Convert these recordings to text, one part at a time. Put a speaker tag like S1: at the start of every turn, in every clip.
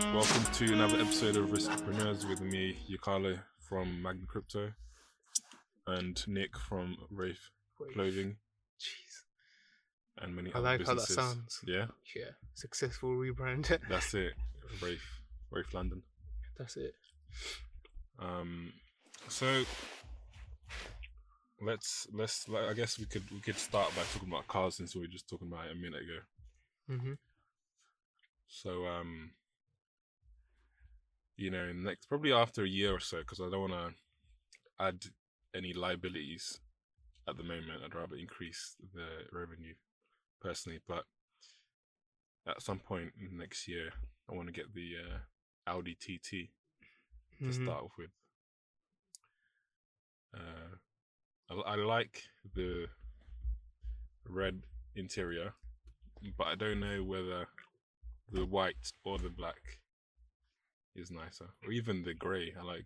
S1: to another episode of Riskpreneurs with me, Yukalo from Magna Crypto, and Nick from Wraith Clothing,
S2: Jeez.
S1: and many
S2: I
S1: other
S2: like how that
S1: businesses.
S2: sounds.
S1: Yeah,
S2: Yeah. Successful rebrand.
S1: that's it. Wraith, Wraith London.
S2: That's it.
S1: Um, so let's let's. Like, I guess we could we could start by talking about cars since we were just talking about it a minute ago.
S2: Mm-hmm.
S1: So um, you know, in the next probably after a year or so, because I don't want to add any liabilities at the moment. I'd rather increase the revenue personally, but at some point in next year, I want to get the uh, Audi TT to
S2: Mm-hmm.
S1: start off with. Uh, I, I like the red interior, but I don't know whether the white or the black is nicer, or even the grey. I like,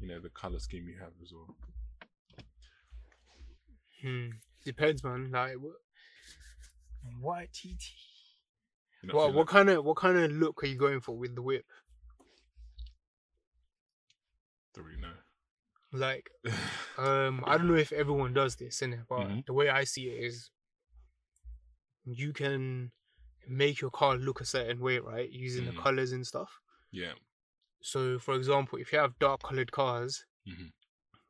S1: you know, the color scheme you have as well.
S2: Hmm. Depends, man. Like, wh- why TT?
S1: You know, I
S2: Well,
S1: feel
S2: what kind of what kind of look are you going for with the whip?
S1: like- don't really know.
S2: Like, um, I don't know if everyone does this, innit? But
S1: Mhm.
S2: the way I see it is, you can make your car look a certain way, right? Using the
S1: Mm.
S2: colors and stuff.
S1: yeah,
S2: So, for example, if you have dark colored cars,
S1: Mhm.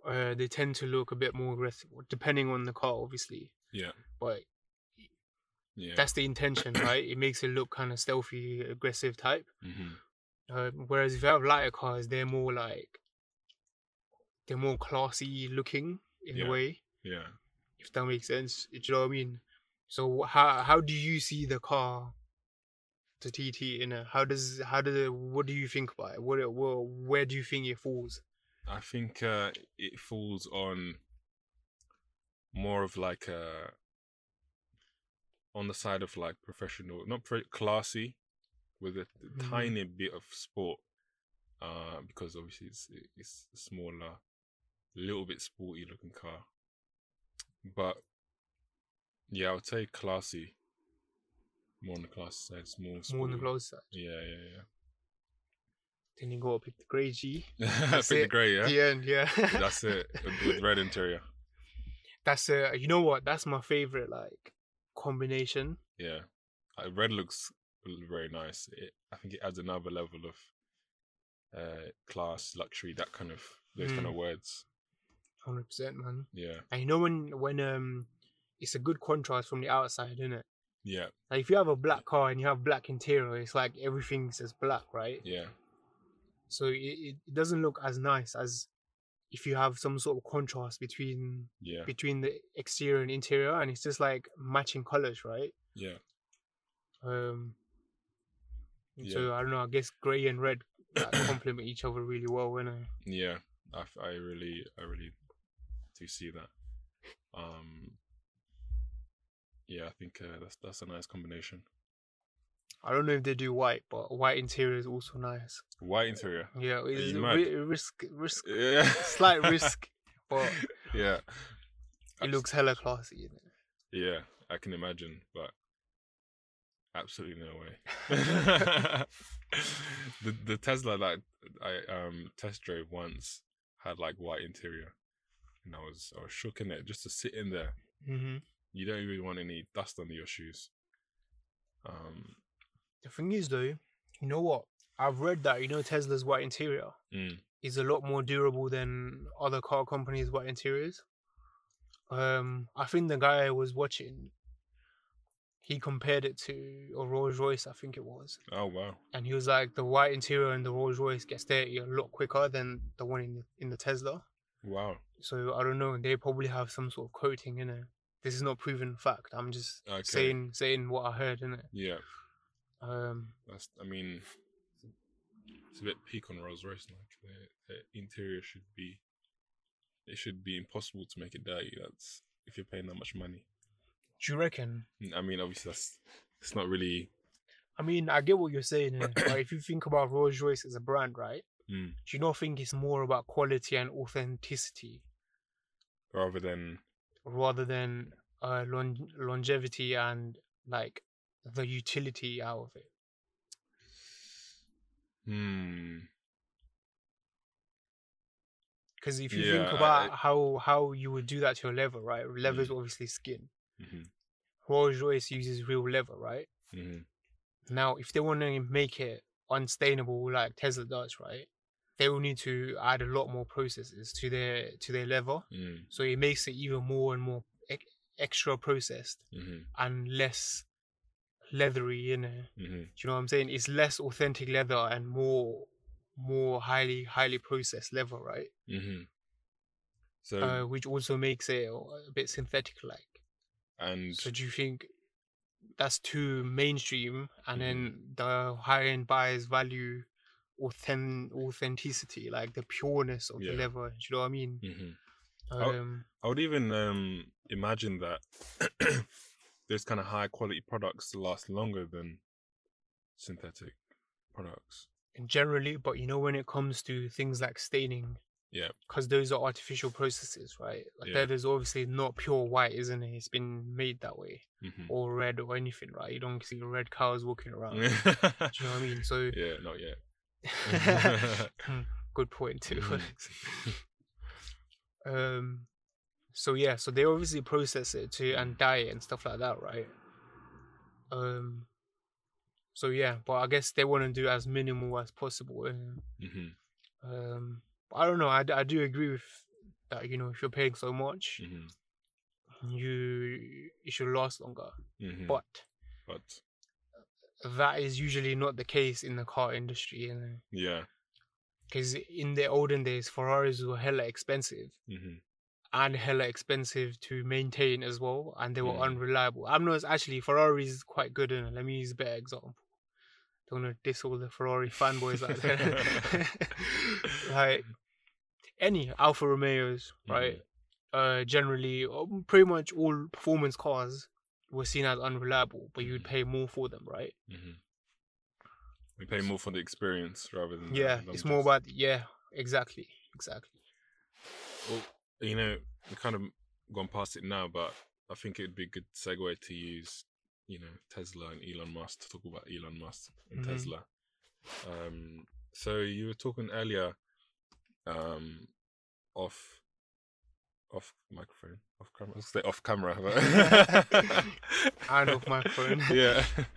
S2: uh, they tend to look a bit more aggressive, depending on the car, obviously.
S1: Yeah.
S2: But
S1: yeah.
S2: that's the intention, right? It makes it look kind of stealthy, aggressive type.
S1: hmm
S2: Uh, whereas if you have lighter cars, they're more like they're more classy looking in
S1: Yeah.
S2: a way,
S1: Yeah.
S2: if that makes sense. Do you know what I mean? So wh- how how do you see the car, the TT in it? How does how does it, what do you think about it? What, it- wh- where do you think it falls?
S1: I think uh, it falls on more of like a on the side of like professional, not pro- classy, with a t-
S2: Mhm.
S1: tiny bit of sport, uh, because obviously it's it's a smaller, little bit sporty looking car. But yeah, I would say classy, more on the classy side, small,
S2: More on
S1: sporty.
S2: the close side.
S1: Yeah, yeah, yeah.
S2: Then you gotta pick the grey G.
S1: That's
S2: That's
S1: Pick the
S2: it.
S1: grey, yeah.
S2: The end, yeah.
S1: That's it with- with red interior.
S2: That's uh, you know what? That's my favorite like combination.
S1: Yeah, uh, red looks l- very nice. It, I think it adds another level of uh, class, luxury, that kind of those
S2: Hmm.
S1: kind of words.
S2: Hundred percent, man.
S1: Yeah,
S2: And you know when when um, it's a good contrast from the outside, isn't it?
S1: yeah,
S2: Like if you have a black car and you have black interior, it's like everything says black, right?
S1: yeah,
S2: So it, it it doesn't look as nice as if you have some sort of contrast between
S1: yeah,
S2: between the exterior and interior, and it's just like matching colors, right?
S1: yeah,
S2: Um.
S1: Yeah.
S2: So I don't know. I guess gray and red like, complement each other really well, when I.
S1: yeah. I, f- I really, I really do see that. Um, yeah, I think uh, that's that's a nice combination.
S2: I don't know if they do white, but white interior is also nice.
S1: White interior.
S2: Yeah, it's
S1: you
S2: a
S1: mad?
S2: ri- risk, risk,
S1: Yeah,
S2: Uh, slight risk, but
S1: yeah,
S2: it
S1: Abs-
S2: looks hella classy.
S1: Yeah, I can imagine, but absolutely no way.
S2: innit?
S1: the the Tesla that I um test drove once had like white interior, and I was I was shook in it just to sit in there.
S2: hmm
S1: You don't really want any dust under your shoes. Um,
S2: The thing is, though, you know what? I've read that you know Tesla's white interior
S1: mm,
S2: is a lot more durable than other car companies' white interiors. Um, I think the guy I was watching, he compared it to a Rolls Royce, I think it was,
S1: oh wow,
S2: and he was like, the white interior in the Rolls Royce gets dirty a lot quicker than the one in the, in the Tesla.
S1: wow.
S2: So I don't know. They probably have some sort of coating in it. This is not proven fact. I'm just
S1: Okay.
S2: saying saying what I heard in it.
S1: Yeah,
S2: Um,
S1: that's. I mean, it's a bit peak on Rolls Royce. Like the, the interior should be, it should be impossible to make it dirty. That's if you're paying that much money.
S2: do you reckon?
S1: I mean, obviously that's it's not really
S2: I mean, I get what you're saying. innit? but if you think about Rolls Royce as a brand, right?
S1: Mm.
S2: Do you not think it's more about quality and authenticity
S1: rather than
S2: rather than uh, lon- longevity and like the utility out of it?
S1: Hmm.
S2: Because if you
S1: Yeah,
S2: think
S1: I- Hmm.
S2: about how how you would do that to your leather, right? Leather's obviously skin.
S1: Mm-hmm.
S2: Rolls Royce uses real leather, right?
S1: Mm-hmm.
S2: Now, if they want to make it unstainable like Tesla does, right? They will need to add a lot more processes to their to their leather,
S1: Mm-hmm.
S2: so it makes it even more and more ec- extra processed
S1: Mm-hmm.
S2: and less leathery. You know, do
S1: Mm-hmm.
S2: you know what I'm saying? It's less authentic leather and more more highly highly processed leather, right?
S1: Mm-hmm. So
S2: uh, which also makes it a bit synthetic like.
S1: and
S2: Uh, So do you think that's too mainstream and
S1: Mhm.
S2: then the high end buyers value authen- authenticity, like the pureness of
S1: Yeah.
S2: the leather? Do you know what I mean?
S1: hmm I'll-
S2: Um,
S1: I would even um, imagine that those kind of high quality products last longer than synthetic products.
S2: and generally, but you know, when it comes to things like staining,
S1: Yeah.
S2: because those are artificial processes, right? Like
S1: Yeah.
S2: leather's obviously not pure white, isn't it? It's been made that way,
S1: hmm
S2: or red, or anything, right? You don't see red cows walking around.
S1: yeah,
S2: Do you know what I mean? So
S1: not yet. Mhm.
S2: good point too.
S1: Mhm.
S2: um, so yeah, so they obviously process it too
S1: Mm.
S2: and dye it and stuff like that, right? Um, so yeah, but I guess they want to do as minimal as possible. eh? and,
S1: Mm-hmm,
S2: Um, I don't know. I, d- I do agree with that. You know, if you're paying so much,
S1: hmm
S2: you it should last longer.
S1: hmm But,
S2: But that is usually not the case in the car industry, you know.
S1: yeah.
S2: Because in the olden days, Ferraris were hella expensive.
S1: hmm
S2: and hella expensive to maintain as well, and they were
S1: Mm.
S2: unreliable. I'm not actually Ferrari's quite good in it. Let me use a better example. Don't want to diss all the Ferrari fanboys out there. like any Alfa Romeos, right?
S1: Mm-hmm.
S2: Uh, generally, um, pretty much all performance cars were seen as unreliable, but you'd
S1: Mhm.
S2: pay more for them, right?
S1: hmm We pay more for the experience rather than the-
S2: Yeah,
S1: than
S2: it's
S1: just-
S2: more about yeah, exactly, exactly.
S1: Well, you know, we kind of gone past it now, but I think it'd be a good segue to use, you know, Tesla and Elon Musk to talk about Elon Musk and
S2: Mhm.
S1: Tesla. Um, so you were talking earlier, um, off, off microphone, off camera. Let's say off camera. but-
S2: And off microphone.
S1: yeah.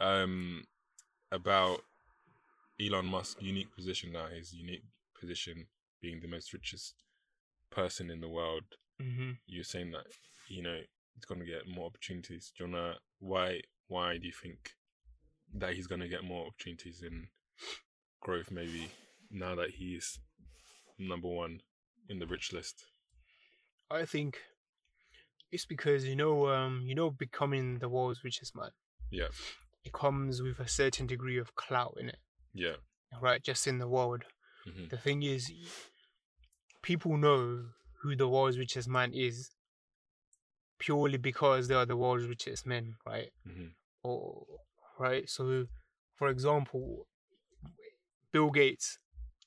S1: Um, about Elon Musk's unique position now. His unique position being the most richest person in the world.
S2: hmm
S1: You're saying that you know he's gonna get more opportunities. Do you wanna why why do you think that he's gonna get more opportunities in growth? Maybe now that he's number one in the rich list.
S2: I think it's because you know, um, you know, becoming the world's richest man.
S1: Yeah.
S2: It comes with a certain degree of clout in it,
S1: Yeah.
S2: right? Just in the world.
S1: Mhm.
S2: The thing is, people know who the world's richest man is purely because they are the world's richest men, right?
S1: Mhm.
S2: Or right. So, for example, Bill Gates,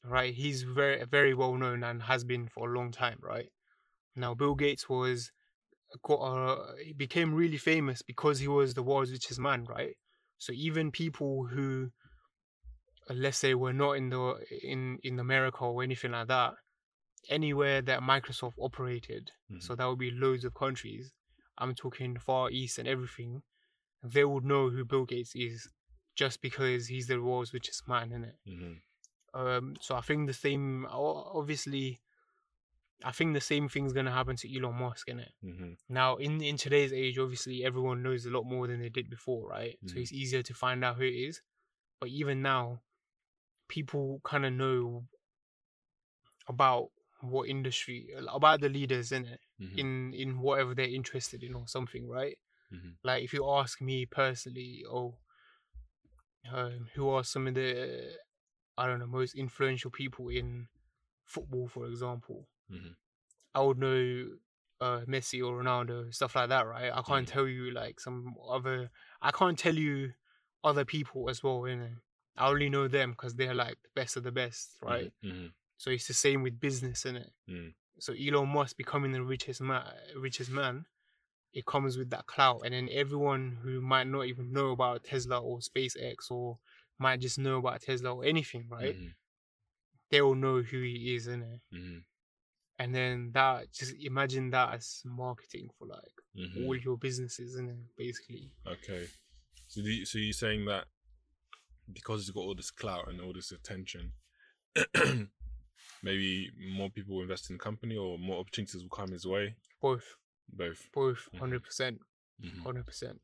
S2: right? He's very very well known and has been for a long time, right? Now, Bill Gates was got uh, he became really famous because he was the world's richest man, right? So even people who, uh, let's say, were not in the in in America or anything like that, anywhere that Microsoft operated,
S1: Mhm.
S2: so that would be loads of countries. I'm talking Far East and everything. They would know who Bill Gates is, just because he's the world's richest man, innit?
S1: Mhm.
S2: Um, so I think the same, o- obviously, I think the same thing's gonna happen to Elon Musk, innit?
S1: Mhm.
S2: Now, in in today's age, obviously everyone knows a lot more than they did before, right? So
S1: Mhm.
S2: it's easier to find out who it is. But even now, people kind of know about what industry, about the leaders in it,
S1: Mhm.
S2: in in whatever they're interested in or something, right?
S1: Mhm.
S2: Like if you ask me personally, oh, um, who are some of the I don't know most influential people in football, for example?
S1: Mhm.
S2: I would know uh, Messi or Ronaldo, stuff like that, right? I can't
S1: Mhm.
S2: tell you like some other. I can't tell you other people as well, you know. I only know them because they're like the best of the best, right?
S1: Mhm.
S2: So it's the same with business, is it?
S1: Mm.
S2: So Elon Musk becoming the richest man, richest man, it comes with that clout, and then everyone who might not even know about Tesla or SpaceX or might just know about Tesla or anything, right?
S1: Mhm,
S2: They will know who he is, innit?
S1: mhm,
S2: And then that just imagine that as marketing for like
S1: mhm.
S2: all your businesses, innit? Basically.
S1: Okay. So do you, so you're saying that because he's got all this clout and all this attention, maybe more people will invest in the company or more opportunities will come his way?
S2: Both.
S1: Both.
S2: Both.
S1: Mhm.
S2: Hundred percent.
S1: Mhm,
S2: Hundred percent.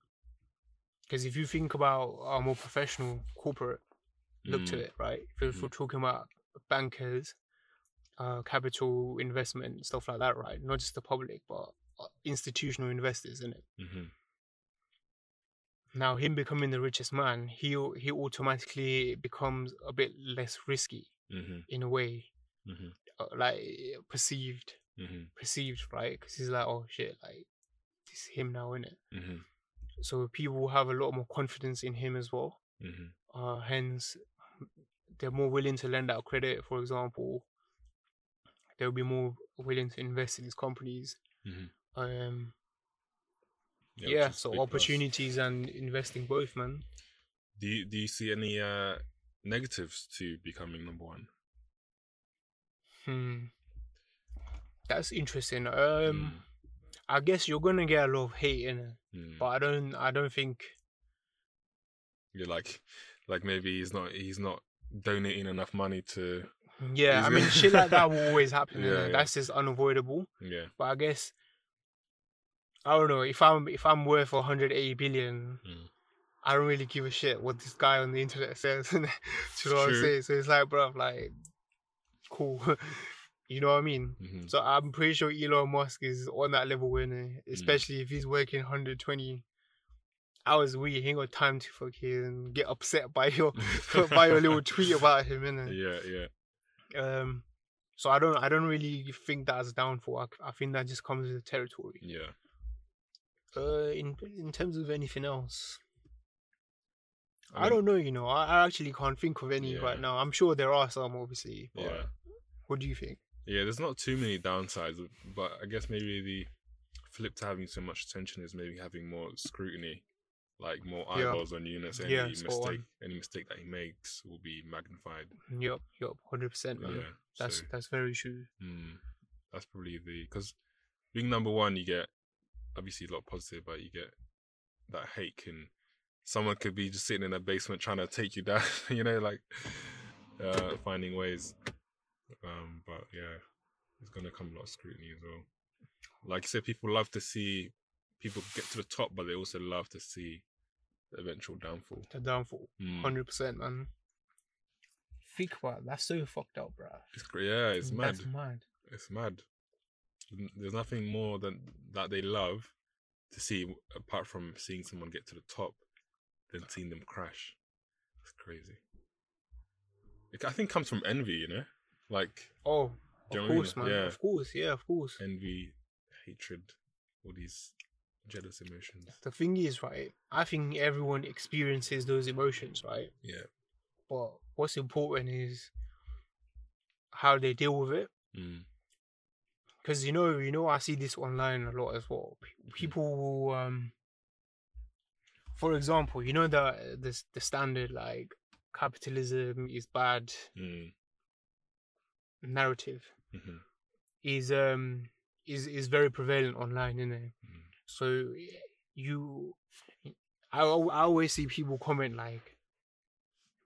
S2: Because if you think about a more professional corporate look to
S1: mhm,
S2: it, right? If we're- If we're talking about bankers, uh, capital investment, stuff like that, right? Not just the public, but uh, institutional investors in it.
S1: mhm,
S2: Now, him becoming the richest man, he au- he automatically becomes a bit less risky
S1: mhm,
S2: in a way,
S1: mhm,
S2: uh, like perceived,
S1: mhm,
S2: perceived, right? Because he's like, oh shit, like it's him now, in it.
S1: mhm,
S2: So people will have a lot more confidence in him as well.
S1: mhm,
S2: uh, hence they're more willing to lend out credit for example they'll be more willing to invest in these companies
S1: mhm.
S2: um yeah,
S1: which is a
S2: so
S1: big plus.
S2: opportunities and investing both man
S1: Do you, do you see any uh, negatives to becoming number one?
S2: hmm that's interesting um i guess you're gonna get a lot of hate in it
S1: Mm, mm.
S2: but i don't i don't think
S1: You're like, like maybe he's not he's not donating enough money to
S2: yeah
S1: He's
S2: i
S1: gonna-
S2: mean shit like that will always happen innit?
S1: Yeah, yeah.
S2: that's just unavoidable
S1: yeah.
S2: but i guess i don't know if i'm if i'm worth 180 billion
S1: Mm.
S2: I don't really give a shit what this guy on the internet says. Do you know what I'm
S1: True.
S2: saying? So it's like, bro, like, cool. you know what I mean?
S1: Mhm.
S2: So I'm pretty sure Elon Musk is on that level,
S1: Mm.
S2: when especially if he's working 120 hours a week. He ain't got time to fucking get upset by your by your little tweet about him, innit?
S1: yeah, yeah.
S2: Um, so I don't I don't really think that's a downfall. I, I think that just comes with the territory.
S1: Yeah. Mm.
S2: Uh, in in terms of anything else, I,
S1: mean,
S2: don't know, you know. I, I actually can't think of any right
S1: Yeah.
S2: now. I'm sure there are some, obviously. But
S1: Yeah.
S2: What do you think?
S1: Yeah, there's not too many downsides, but I guess maybe the flip to having so much attention is maybe having more scrutiny, like more
S2: Yeah.
S1: eyeballs on you, and so any
S2: Yeah, spot on.
S1: mistake, any mistake that he makes will be magnified.
S2: Yup, yup, hundred percent, man.
S1: Yeah,
S2: that's
S1: so,
S2: that's very true.
S1: mm, that's probably the because being number one, you get obviously a lot of positive, but you get that hate, and someone could be just sitting in a basement trying to take you down, you know, like uh, finding ways. Um, but yeah, it's gonna come a lot of scrutiny as well. Like you said, people love to see people get to the top, but they also love to see the eventual downfall.
S2: The downfall,
S1: Mm.
S2: hundred percent, man. Think about it, that's so fucked up, bro.
S1: It's cra- yeah, it's mad.
S2: That's mad.
S1: It's mad. N- There's nothing more than that they love to see w- apart from seeing someone get to the top than seeing them crash. It's crazy. It, I think comes from envy, you know, like
S2: Oh,
S1: Do you know what
S2: of
S1: I mean?
S2: course, man.
S1: Yeah.
S2: Of course, yeah, of course.
S1: envy, hatred, all these jealous emotions.
S2: The thing is, right? I think everyone experiences those emotions, right?
S1: Yeah.
S2: But what's important is how they deal with it.
S1: Mm.
S2: because you know you know i see this online a lot as well P- people will um for example you know the the, the standard like capitalism is bad
S1: Mm.
S2: narrative
S1: hmm
S2: is um is is very prevalent online you know
S1: Mm.
S2: so you I, al- I always see people comment like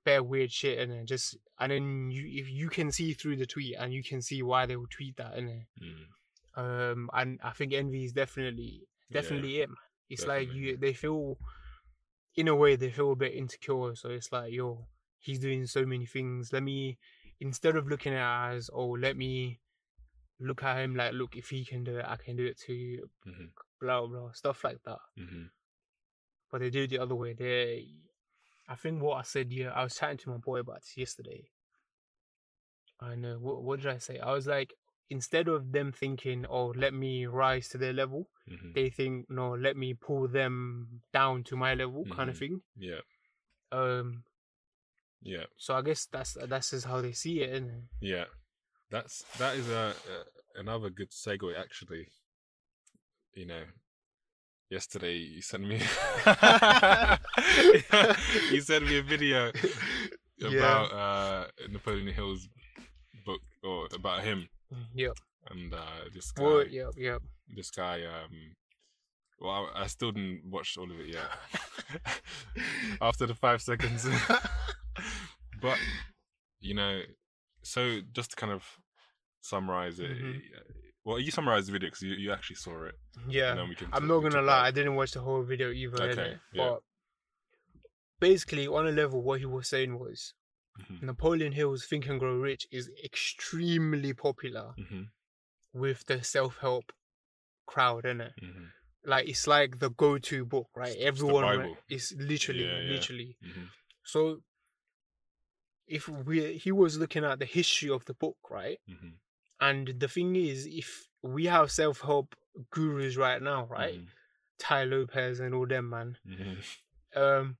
S2: bare weird shit and then just and then you if you can see through the tweet and you can see why they would tweet that and then
S1: Mm.
S2: um and i think envy is definitely
S1: Yeah,
S2: definitely it man. it's like
S1: definitely.
S2: you they feel in a way they feel a bit insecure so it's like yo he's doing so many things let me instead of looking at it as oh let me look at him like look if he can do it i can do it too
S1: Mhm.
S2: blah blah stuff like that
S1: Mhm.
S2: but they do it the other way they i think what i said yeah i was chatting to my boy about this yesterday i know what, what did i say i was like instead of them thinking oh let me rise to their level
S1: Mhm.
S2: they think no let me pull them down to my level kind of
S1: Mhm.
S2: thing
S1: Yeah.
S2: um
S1: Yeah.
S2: so i guess that's that's just how they see it innit?
S1: Yeah, that's that is a, a another good segue actually. You know, yesterday you sent me you sent me a video
S2: Yeah.
S1: about uh Napoleon Hill's book or about him Mm-hmm.
S2: Yep.
S1: and uh this guy
S2: Well, yep. Yep.
S1: this guy um well I, I still didn't watch all of it yet after the five seconds but you know so just to kind of summarize it uh,
S2: Mhm.
S1: well you summarized the video because you, you actually saw it
S2: Yeah.
S1: and then we can
S2: I'm
S1: talk-
S2: not
S1: we
S2: gonna
S1: talk
S2: lie, I
S1: about
S2: didn't watch the whole video either.
S1: Okay,
S2: innit?
S1: yeah.
S2: But basically, on a level, what he was saying was
S1: it.
S2: Napoleon Hill's Think and Grow Rich is extremely popular
S1: Mhm, mhm,
S2: with the self help crowd, innit?
S1: mhm,
S2: Like it's like the go to book, right?
S1: It's- it's the
S2: Everyone
S1: Bible.
S2: is literally,
S1: Yeah, yeah.
S2: literally.
S1: mhm,
S2: So if we he was looking at the history of the book, right?
S1: mhm,
S2: And the thing is, if we have self help gurus right now, right?
S1: mhm,
S2: Ty Lopez and all them man.
S1: mhm.
S2: um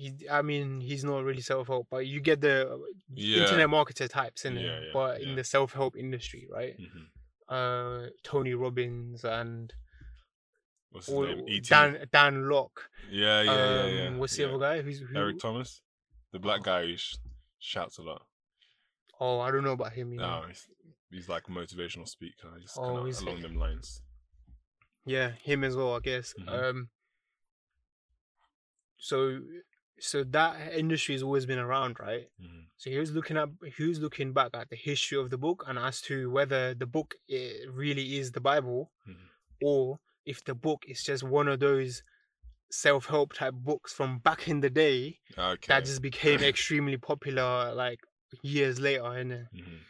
S2: he i mean he's not really self-help but you get the uh,
S1: yeah
S2: internet marketer types in there
S1: Yeah, yeah,
S2: but
S1: yeah.
S2: in the self-help industry right
S1: mhm.
S2: uh tony robbins and
S1: what's his
S2: all,
S1: name E.T.
S2: dan dan locke
S1: E yeah yeah yeah,
S2: um,
S1: yeah
S2: what's the
S1: yeah.
S2: other guy who's who,
S1: Eric Thomas the black guy who sh- shouts a lot
S2: oh i don't know about him you know.
S1: No, he's, he's like a motivational speaker. He's
S2: Oh,
S1: kind
S2: is
S1: of
S2: he?
S1: along them lines.
S2: yeah him as well i guess
S1: Mhm.
S2: um so so that industry has always been around right
S1: Mhm,
S2: So he was looking up, he was looking back at the history of the book and as to whether the book eh, really is the Bible,
S1: Mhm.
S2: or if the book is just one of those self-help type books from back in the day
S1: Okay.
S2: that just became extremely popular like years later. And
S1: Mhm,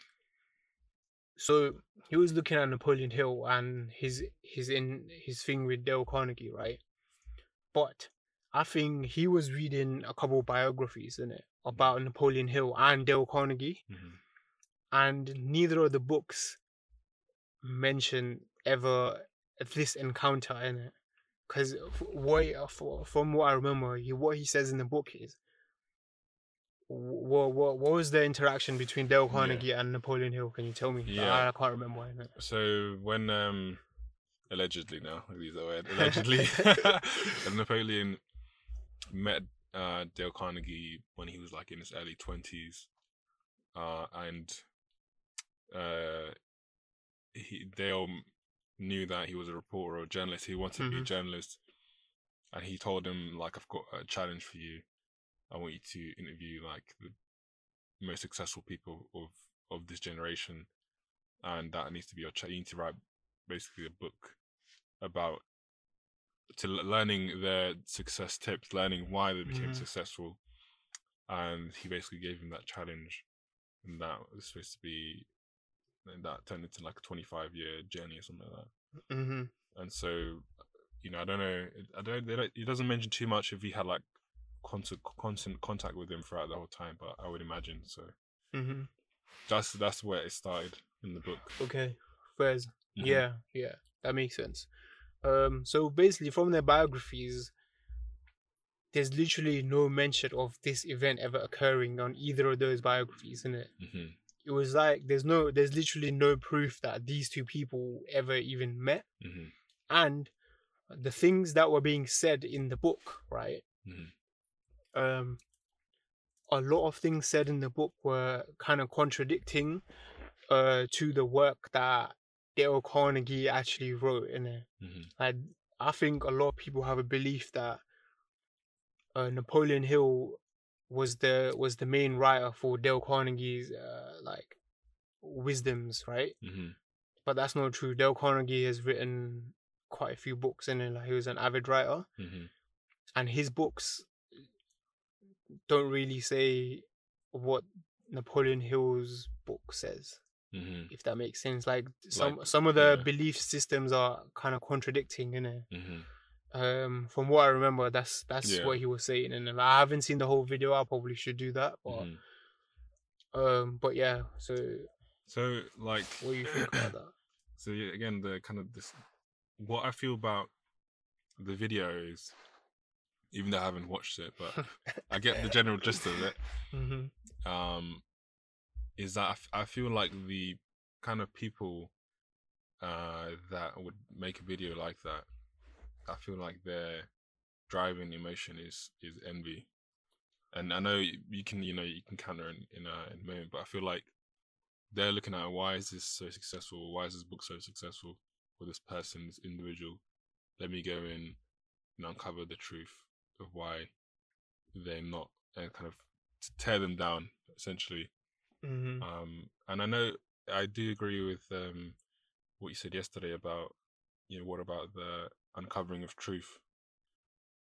S2: so he was looking at Napoleon Hill and his his in his thing with Dale Carnegie, right? But I think he was reading a couple biographies in it about Napoleon Hill and Dale Carnegie.
S1: mhm.
S2: and neither of the books mention ever this encounter in it. Because what f- from what I remember, he, what he says in the book is, what what what was the interaction between Dale
S1: Yeah.
S2: Carnegie and Napoleon Hill? Can you tell me? I,
S1: Yeah.
S2: I can't remember. innit?
S1: So when um allegedly now I'll use that word allegedly when Napoleon met uh, Dale Carnegie when he was like in his early twenties, uh, and uh, he Dale m- knew that he was a reporter or a journalist. He wanted to be a
S2: Mhm.
S1: journalist, and he told him like, "I've got a challenge for you. I want you to interview like the most successful people of of this generation, and that needs to be your cha- you need to write basically a book about to l- learning their success tips, learning why they became
S2: Mhm.
S1: successful, and he basically gave him that challenge, and that was supposed to be, and that turned into like a twenty-five year journey or something like that. Mm-hmm.
S2: Mhm.
S1: And so, you know, I don't know, I don't, they don't, it doesn't mention too much if he had like constant constant contact with him throughout the whole time, but I would imagine so. Mm-hmm.
S2: Mhm.
S1: That's that's where it started in the book.
S2: Okay. Whereas
S1: Mhm.
S2: Yeah, yeah, that makes sense. Um, so basically, from their biographies, there's literally no mention of this event ever occurring on either of those biographies, in it.
S1: Mhm.
S2: It was like there's no, there's literally no proof that these two people ever even met,
S1: Mhm.
S2: and the things that were being said in the book, right?
S1: Mhm.
S2: Um, a lot of things said in the book were kind of contradicting uh, to the work that Dale Carnegie actually wrote in it.
S1: Mhm.
S2: I I think a lot of people have a belief that uh, Napoleon Hill was the was the main writer for Dale Carnegie's uh, like wisdoms, right?
S1: Mhm.
S2: But that's not true. Dale Carnegie has written quite a few books, and like he was an avid writer,
S1: Mhm.
S2: and his books don't really say what Napoleon Hill's book says,
S1: Mhm.
S2: if that makes sense. Like some
S1: Like,
S2: some of the
S1: yeah.
S2: belief systems are kind of contradicting, you know
S1: Mhm.
S2: um from what i remember that's that's
S1: Yeah.
S2: what he was saying and then i haven't seen the whole video i probably should do that but
S1: Mhm. Mm-hmm.
S2: um but yeah so
S1: So like
S2: what do you think about that
S1: so yeah, again the kind of this what I feel about the video is even though I haven't watched it but I get the general gist of it
S2: mm-hmm.
S1: um is that I f- I feel like the kind of people uh that would make a video like that I feel like their driving emotion is is envy, and I know you you can you know you can counter in in a, in a moment, but I feel like they're looking at why is this so successful? Why is this book so successful for this person, this individual? Let me go in and uncover the truth of why they're not, and kind of t- tear them down essentially
S2: Mm-hmm.
S1: um, and I know I do agree with um, what you said yesterday about you know what about the uncovering of truth,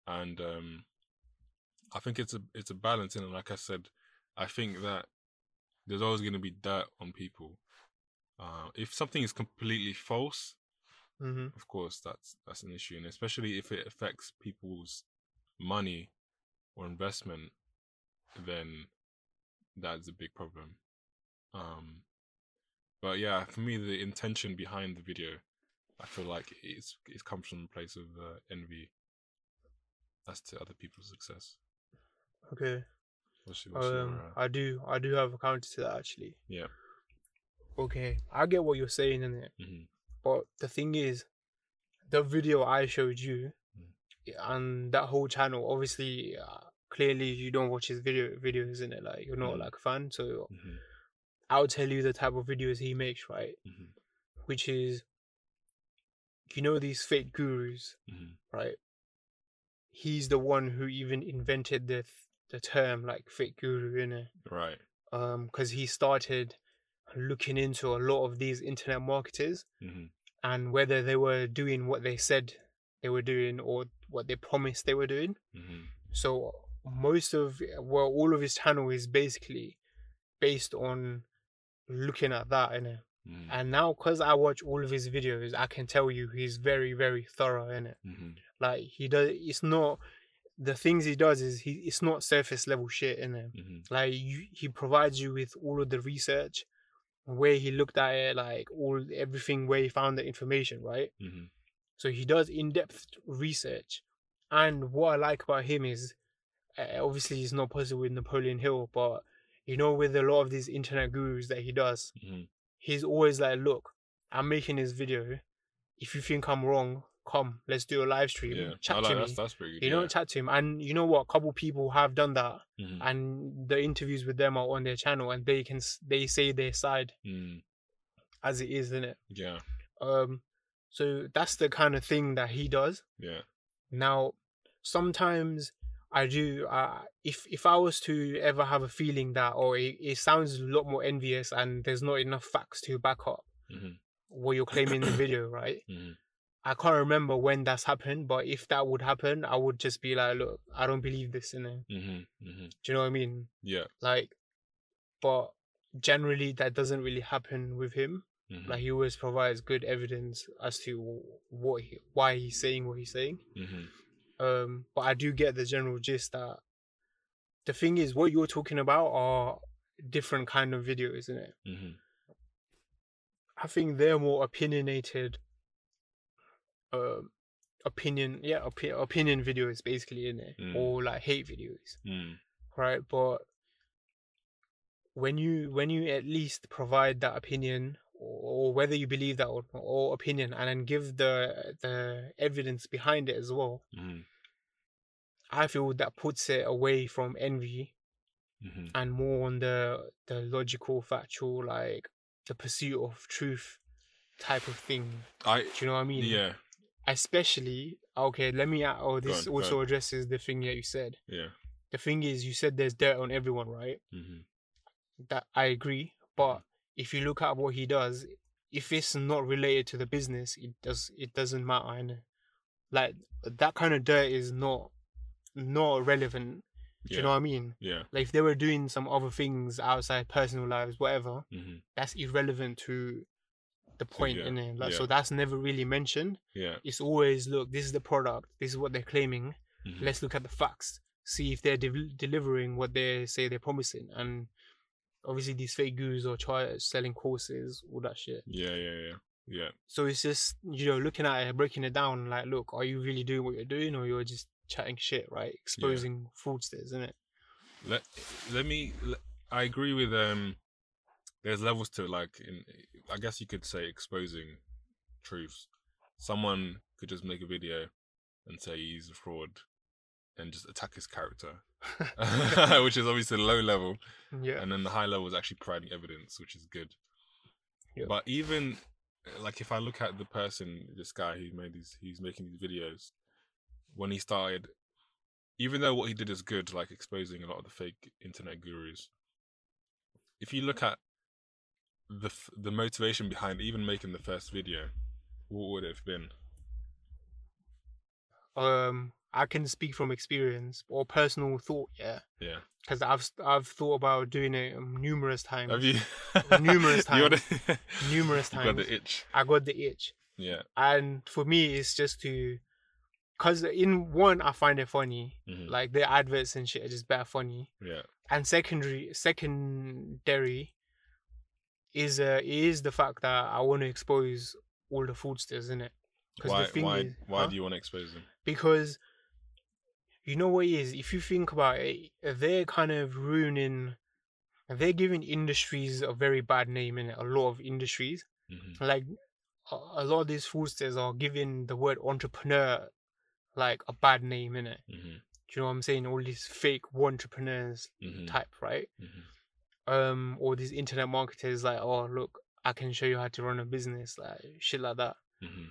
S1: and um, I think it's a it's a balance. And like I said, I think that there's always going to be dirt on people. Uh, if something is completely false,
S2: Mm-hmm.
S1: of course that's that's an issue, and especially if it affects people's money or investment, then that's a big problem. Um, but yeah, for me, the intention behind the video, I feel like it's it comes from a place of uh, envy as to other people's success.
S2: Okay.
S1: What's, your- what's your,
S2: Um,
S1: uh,
S2: I do, I do have a counter to that actually.
S1: Yeah.
S2: Okay, I get what you're saying in it,
S1: mhm,
S2: but the thing is, the video I showed you,
S1: Mm.
S2: and that whole channel, obviously, uh, clearly you don't watch his video videos in it. Like you're not
S1: Mm.
S2: like a fan, so
S1: mhm,
S2: I'll tell you the type of videos he makes, right?
S1: mhm,
S2: Which is, you know, these fake gurus,
S1: mhm,
S2: right? He's the one who even invented the the term like fake guru in it.
S1: right.
S2: um because he started looking into a lot of these internet marketers
S1: mhm,
S2: and whether they were doing what they said they were doing or what they promised they were doing
S1: mhm,
S2: so most of well all of his channel is basically based on looking at that innit?
S1: mhm,
S2: and now because i watch all of his videos i can tell you he's very very thorough in it
S1: mhm,
S2: like he does it's not the things he does is he it's not surface level shit in it
S1: mhm,
S2: like you, he provides you with all of the research where he looked at it like all everything where he found the information right
S1: mhm,
S2: so he does in-depth research and what i like about him is uh, obviously it's not possible with napoleon hill but you know with a lot of these internet gurus that he does
S1: mhm,
S2: he's always like look i'm making this video if you think i'm wrong come let's do a live stream
S1: Yeah,
S2: chat
S1: I like
S2: to
S1: that's
S2: me
S1: that's pretty good.
S2: you know
S1: yeah.
S2: chat to him and you know what a couple people have done that
S1: mhm,
S2: and the interviews with them are on their channel and they can s- they say their side
S1: mm,
S2: as it is in it
S1: yeah,
S2: um so that's the kind of thing that he does
S1: yeah,
S2: now sometimes i do uh, if if i was to ever have a feeling that or it, it sounds a lot more envious and there's not enough facts to back up
S1: mhm,
S2: what you're claiming in the video right
S1: mhm,
S2: i can't remember when that's happened but if that would happen i would just be like look i don't believe this in it
S1: mhm, mhm,
S2: do you know what i mean
S1: yeah,
S2: like but generally that doesn't really happen with him
S1: mhm,
S2: like he always provides good evidence as to what he, why he's saying what he's saying
S1: mhm,
S2: um but i do get the general gist that the thing is what you're talking about are different kind of videos isn't it
S1: mhm,
S2: i think they're more opinionated um opinion yeah opi- opinion videos basically in it
S1: Mm.
S2: or like hate videos
S1: mm,
S2: right but when you when you at least provide that opinion or, or whether you believe that or, or opinion and then give the the evidence behind it as well
S1: mhm,
S2: i feel that puts it away from envy
S1: mhm,
S2: and more on the the logical factual like the pursuit of truth type of thing
S1: I
S2: do you know what i mean
S1: yeah
S2: especially okay let me add oh this
S1: on, go
S2: also
S1: on.
S2: addresses the thing that you said
S1: yeah
S2: the thing is you said there's dirt on everyone right
S1: mhm,
S2: that I agree,
S1: Mm.
S2: but if you look at what he does, if it's not related to the business, it does it doesn't matter. And like that kind of dirt is not not relevant. Do
S1: Yeah.
S2: you know what I mean?
S1: yeah
S2: Like if they were doing some other things outside personal lives, whatever,
S1: mhm,
S2: that's irrelevant to the point
S1: yeah,
S2: in it. Like,
S1: yeah.
S2: So that's never really mentioned.
S1: yeah
S2: It's always look, this is the product, this is what they're claiming.
S1: mhm,
S2: Let's look at the facts, see if they're de- delivering what they say they're promising, and obviously these fake gurus or try selling courses, all that shit.
S1: yeah yeah yeah yeah.
S2: So it's just you know looking at it, breaking it down. Like, look, are you really doing what you're doing, or you're just chatting shit, right? Exposing fraudsters, isn't it?
S1: let let me le- i agree with um there's levels to it, like in i guess you could say exposing truths someone could just make a video and say he's a fraud and just attack his character, which is obviously low level.
S2: yeah.
S1: And then the high level is actually providing evidence, which is good.
S2: Yeah.
S1: But even like if I look at the person, this guy who made these, who's making these videos, when he started, even though what he did is good, like exposing a lot of the fake internet gurus. If you look at the f- the motivation behind even making the first video, what would it have been?
S2: Um, I can speak from experience or personal thought. Yeah,
S1: Yeah.
S2: because I've st- I've thought about doing it um, numerous times.
S1: Have you
S2: Numerous
S1: You got it-
S2: Numerous
S1: You got
S2: times.
S1: the itch.
S2: I got the itch,
S1: Yeah.
S2: and for me, it's just to, cause in one I find it funny,
S1: mhm,
S2: like the adverts and shit are just better funny.
S1: Yeah.
S2: and secondary secondary is uh is the fact that I want to expose all the fraudsters, isn't it? 'Cause the
S1: Why?
S2: thing
S1: Why?
S2: is-
S1: why
S2: huh?
S1: do you want to expose them?
S2: Because you know what it is, if you think about it, they're kind of ruining they're giving industries a very bad name in a lot of industries.
S1: hmm
S2: Like a, a lot of these fraudsters are giving the word entrepreneur like a bad name in it.
S1: hmm
S2: Do you know what I'm saying? All these fake entrepreneurs
S1: hmm
S2: type, right?
S1: hmm
S2: um or these internet marketers like oh look i can show you how to run a business like shit like that
S1: hmm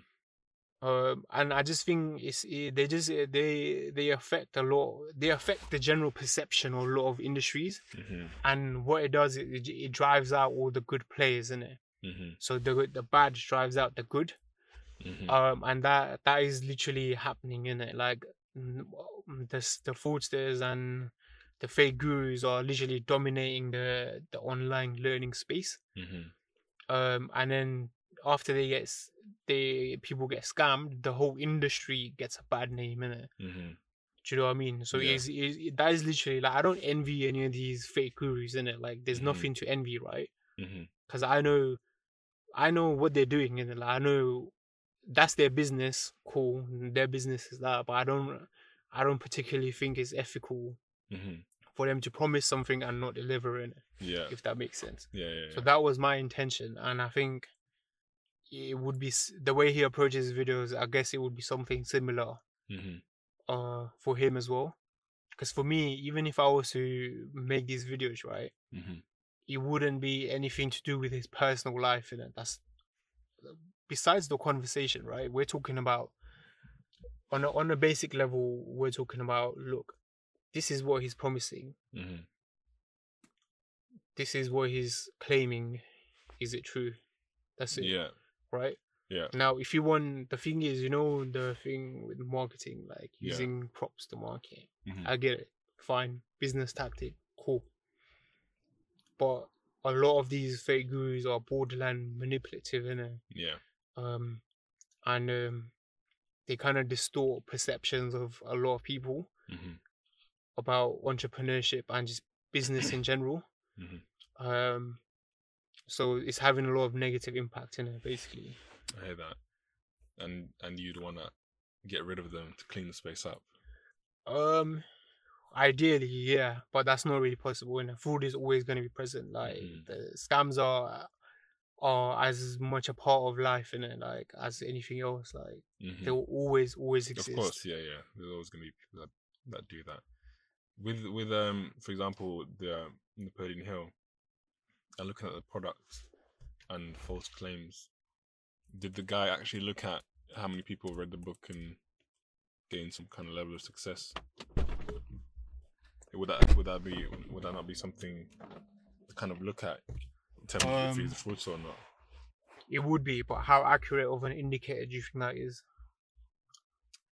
S2: um and i just think it's it, they just eh, they they affect a lot they affect the general perception of a lot of industries
S1: hmm
S2: and what it does it, it, it drives out all the good players in it
S1: hmm
S2: so the good- the bad drives out the good
S1: hmm
S2: um and that that is literally happening in it like mm, um, the s- the fraudsters and the fake gurus are literally dominating the the online learning space
S1: Mm-hmm.
S2: um, and then after they get s- they people get scammed, the whole industry gets a bad name in it.
S1: hmm
S2: Do you know what I mean? So
S1: Yeah.
S2: it's, it's, that is literally like I don't envy any of these fake gurus in it. Like there's
S1: Mhm.
S2: nothing to envy, right?
S1: hmm
S2: Because I know, I know what they're doing in it. Like, I know that's their business. Cool, their business is that. But I don't, I don't particularly think it's ethical
S1: hmm
S2: for them to promise something and not deliver in it.
S1: Yeah.
S2: If that makes sense.
S1: Yeah. Yeah.
S2: So that was my intention, and I think it would be s- the way he approaches videos. I guess it would be something similar
S1: hmm
S2: uh, for him as well. Because for me, even if I was to make these videos, right,
S1: hmm
S2: it wouldn't be anything to do with his personal life in it. That's besides the conversation, right? We're talking about on a, on a basic level. We're talking about look, this is what he's promising.
S1: hmm
S2: This is what he's claiming. Is it true? That's it.
S1: Yeah.
S2: right?
S1: Yeah.
S2: Now, if you want, the thing is, you know, the thing with marketing, like
S1: Yeah.
S2: using props to market.
S1: Mhm.
S2: I get it. Fine. Business tactic. Cool. But a lot of these fake gurus are borderline manipulative, innit?
S1: Yeah.
S2: Um, and um, they kind of distort perceptions of a lot of people
S1: hmm
S2: about entrepreneurship and just business in general.
S1: Mhm.
S2: Um, so it's having a lot of negative impact in it, basically.
S1: I hear that. And and you'd want to get rid of them to clean the space up.
S2: Um, ideally, yeah, but that's not really possible. And food is always going to be present. Like
S1: Mhm.
S2: the scams are are as much a part of life in it, like as anything else. Like
S1: hmm
S2: they will always, always
S1: Of
S2: exist.
S1: course, yeah, yeah. There's always going to be people that, that do that. With with um, for example, the um, Napoleon Hill, and looking at the products and false claims, did the guy actually look at how many people read the book and gain some kind of level of success? Would that would that be would that not be something to kind of look at in terms of if
S2: Um,
S1: he's a fraudster or not?
S2: It would be, but how accurate of an indicator do you think that is?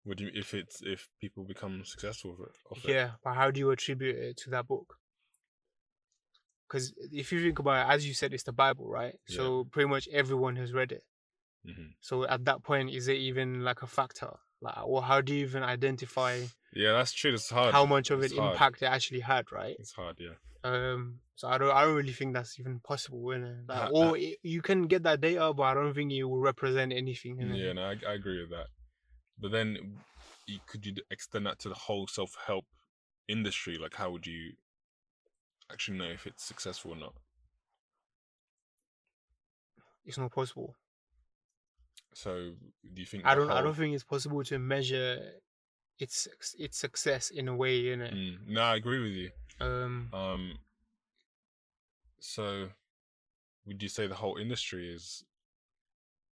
S1: Would you if it's if people become successful with it- off it?
S2: Yeah, but how do you attribute it to that book? Because if you think about it, as you said, it's the Bible, right?
S1: Yeah.
S2: So pretty much everyone has read it.
S1: hmm
S2: So at that point, is it even like a factor? Like, or how do you even identify
S1: Yeah, that's true. It's hard.
S2: how much of an
S1: It's hard.
S2: impact it actually had, right?
S1: It's hard, yeah.
S2: Um, so I don't, I don't really think that's even possible, innit? Like,
S1: Ha-
S2: or it, you can get that data, but I don't think it will represent anything. innit?
S1: Yeah, no, I, I agree with that. But then, you, could you d- extend that to the whole self help industry? Like, how would you actually know if it's successful or not?
S2: it's not possible.
S1: So, do you think
S2: I
S1: the
S2: don't, I
S1: whole-
S2: don't think it's possible to measure its suc- its success in a way, in it.
S1: Mm. No, I agree with you.
S2: Um,
S1: Um, so would you say the whole industry is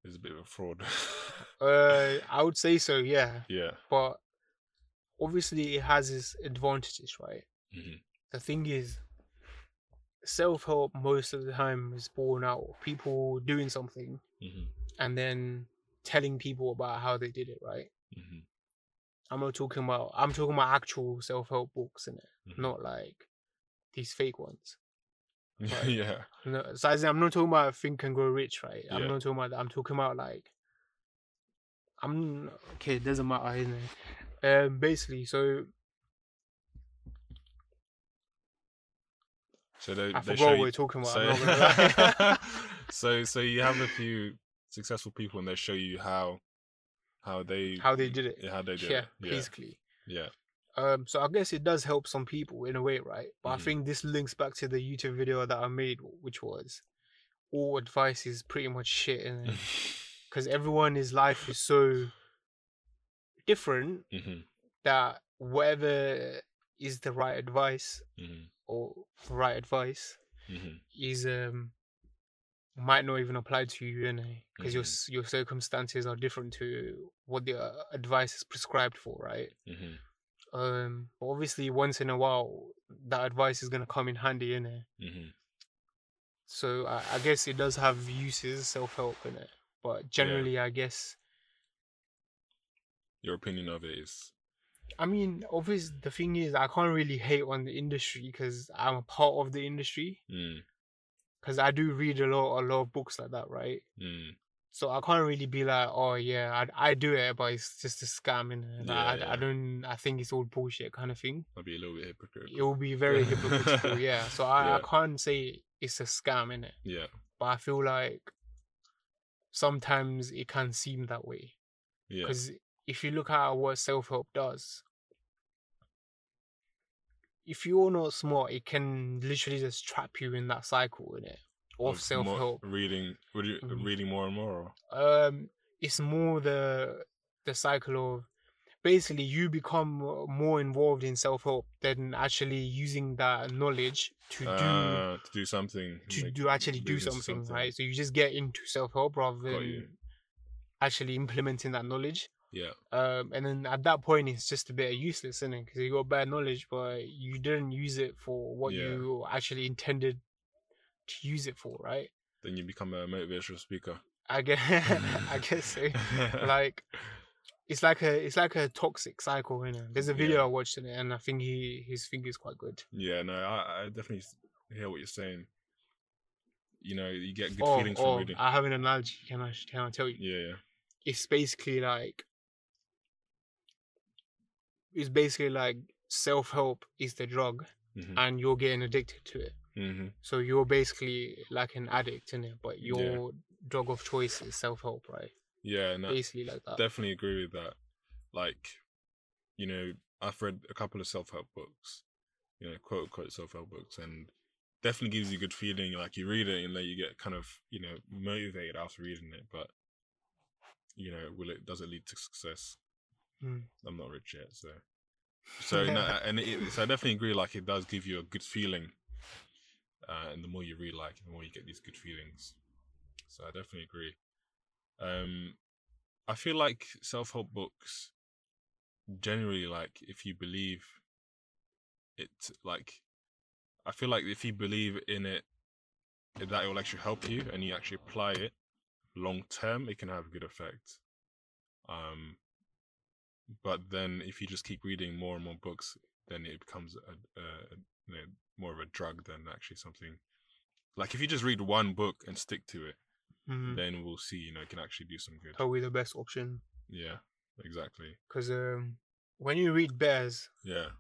S1: is a bit of a fraud?
S2: uh, I would say so, yeah.
S1: yeah.
S2: But obviously, it has its advantages, right?
S1: Mhm.
S2: The thing is, self help most of the time is born out of people doing something
S1: hmm
S2: and then telling people about how they did it, right?
S1: hmm
S2: I'm not talking about I'm talking about actual self help books in it,
S1: Mhm.
S2: not like these fake ones. Right.
S1: yeah.
S2: No, so as in, I'm not talking about think and grow rich, right? I'm
S1: Yeah.
S2: not talking about that. I'm talking about like I'm okay. It doesn't matter, isn't it? Um, basically, so
S1: So they,
S2: I
S1: they
S2: forgot
S1: show
S2: what
S1: you,
S2: we're talking about. I'm not gonna lie.
S1: so, so so you have a few successful people and they show you how how they
S2: How they did it.
S1: yeah, how they did
S2: yeah,
S1: it yeah
S2: basically.
S1: yeah
S2: Um, so I guess it does help some people in a way, right? But I
S1: Mhm.
S2: think this links back to the YouTube video that I made, which was all advice is pretty much shit, and because everyone his life is so different
S1: Mhm,
S2: that whatever is the right advice
S1: mhm,
S2: or right advice
S1: mhm,
S2: is um might not even apply to you in because your
S1: Mhm.
S2: s- your circumstances are different to what the uh, advice is prescribed for right
S1: mhm,
S2: um but obviously once in a while that advice is going to come in handy in it
S1: mhm.
S2: so I, I guess it does have uses self-help in it but generally i guess
S1: your opinion of it is
S2: I mean, obviously, the thing is, I can't really hate on the industry because I'm a part of the industry.
S1: mm,
S2: Because I do read a lot, a lot of books like that, right?
S1: mm,
S2: So I can't really be like, oh yeah, I, I do it, but it's just a scam, and
S1: Yeah,
S2: I, I
S1: yeah.
S2: don't, I think it's all bullshit kind of thing.
S1: I'll be a little bit hypocritical
S2: It will be very hypocritical, yeah. So I, I
S1: Yeah.
S2: can't say it's a scam, innit?
S1: yeah
S2: But I feel like sometimes it can seem that way.
S1: yeah
S2: Because if you look at what self help does, if you're not smart, it can literally just trap you in that cycle in it of
S1: Of
S2: self
S1: Mm, more-
S2: help.
S1: reading would you
S2: Mhm.
S1: reading more and more or?
S2: Um, it's more the the cycle of basically you become uh, more involved in self help than actually using that knowledge to do
S1: Uh, to do something
S2: to
S1: like,
S2: do actually do
S1: leading to
S2: something, right? So you just get into self help rather
S1: you.
S2: than actually implementing that knowledge.
S1: yeah
S2: Um, and then at that point, it's just a bit useless, isn't it? Because you got bad knowledge, but you didn't use it for what
S1: Yeah.
S2: you actually intended to use it for, right?
S1: then you become a motivational speaker
S2: I guess, I guess so. like it's like a it's like a toxic cycle, you know. There's a video
S1: Yeah.
S2: I watched in it, and I think he his finger's quite good.
S1: Yeah, no, I, I definitely s- hear what you're saying. You know, you get good
S2: Oh,
S1: feelings from
S2: oh
S1: reading.
S2: I have an analogy. Can I can I tell you?
S1: Yeah, yeah.
S2: It's basically like it's basically like self help is the drug,
S1: Mhm.
S2: and you're getting addicted to it.
S1: hmm
S2: So you're basically like an addict in it, but
S1: Yeah.
S2: your drug of choice is self help, right?
S1: Yeah, no,
S2: Basically like that.
S1: definitely agree with that. Like, you know, I've read a couple of self help books, you know, quote unquote self help books, and definitely gives you a good feeling. Like, you read it and then you get kind of, you know, motivated after reading it, but, you know, will it, does it lead to success?
S2: Mm.
S1: I'm not rich yet, so. So no, and it, so I definitely agree. Like it does give you a good feeling, uh, and the more you read, like the more you get these good feelings. So I definitely agree. Um, I feel like self-help books, generally, like if you believe it, like I feel like if you believe in it, that it will actually help you, and you actually apply it long term, it can have a good effect. Um, but then if you just keep reading more and more books, then it becomes a, a, a you know, more of a drug than actually something. Like if you just read one book and stick to it,
S2: Mhm.
S1: then we'll see. You know, it can actually do some good.
S2: Probably the best option
S1: Yeah, exactly.
S2: because um, when you read bears,
S1: Yeah.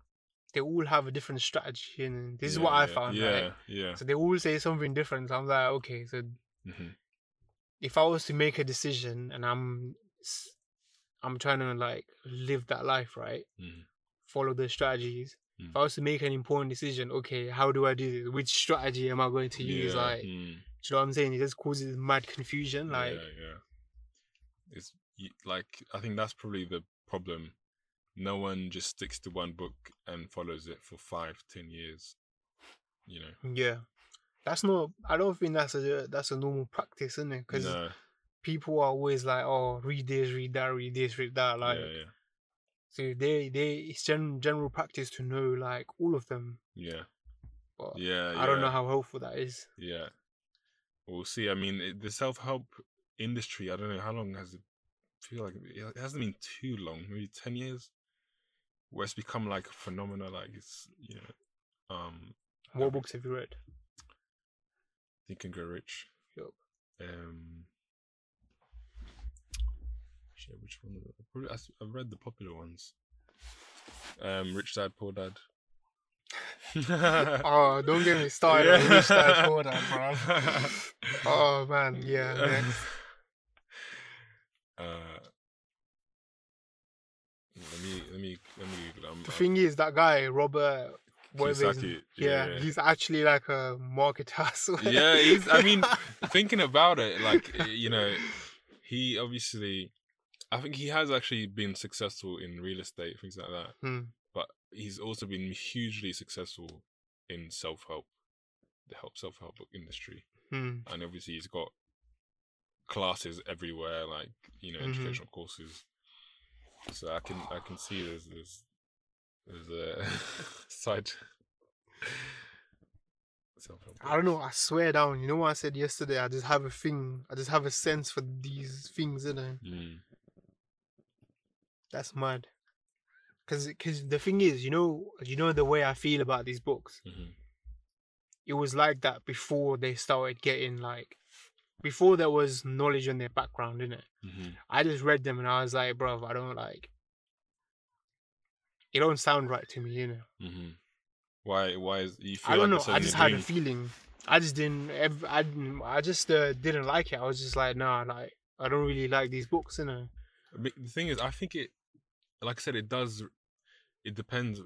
S2: they all have a different strategy, and this is
S1: yeah,
S2: what I
S1: yeah,
S2: found.
S1: Yeah,
S2: right?
S1: yeah.
S2: So they all say something different. I'm like, okay, so
S1: hmm
S2: if I was to make a decision and I'm, s- I'm trying to like live that life, right?
S1: Mhm.
S2: Follow the strategies. If
S1: Mm.
S2: I was to make an important decision, okay, how do I do this? Which strategy am I going to use?
S1: yeah, mm,
S2: Like, Do you know what I'm saying? It just causes mad confusion. Like,
S1: yeah, yeah. It's y- like I think that's probably the problem no one just sticks to one book and follows it for five, ten years. You know,
S2: Yeah, that's not. I don't think that's a that's a normal practice, isn't it? Because
S1: no,
S2: people are always like, "Oh, read this, read that, read this, read that." Like,
S1: yeah, yeah,
S2: so they they it's gen- general practice to know like all of them.
S1: yeah,
S2: But
S1: yeah.
S2: I
S1: Uh,
S2: don't
S1: yeah.
S2: know how helpful that is.
S1: Yeah. We'll see. I mean, it, the self help industry, I don't know how long has it feel like it hasn't been too long, maybe 10 years, where it's become like a phenomena. Like it's, you know, um,
S2: What books have you read?
S1: Think and Grow Rich.
S2: Yup.
S1: Um, shit, which one? was it? Probably, I s- I've read the popular ones. Um, Rich Dad, Poor Dad.
S2: Oh, don't get me started on
S1: Yeah.
S2: Rich Dad Poor Dad, bruh. Oh man, yeah. next.
S1: uh, let me let me let me Google. it. I'm,
S2: The
S1: I'm-
S2: thing is, that guy Robert, whatever his-
S1: Kiyosaki,
S2: yeah,
S1: yeah.
S2: he's actually like a marketer. I swear.
S1: Yeah, he's- I mean, thinking about it, like eh, you know, he obviously, I think he has actually been successful in real estate, things like that.
S2: Hmm.
S1: But he's also been hugely successful in self help, the help self help industry,
S2: Hmm,
S1: and obviously he's got classes everywhere, like you know,
S2: Mhm.
S1: educational courses. So I can I can see there's there's there's a side. self-help
S2: I don't
S1: books.
S2: know. I swear down. You know what I said yesterday? I just have a thing. I just have a sense for these things, innit?
S1: Mm,
S2: That's mad. Cause, cause the thing is, you know, you know the way I feel about these books.
S1: mhm.
S2: It was like that before they started getting like, before there was knowledge on their background, innit?
S1: Mhm.
S2: I just read them and I was like, bruv, I don't like. It don't sound right to me, you know.
S1: Mhm. Why? Why is you feel
S2: I don't
S1: like
S2: know. I
S1: it's
S2: just
S1: something
S2: had
S1: you're
S2: a feeling. I just didn't. ev- I didn't. I just uh, didn't like it. I was just like, nah, like I don't really like these books, you know.
S1: doing? But The thing is, I think it, like I said, it does. It depends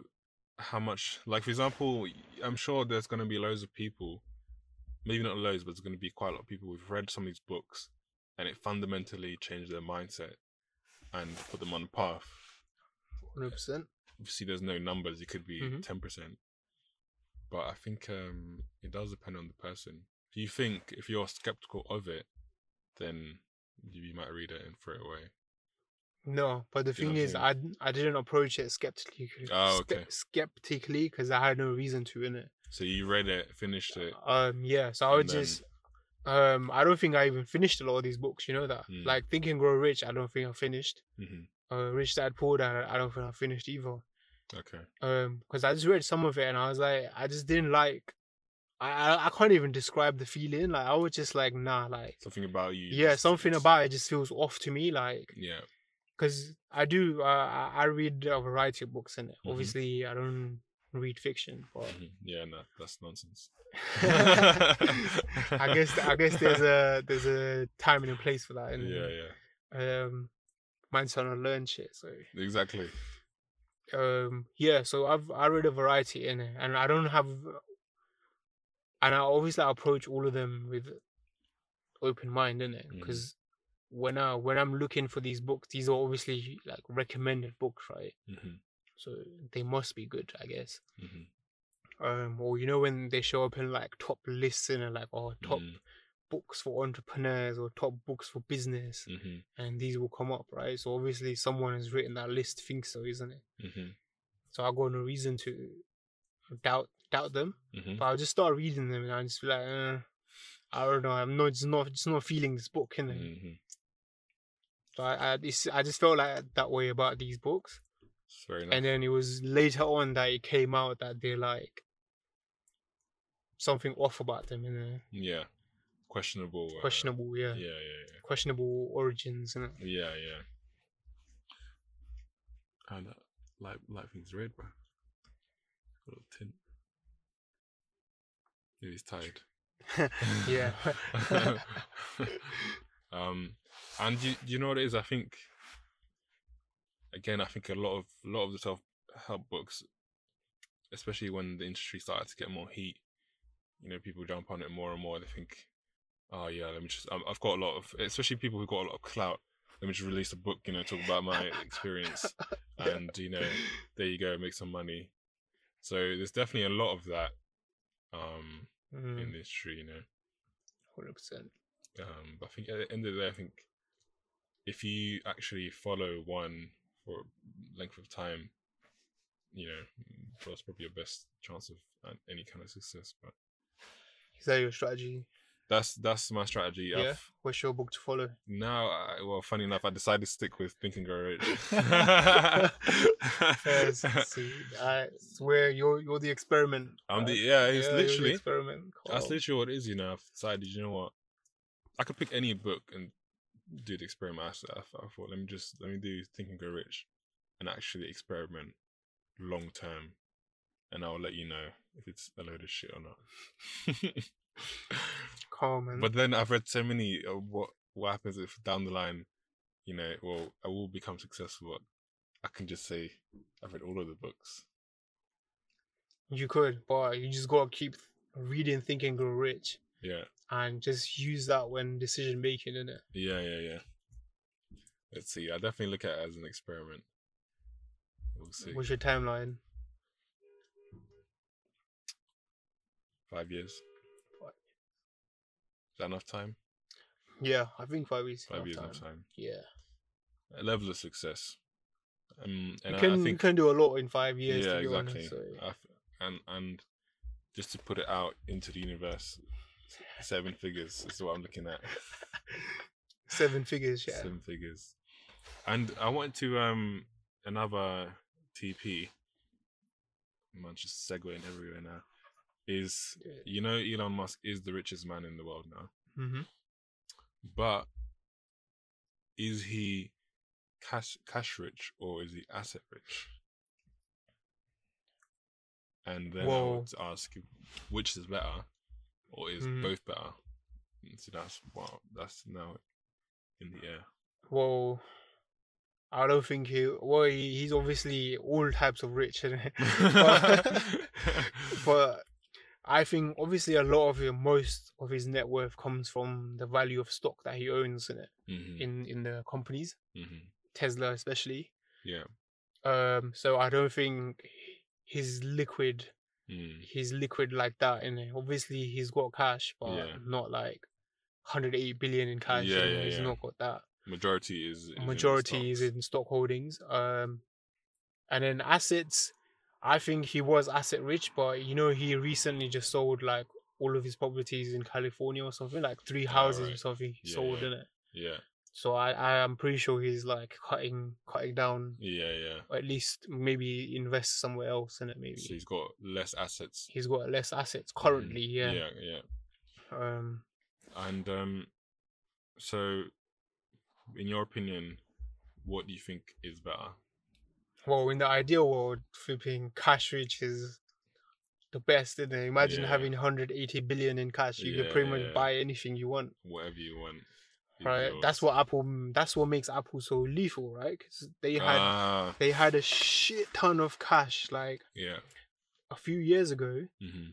S1: how much. Like for example, I'm sure there's going to be loads of people, maybe not loads, but there's going to be quite a lot of people who've read some of these books, and it fundamentally changed their mindset and put them on a path.
S2: Hundred percent.
S1: Obviously, there's no numbers. It could be 10
S2: Mhm.
S1: percent, but I think um, it does depend on the person. If you think if you're skeptical of it, then you, you might read it and throw it away.
S2: No, but
S1: You
S2: the
S1: know
S2: thing
S1: what I'm
S2: is, I d- I didn't approach it skeptically.
S1: Oh, okay.
S2: skeptically, because I had no reason to in it.
S1: So you read it, finished it.
S2: Um, yeah. So I
S1: And
S2: would
S1: then-
S2: just. Um, I don't think I even finished a lot of these books. You know that.
S1: Mm.
S2: Like Think and Grow Rich, I don't think I finished.
S1: hmm
S2: Uh, Rich Dad Poor Dad, I don't think I finished either.
S1: Okay.
S2: um because i just read some of it and i was like i just didn't like I, I i can't even describe the feeling like i was just like nah like
S1: Something about you.
S2: yeah
S1: just-
S2: something
S1: it's-
S2: about it just feels off to me like
S1: Yeah.
S2: because i do uh, i I read a variety of books and
S1: Mhm.
S2: obviously i don't read fiction but
S1: mhm. Yeah. No, that's nonsense.
S2: i guess i guess there's a there's a time and a place for that and
S1: Yeah. Yeah.
S2: um mine's trying to learn shit so
S1: Exactly.
S2: um yeah so i've i read a variety in it and i don't have and i always like approach all of them with open mind in it
S1: Mhm.
S2: because when i when i'm looking for these books these are obviously like recommended books right
S1: hmm
S2: so they must be good i guess
S1: hmm
S2: um or you know when they show up in like top lists and like oh top
S1: Mhm.
S2: books for entrepreneurs or top books for business
S1: hmm
S2: and these will come up right so obviously someone has written that list thinks so isn't it
S1: hmm
S2: so I got no reason to doubt doubt them.
S1: hmm
S2: But I'll just start reading them, and I'll just be like, uh, I don't know, I'm not, it's not, it's not feeling this book, can I?
S1: hmm
S2: So I, I, it's, I just felt like that way about these books,
S1: It's very nice.
S2: and then it was later on that it came out that they're like something off about them, you know,
S1: yeah. Questionable. uh,
S2: questionable, yeah,
S1: Yeah. Yeah. Yeah.
S2: questionable origins, and
S1: Yeah. Yeah. And that light, light thing's red, bro. A little tint. Maybe he's tired.
S2: yeah,
S1: um, and you, you know what it is? I think again, I think a lot of a lot of the self help books, especially when the industry started to get more heat, you know, people jump on it more and more. They think, oh yeah, let me just. i I've got a lot of, especially people who got a lot of clout. let me just release a book, you know, talk about my experience,
S2: Yeah.
S1: and you know, there you go, make some money. So there's definitely a lot of that um, in the industry, you know.
S2: Mm, Hundred percent.
S1: Um, but I think at the end of the day, I think if you actually follow one for a length of time, you know, that's probably your best chance of uh, any kind of success. But
S2: Is that your strategy?
S1: that's that's my strategy.
S2: Yeah.
S1: I've,
S2: What's your book to follow?
S1: now, I, well, funny enough, I decided to stick with Think and Grow Rich.
S2: Yes, see, I swear you're you're the experiment.
S1: I'm the
S2: right?
S1: yeah, it's
S2: Yeah, you're the
S1: literally
S2: experiment.
S1: that's
S2: Cool.
S1: literally what it is. You know, I've decided. You know what? I could pick any book and do the experiment. I s- I thought, I thought, let me just let me do Think and Grow Rich, and actually experiment long term, and I'll let you know if it's a load of shit or not.
S2: Cool, man.
S1: but then I've read so many of what what happens if down the line, you know, well, I will become successful. I can just say I've read all of the books.
S2: you could, but you just gotta keep reading, thinking, grow rich,
S1: Yeah.
S2: and just use that when decision making, innit?
S1: Yeah, yeah, yeah. Let's see. I definitely look at it as an experiment. We'll see.
S2: What's your timeline?
S1: Five years.
S2: Five.
S1: Is that enough time?
S2: Yeah, I think five years. is
S1: Five
S2: enough
S1: years
S2: time.
S1: enough time.
S2: Yeah,
S1: A level of success. Um, and
S2: you
S1: I-
S2: can
S1: I
S2: you
S1: think
S2: can do a lot in five years.
S1: yeah,
S2: to be
S1: exactly. Uh,
S2: Honest, so-
S1: I f- and and just to put it out into the universe, seven figures is what I'm looking at.
S2: Seven figures, yeah.
S1: Seven figures. And I wanted to um another TP. Man, just segueing everywhere now. Is you know Elon Musk is the richest man in the world now,
S2: Mm-hmm.
S1: but is he cash cash rich or is he asset rich? And then I
S2: Whoa.
S1: want to ask, which is better, or is
S2: Mhm.
S1: both better? And so that's wow, that's now in the air.
S2: Well, I don't think he. Well, he, he's obviously all types of rich, innit? But- but I think obviously a lot of him, most of his net worth comes from the value of stock that he owns in it
S1: Mhm,
S2: in in the companies,
S1: mhm.
S2: Tesla especially.
S1: Yeah.
S2: Um, so I don't think he's liquid.
S1: Mm.
S2: He's liquid like that, and obviously he's got cash, but
S1: Yeah.
S2: not like 180 billion in cash.
S1: Yeah,
S2: innit?
S1: yeah,
S2: he's
S1: yeah.
S2: not got that.
S1: Majority is, is in the
S2: majority is
S1: stocks.
S2: in stock holdings. Um, and then assets, I think he was asset rich, but you know he recently just sold like all of his properties in California or something, like three
S1: Ah,
S2: houses or
S1: right.
S2: something he
S1: Yeah,
S2: sold
S1: yeah.
S2: in it.
S1: yeah
S2: So I, I am pretty sure he's like cutting cutting down,
S1: yeah yeah.
S2: or at least maybe invest somewhere else in it. Maybe
S1: So he's got less assets
S2: he's got less assets
S1: Mhm.
S2: currently. Yeah.
S1: yeah yeah.
S2: Um,
S1: And um, so, in your opinion, what do you think is better?
S2: well, in the ideal world, flipping cash rich is the best, isn't it? Imagine
S1: Yeah.
S2: having 180 billion in cash. You can pretty
S1: Yeah.
S2: much buy anything you want,
S1: Whatever you want. is
S2: right? That's
S1: yours.
S2: what Apple. mm, That's what makes Apple so lethal, right? 'Cause they had
S1: Ah,
S2: they had a shit ton of cash like
S1: yeah.
S2: a few years ago.
S1: hmm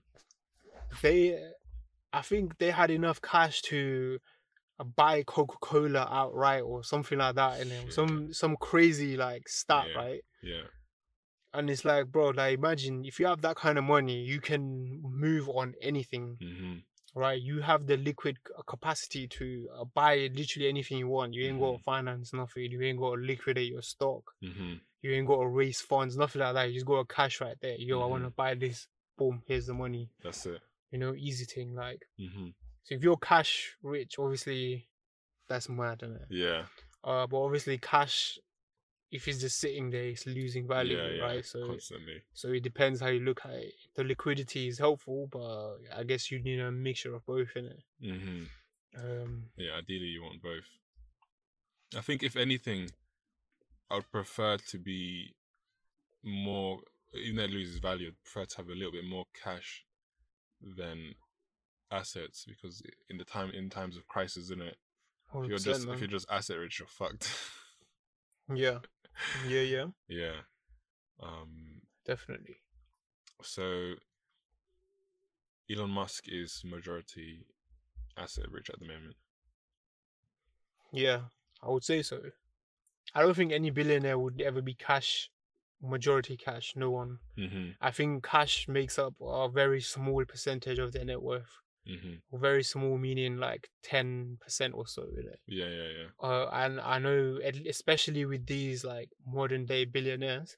S2: They, I think they had enough cash to uh, buy Coca Cola outright or something like that, and then
S1: Shit.
S2: some some crazy like stat,
S1: Yeah.
S2: right?
S1: Yeah.
S2: And it's like, bro, like imagine if you have that kind of money, you can move on anything,
S1: hmm
S2: right? You have the liquid c- uh, capacity to uh, buy literally anything you want. You ain't
S1: Mm-hmm.
S2: got to finance nothing. You ain't got to liquidate your stock.
S1: hmm
S2: You ain't got to raise funds, nothing like that. You just got to cash right there. Yo, I
S1: Mhm.
S2: want to buy this. Boom, here's the money.
S1: That's it.
S2: You know, easy thing. Like,
S1: hmm
S2: so if you're cash rich, obviously, that's mad, is
S1: Yeah.
S2: Uh, but obviously, cash, if it's just sitting there, it's losing value,
S1: yeah, yeah.
S2: right? So
S1: Constantly.
S2: so it depends how you look at it. The liquidity is helpful, but I guess you need a mixture of both in it.
S1: hmm
S2: Um,
S1: Yeah. Ideally, you want both. I think if anything, I'd prefer to be more. Even though it loses value, I'd prefer to have a little bit more cash than assets because in the time in times of crisis, isn't it? If
S2: 100%,
S1: you're just if
S2: man.
S1: you're just asset rich, you're fucked.
S2: Yeah, yeah, yeah,
S1: yeah. Um.
S2: definitely.
S1: So Elon Musk is majority asset rich at the moment.
S2: Yeah, I would say so. I don't think any billionaire would ever be cash, majority cash. No one.
S1: Mm-hmm.
S2: I think cash makes up a very small percentage of their net worth.
S1: Mm-hmm.
S2: Very small, meaning like ten percent or so. You know.
S1: Yeah, yeah, yeah.
S2: Uh, and I know, at- especially with these like modern day billionaires,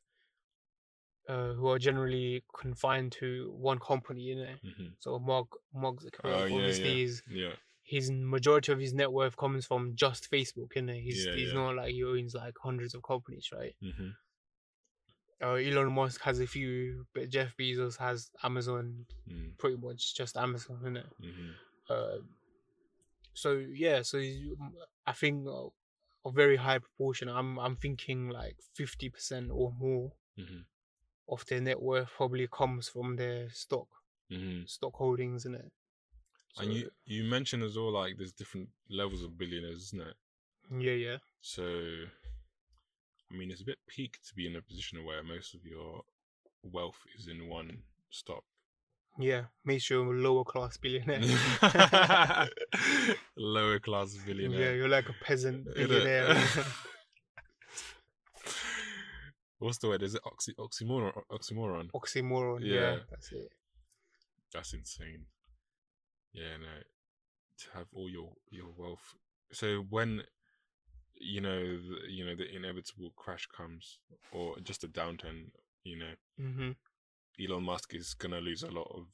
S2: uh, who are generally confined to one company. You know.
S1: Mm-hmm.
S2: So Mark Mark Zuckerberg
S1: Oh, yeah,
S2: obviously
S1: yeah.
S2: is
S1: Yeah.
S2: his majority of his net worth comes from just Facebook, and he's
S1: Yeah,
S2: he's
S1: yeah.
S2: not like he owns like hundreds of companies, right?
S1: Mm-hmm.
S2: Uh, Elon Musk has a few, but Jeff Bezos has Amazon,
S1: Mm-hmm.
S2: pretty much just Amazon, isn't it?
S1: Mm-hmm.
S2: Uh, so yeah, so you- I think uh, a very high proportion. I'm I'm thinking like fifty percent or more
S1: Mm-hmm.
S2: of their net worth probably comes from their stock
S1: Mm-hmm.
S2: stock holdings, isn't it?
S1: And you you mentioned as well like there's different levels of billionaires, isn't it?
S2: yeah, yeah,
S1: So, I mean, it's a bit peak to be in a position where most of your wealth is in one stop.
S2: yeah. Make sure I'm a lower class billionaire.
S1: Lower class
S2: Yeah,
S1: billionaire.
S2: you're like a peasant
S1: Innit?
S2: billionaire.
S1: What's the word? Is it oxy- oxymoron? Oxymoron.
S2: Oxymoron. Yeah.
S1: Yeah.
S2: that's it.
S1: That's insane. Yeah, no. To have all your your wealth. So when you know the, you know the inevitable crash comes, or just a downturn, you know,
S2: hmm
S1: Elon Musk is gonna lose a lot of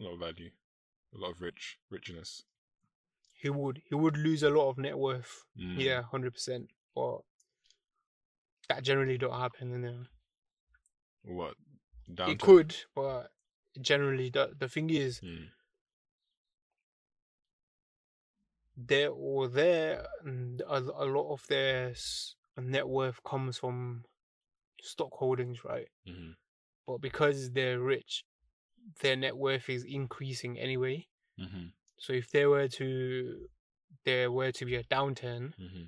S1: a lot of value, a lot of rich richness.
S2: He would he would lose a lot of net worth.
S1: Mm.
S2: Yeah, hundred percent. But that generally don't happen. You know.
S1: What? Down
S2: It could, but generally the the thing is
S1: Mm.
S2: there or there and a, a lot of their s- net worth comes from stock holdings, right?
S1: hmm
S2: But because they're rich, their net worth is increasing anyway.
S1: Mm-hmm.
S2: So if there were to there were to be a downturn,
S1: Mm-hmm.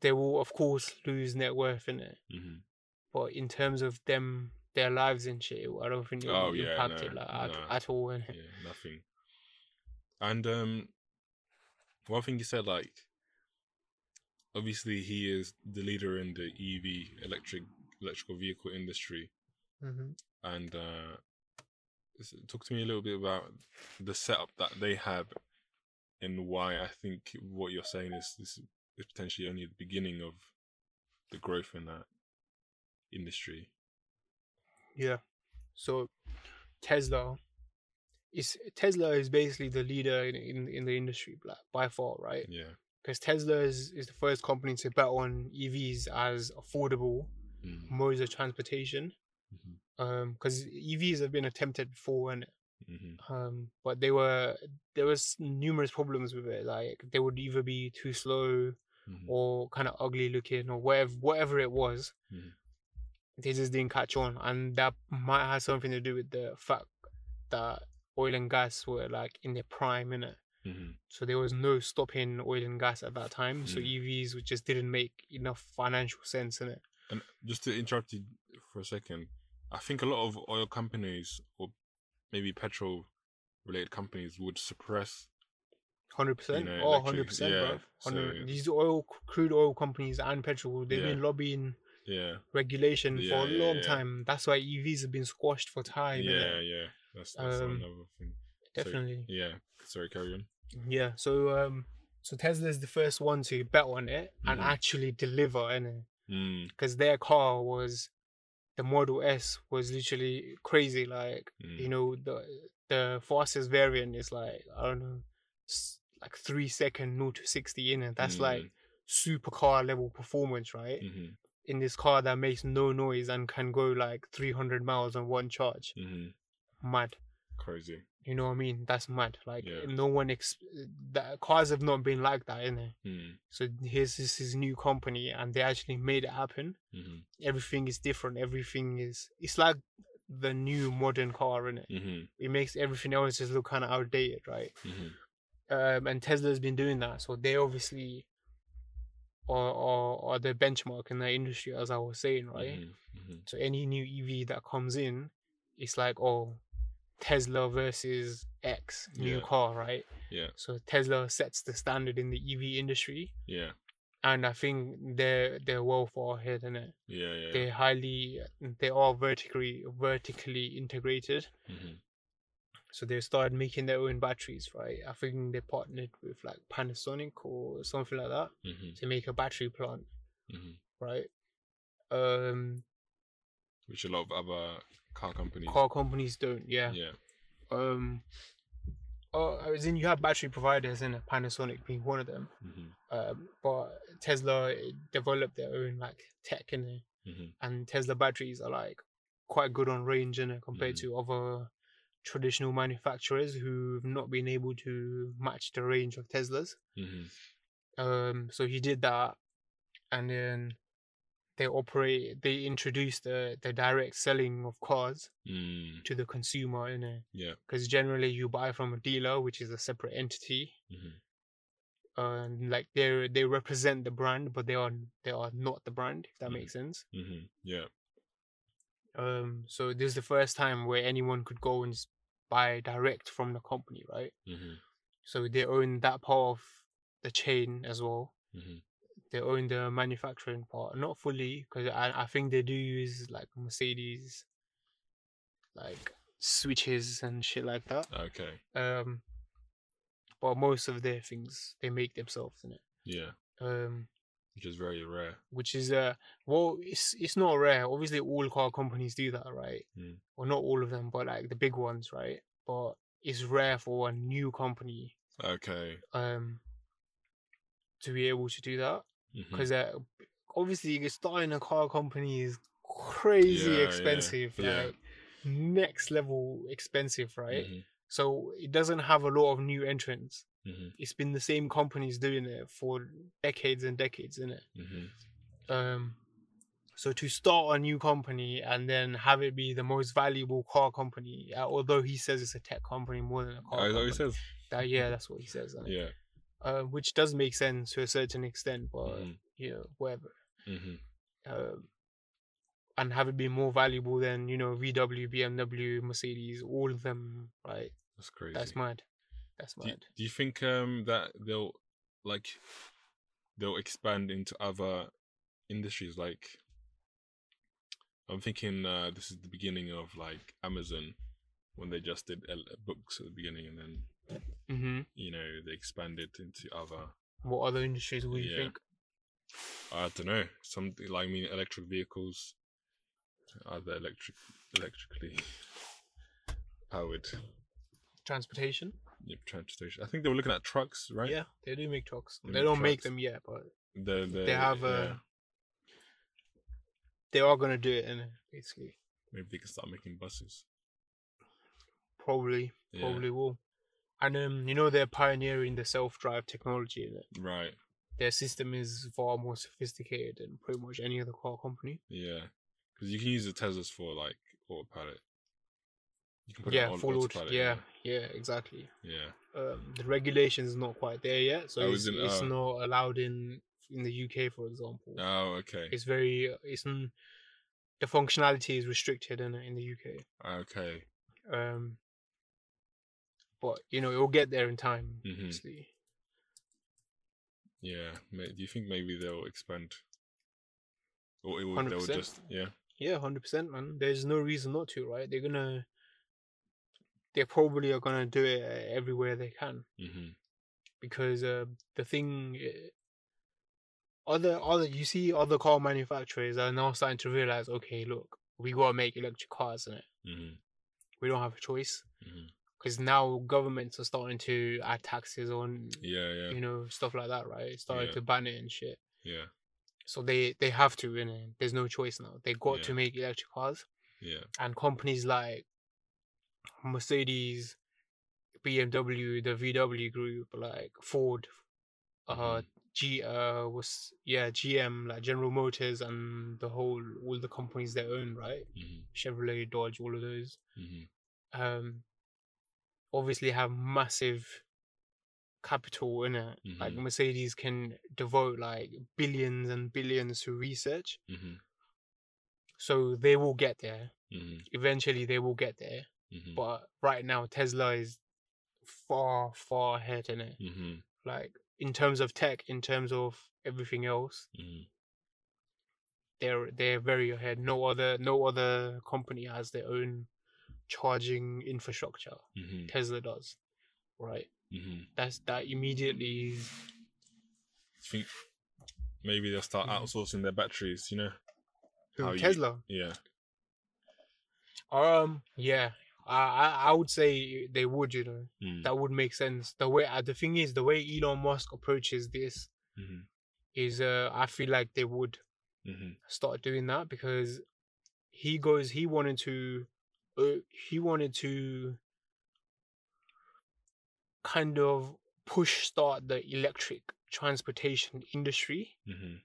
S2: they will of course lose net worth in it.
S1: Mm-hmm.
S2: But in terms of them their lives and shit, I don't think it will
S1: Oh,
S2: be
S1: yeah,
S2: impacted
S1: no,
S2: like, at,
S1: no.
S2: at all. innit?
S1: Yeah, nothing. And um, one thing you said, like, obviously he is the leader in the EV electric electrical vehicle industry,
S2: Mhm.
S1: and uh, s- talk to me a little bit about the setup that they have and why I think what you're saying is this is potentially only the beginning of the growth in that industry.
S2: Yeah. So Tesla is Tesla is basically the leader in in, in the industry like, by far, right?
S1: Yeah.
S2: Because Tesla is, is the first company to bet on EVs as affordable
S1: Mm-hmm.
S2: modes of transportation. um, Because EVs have been attempted before, and
S1: Mm-hmm.
S2: um but they were there was numerous problems with it like they would either be too slow
S1: Mm-hmm.
S2: or kind of ugly looking or whatever whatever it was
S1: Mhm.
S2: they just didn't catch on and that might have something to do with the fact that oil and gas were like in their prime in it
S1: Mm-hmm.
S2: so there was no stopping oil and gas at that time so
S1: Mm.
S2: evs which just didn't make enough financial sense in it
S1: And just to interrupt you for a second, I think a lot of oil companies or maybe petrol related companies would suppress.
S2: 100%
S1: know,
S2: oh
S1: electric-
S2: 100%
S1: yeah,
S2: bro 100
S1: so-
S2: these oil crude oil companies and petrol they've
S1: Yeah.
S2: been lobbying
S1: Yeah.
S2: regulation
S1: Yeah,
S2: for a
S1: yeah,
S2: long
S1: yeah.
S2: time. That's why EVs have been squashed for time.
S1: yeah,
S2: Yeah,
S1: yeah. That's, that's
S2: Um,
S1: another thing. So,
S2: definitely.
S1: yeah. Sorry, carry on.
S2: Yeah. So um, so Tesla is the first one to bet on it and
S1: Mhm.
S2: actually deliver, and
S1: Mm,
S2: because their car was, the Model S was literally crazy. Like
S1: mm,
S2: you know the the fastest variant is like I don't know, s- like three second zero to sixty in it. That's
S1: Mm.
S2: like supercar level performance, right?
S1: mhm,
S2: In this car that makes no noise and can go like three hundred miles on one charge.
S1: mhm.
S2: Mad.
S1: Crazy.
S2: You know what I mean? That's mad. Like
S1: Yeah.
S2: no one ex that cars have not been like that, innit?
S1: Mm,
S2: So here's this his new company and they actually made it happen.
S1: mhm,
S2: Everything is different, everything is it's like the new modern car, innit?
S1: mhm,
S2: It makes everything else just look kinda outdated, right?
S1: mhm,
S2: Um and Tesla's been doing that, so they obviously are are, are the benchmark in the industry as I was saying, right?
S1: mhm, mhm,
S2: So any new EV that comes in, it's like oh, Tesla versus X new
S1: Yeah.
S2: car, right?
S1: Yeah.
S2: So Tesla sets the standard in the EV E industry,
S1: Yeah.
S2: and I think they're they're well far ahead in it.
S1: Yeah, yeah.
S2: They highly they are vertically vertically integrated.
S1: Mhm.
S2: So they started making their own batteries, right? I think they partnered with like Panasonic or something like that
S1: Mhm.
S2: to make a battery plant,
S1: Mhm.
S2: right? Um,
S1: Which a lot of other car companies.
S2: car companies don't, yeah.
S1: yeah.
S2: Um, oh, as in you have battery providers, and Panasonic being one of them.
S1: Mhm.
S2: Um, but Tesla eh, developed their own like tech in it,
S1: Mhm.
S2: and Tesla batteries are like quite good on range in compared
S1: Mhm.
S2: to other traditional manufacturers who've not been able to match the range of Teslas.
S1: Mhm.
S2: Um, so he did that, and then they operate. They introduced the the direct selling of cars
S1: Mm.
S2: to the consumer in a
S1: Yeah.
S2: because generally you buy from a dealer, which is a separate entity,
S1: Mhm.
S2: and like they they represent the brand, but they are they are not the brand. If that
S1: Mhm.
S2: makes sense.
S1: Mhm. Yeah.
S2: Um, so this is the first time where anyone could go and s- buy direct from the company, right?
S1: Mhm.
S2: So they own that part of the chain as well.
S1: Mhm.
S2: They own the manufacturing part, not fully, because I I think they do use like Mercedes, like switches and shit like that.
S1: Okay.
S2: Um, but most of their things they make themselves in it.
S1: Yeah.
S2: Um,
S1: Which is very rare.
S2: which is uh, well, it's it's not rare. Obviously, all car companies do that, right?
S1: Mm.
S2: Well, not all of them, but like the big ones, right? But it's rare for a new company
S1: Okay.
S2: um to be able to do that
S1: Mhm.
S2: because uh, obviously starting a car company is crazy
S1: Yeah, yeah,
S2: expensive,
S1: yeah.
S2: like next level expensive, right?
S1: Mhm.
S2: So it doesn't have a lot of new entrants.
S1: Mhm.
S2: it's been the same companies doing it for decades and decades, isn't it?
S1: Mhm.
S2: Um, so to start a new company and then have it be the most valuable car company, uh, although he says it's a tech company more than a car
S1: Oh, is that what
S2: company.
S1: he says?
S2: That- yeah, that's what he says. innit?
S1: Yeah.
S2: Uh, which does make sense to a certain extent, but
S1: Mhm.
S2: you know, whatever.
S1: Mhm.
S2: Um, and have it be more valuable than you know VW, BMW, Mercedes, all of them, right?
S1: That's crazy.
S2: That's mad. That's
S1: do you,
S2: mad.
S1: do you think um that they'll like they'll expand into other industries like i'm thinking uh this is the beginning of like amazon when they just did el- books at the beginning and then
S2: hmm
S1: you know they expanded into other
S2: What other industries would you
S1: Yeah.
S2: think?
S1: i don't know something like i mean electric vehicles other electric electrically powered
S2: Transportation.
S1: yeah, transportation i think they were looking at trucks right
S2: Yeah, they do make trucks.
S1: They
S2: They,
S1: make
S2: don't make
S1: trucks.
S2: them yet, but
S1: the, the,
S2: they have
S1: yeah.
S2: uh, they are gonna do it, and basically,
S1: maybe they can start making buses
S2: probably,
S1: Yeah.
S2: probably will. And um, you know, they're pioneering the self-drive technology. In it.
S1: Right.
S2: Their system is far more sophisticated than pretty much any other car company.
S1: Yeah. Because you can use the Teslas for like autopilot. You can
S2: yeah,
S1: on
S2: full auto.
S1: autopilot,
S2: yeah, yeah, exactly.
S1: Yeah.
S2: Um, the regulation's not quite there yet, so
S1: Oh,
S2: it's,
S1: isn't-
S2: it's
S1: oh.
S2: not allowed in in the UK, for example.
S1: Oh, okay.
S2: It's very it's n- the functionality is restricted in in the UK.
S1: Okay.
S2: Um, but you know, it'll get there in time.
S1: Mhm.
S2: obviously.
S1: Yeah. May- Do you think maybe they'll expand? Or it will, they'll
S2: 100%.
S1: just. Yeah.
S2: Yeah, hundred percent, man. There's no reason not to, right? They're gonna, they probably are gonna do it uh, everywhere they can
S1: Mm-hmm.
S2: because uh, the thing, uh, other other you see other car manufacturers are now starting to realize, okay, look, we gotta make electric cars, and
S1: Mm-hmm.
S2: we don't have a choice
S1: mm-hmm.
S2: because now governments are starting to add taxes on,
S1: Yeah. Yeah.
S2: you know, stuff like that, right? Starting
S1: Yeah.
S2: to ban it and shit.
S1: Yeah.
S2: So they they have to, and there's no choice now. They got
S1: Yeah.
S2: to make electric cars,
S1: Yeah.
S2: and companies like Mercedes, BMW, the VW group, like Ford,
S1: Mm-hmm.
S2: uh, G, uh, was yeah, GM, like General Motors, and the whole all the companies they own, right?
S1: Mm-hmm.
S2: Chevrolet, Dodge, all of those.
S1: Mm-hmm.
S2: Um, obviously have massive capital in it. Like
S1: Mhm.
S2: Mercedes can devote like billions and billions to research.
S1: Mm-hmm.
S2: So they will get there.
S1: Mm-hmm.
S2: Eventually, they will get there.
S1: Mm-hmm.
S2: But right now, Tesla is far, far ahead in it.
S1: Mm-hmm.
S2: Like in terms of tech, in terms of everything else,
S1: Mm.
S2: they're they're very ahead. No other no other company has their own charging infrastructure.
S1: Mhm.
S2: Tesla does, right?
S1: Mhm.
S2: That's that immediately.
S1: I think maybe they'll start
S2: Mhm.
S1: outsourcing their batteries. You know?
S2: Who,
S1: How you-
S2: Tesla.
S1: Yeah.
S2: Um, yeah, I, I I would say they would. You know,
S1: Mm.
S2: that would make sense. The way uh, the thing is, the way Elon Musk approaches this
S1: Mhm.
S2: is, uh, I feel like they would
S1: Mhm.
S2: start doing that because he goes, he wanted to, uh, he wanted to kind of push start the electric transportation industry
S1: Mhm.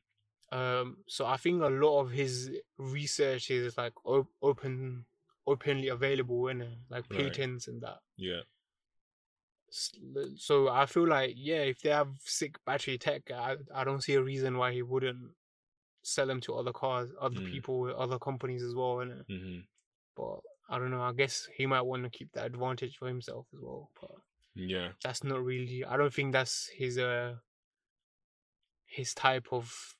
S2: um so i think a lot of his research is like op- open openly available and like
S1: Right.
S2: patents and that
S1: Yeah.
S2: S- l- so i feel like yeah if they have sick battery tech i, I don't see a reason why he wouldn't sell them to other cars other
S1: Mm.
S2: people other companies as well and
S1: Mhm.
S2: but i don't know i guess he might want to keep that advantage for himself as well but
S1: Yeah.
S2: that's not really i don't think that's his uh his type of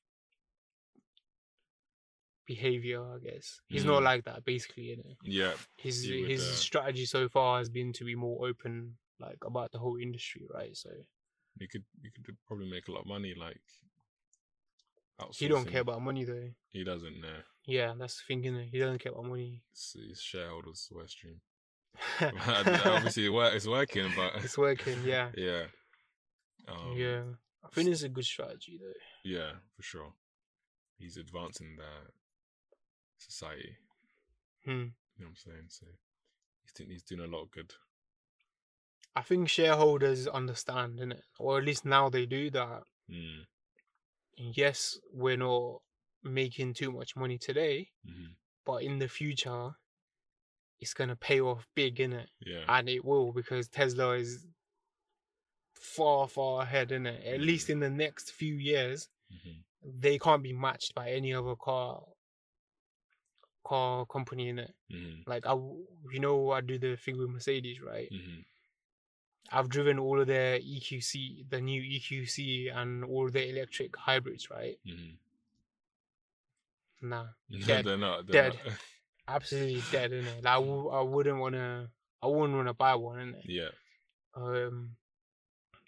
S2: behavior i guess he's not
S1: Mm.
S2: like that basically you know
S1: Yeah.
S2: his
S1: He would,
S2: his
S1: uh,
S2: strategy so far has been to be more open like about the whole industry right so
S1: You could you could probably make a lot of money like.
S2: he don't care
S1: outsourcing.
S2: about money though
S1: He doesn't know.
S2: yeah that's the thing innit? he doesn't care about money
S1: It's, it's shareholders West Stream. Obviously, it wor- it's working, but
S2: it's working yeah
S1: yeah, um,
S2: yeah i think it's a good strategy though
S1: yeah, for sure. He's advancing the society.
S2: hmm.
S1: You know what I'm saying? So he's, doing- he's doing a lot of good.
S2: i think shareholders understand innit? or at least now they do that
S1: Mm,
S2: yes, we're not making too much money today,
S1: mhm,
S2: but in the future, it's gonna pay off big, innit?
S1: Yeah,
S2: And it will because Tesla is far, far ahead, innit? At least in the next few years,
S1: mhm,
S2: they can't be matched by any other car car company, innit?
S1: mhm,
S2: Like I, w- you know, I do the thing with Mercedes, right?
S1: mhm,
S2: I've driven all of their EQC, the new EQC, and all their electric hybrids, right?
S1: mhm.
S2: Nah,
S1: No,
S2: Dead.
S1: they're not. They're
S2: Dead.
S1: not.
S2: absolutely dead, innit? Like, I,
S1: Mm.
S2: w- I wouldn't want to, I wouldn't want to buy one, innit?
S1: yeah,
S2: Um,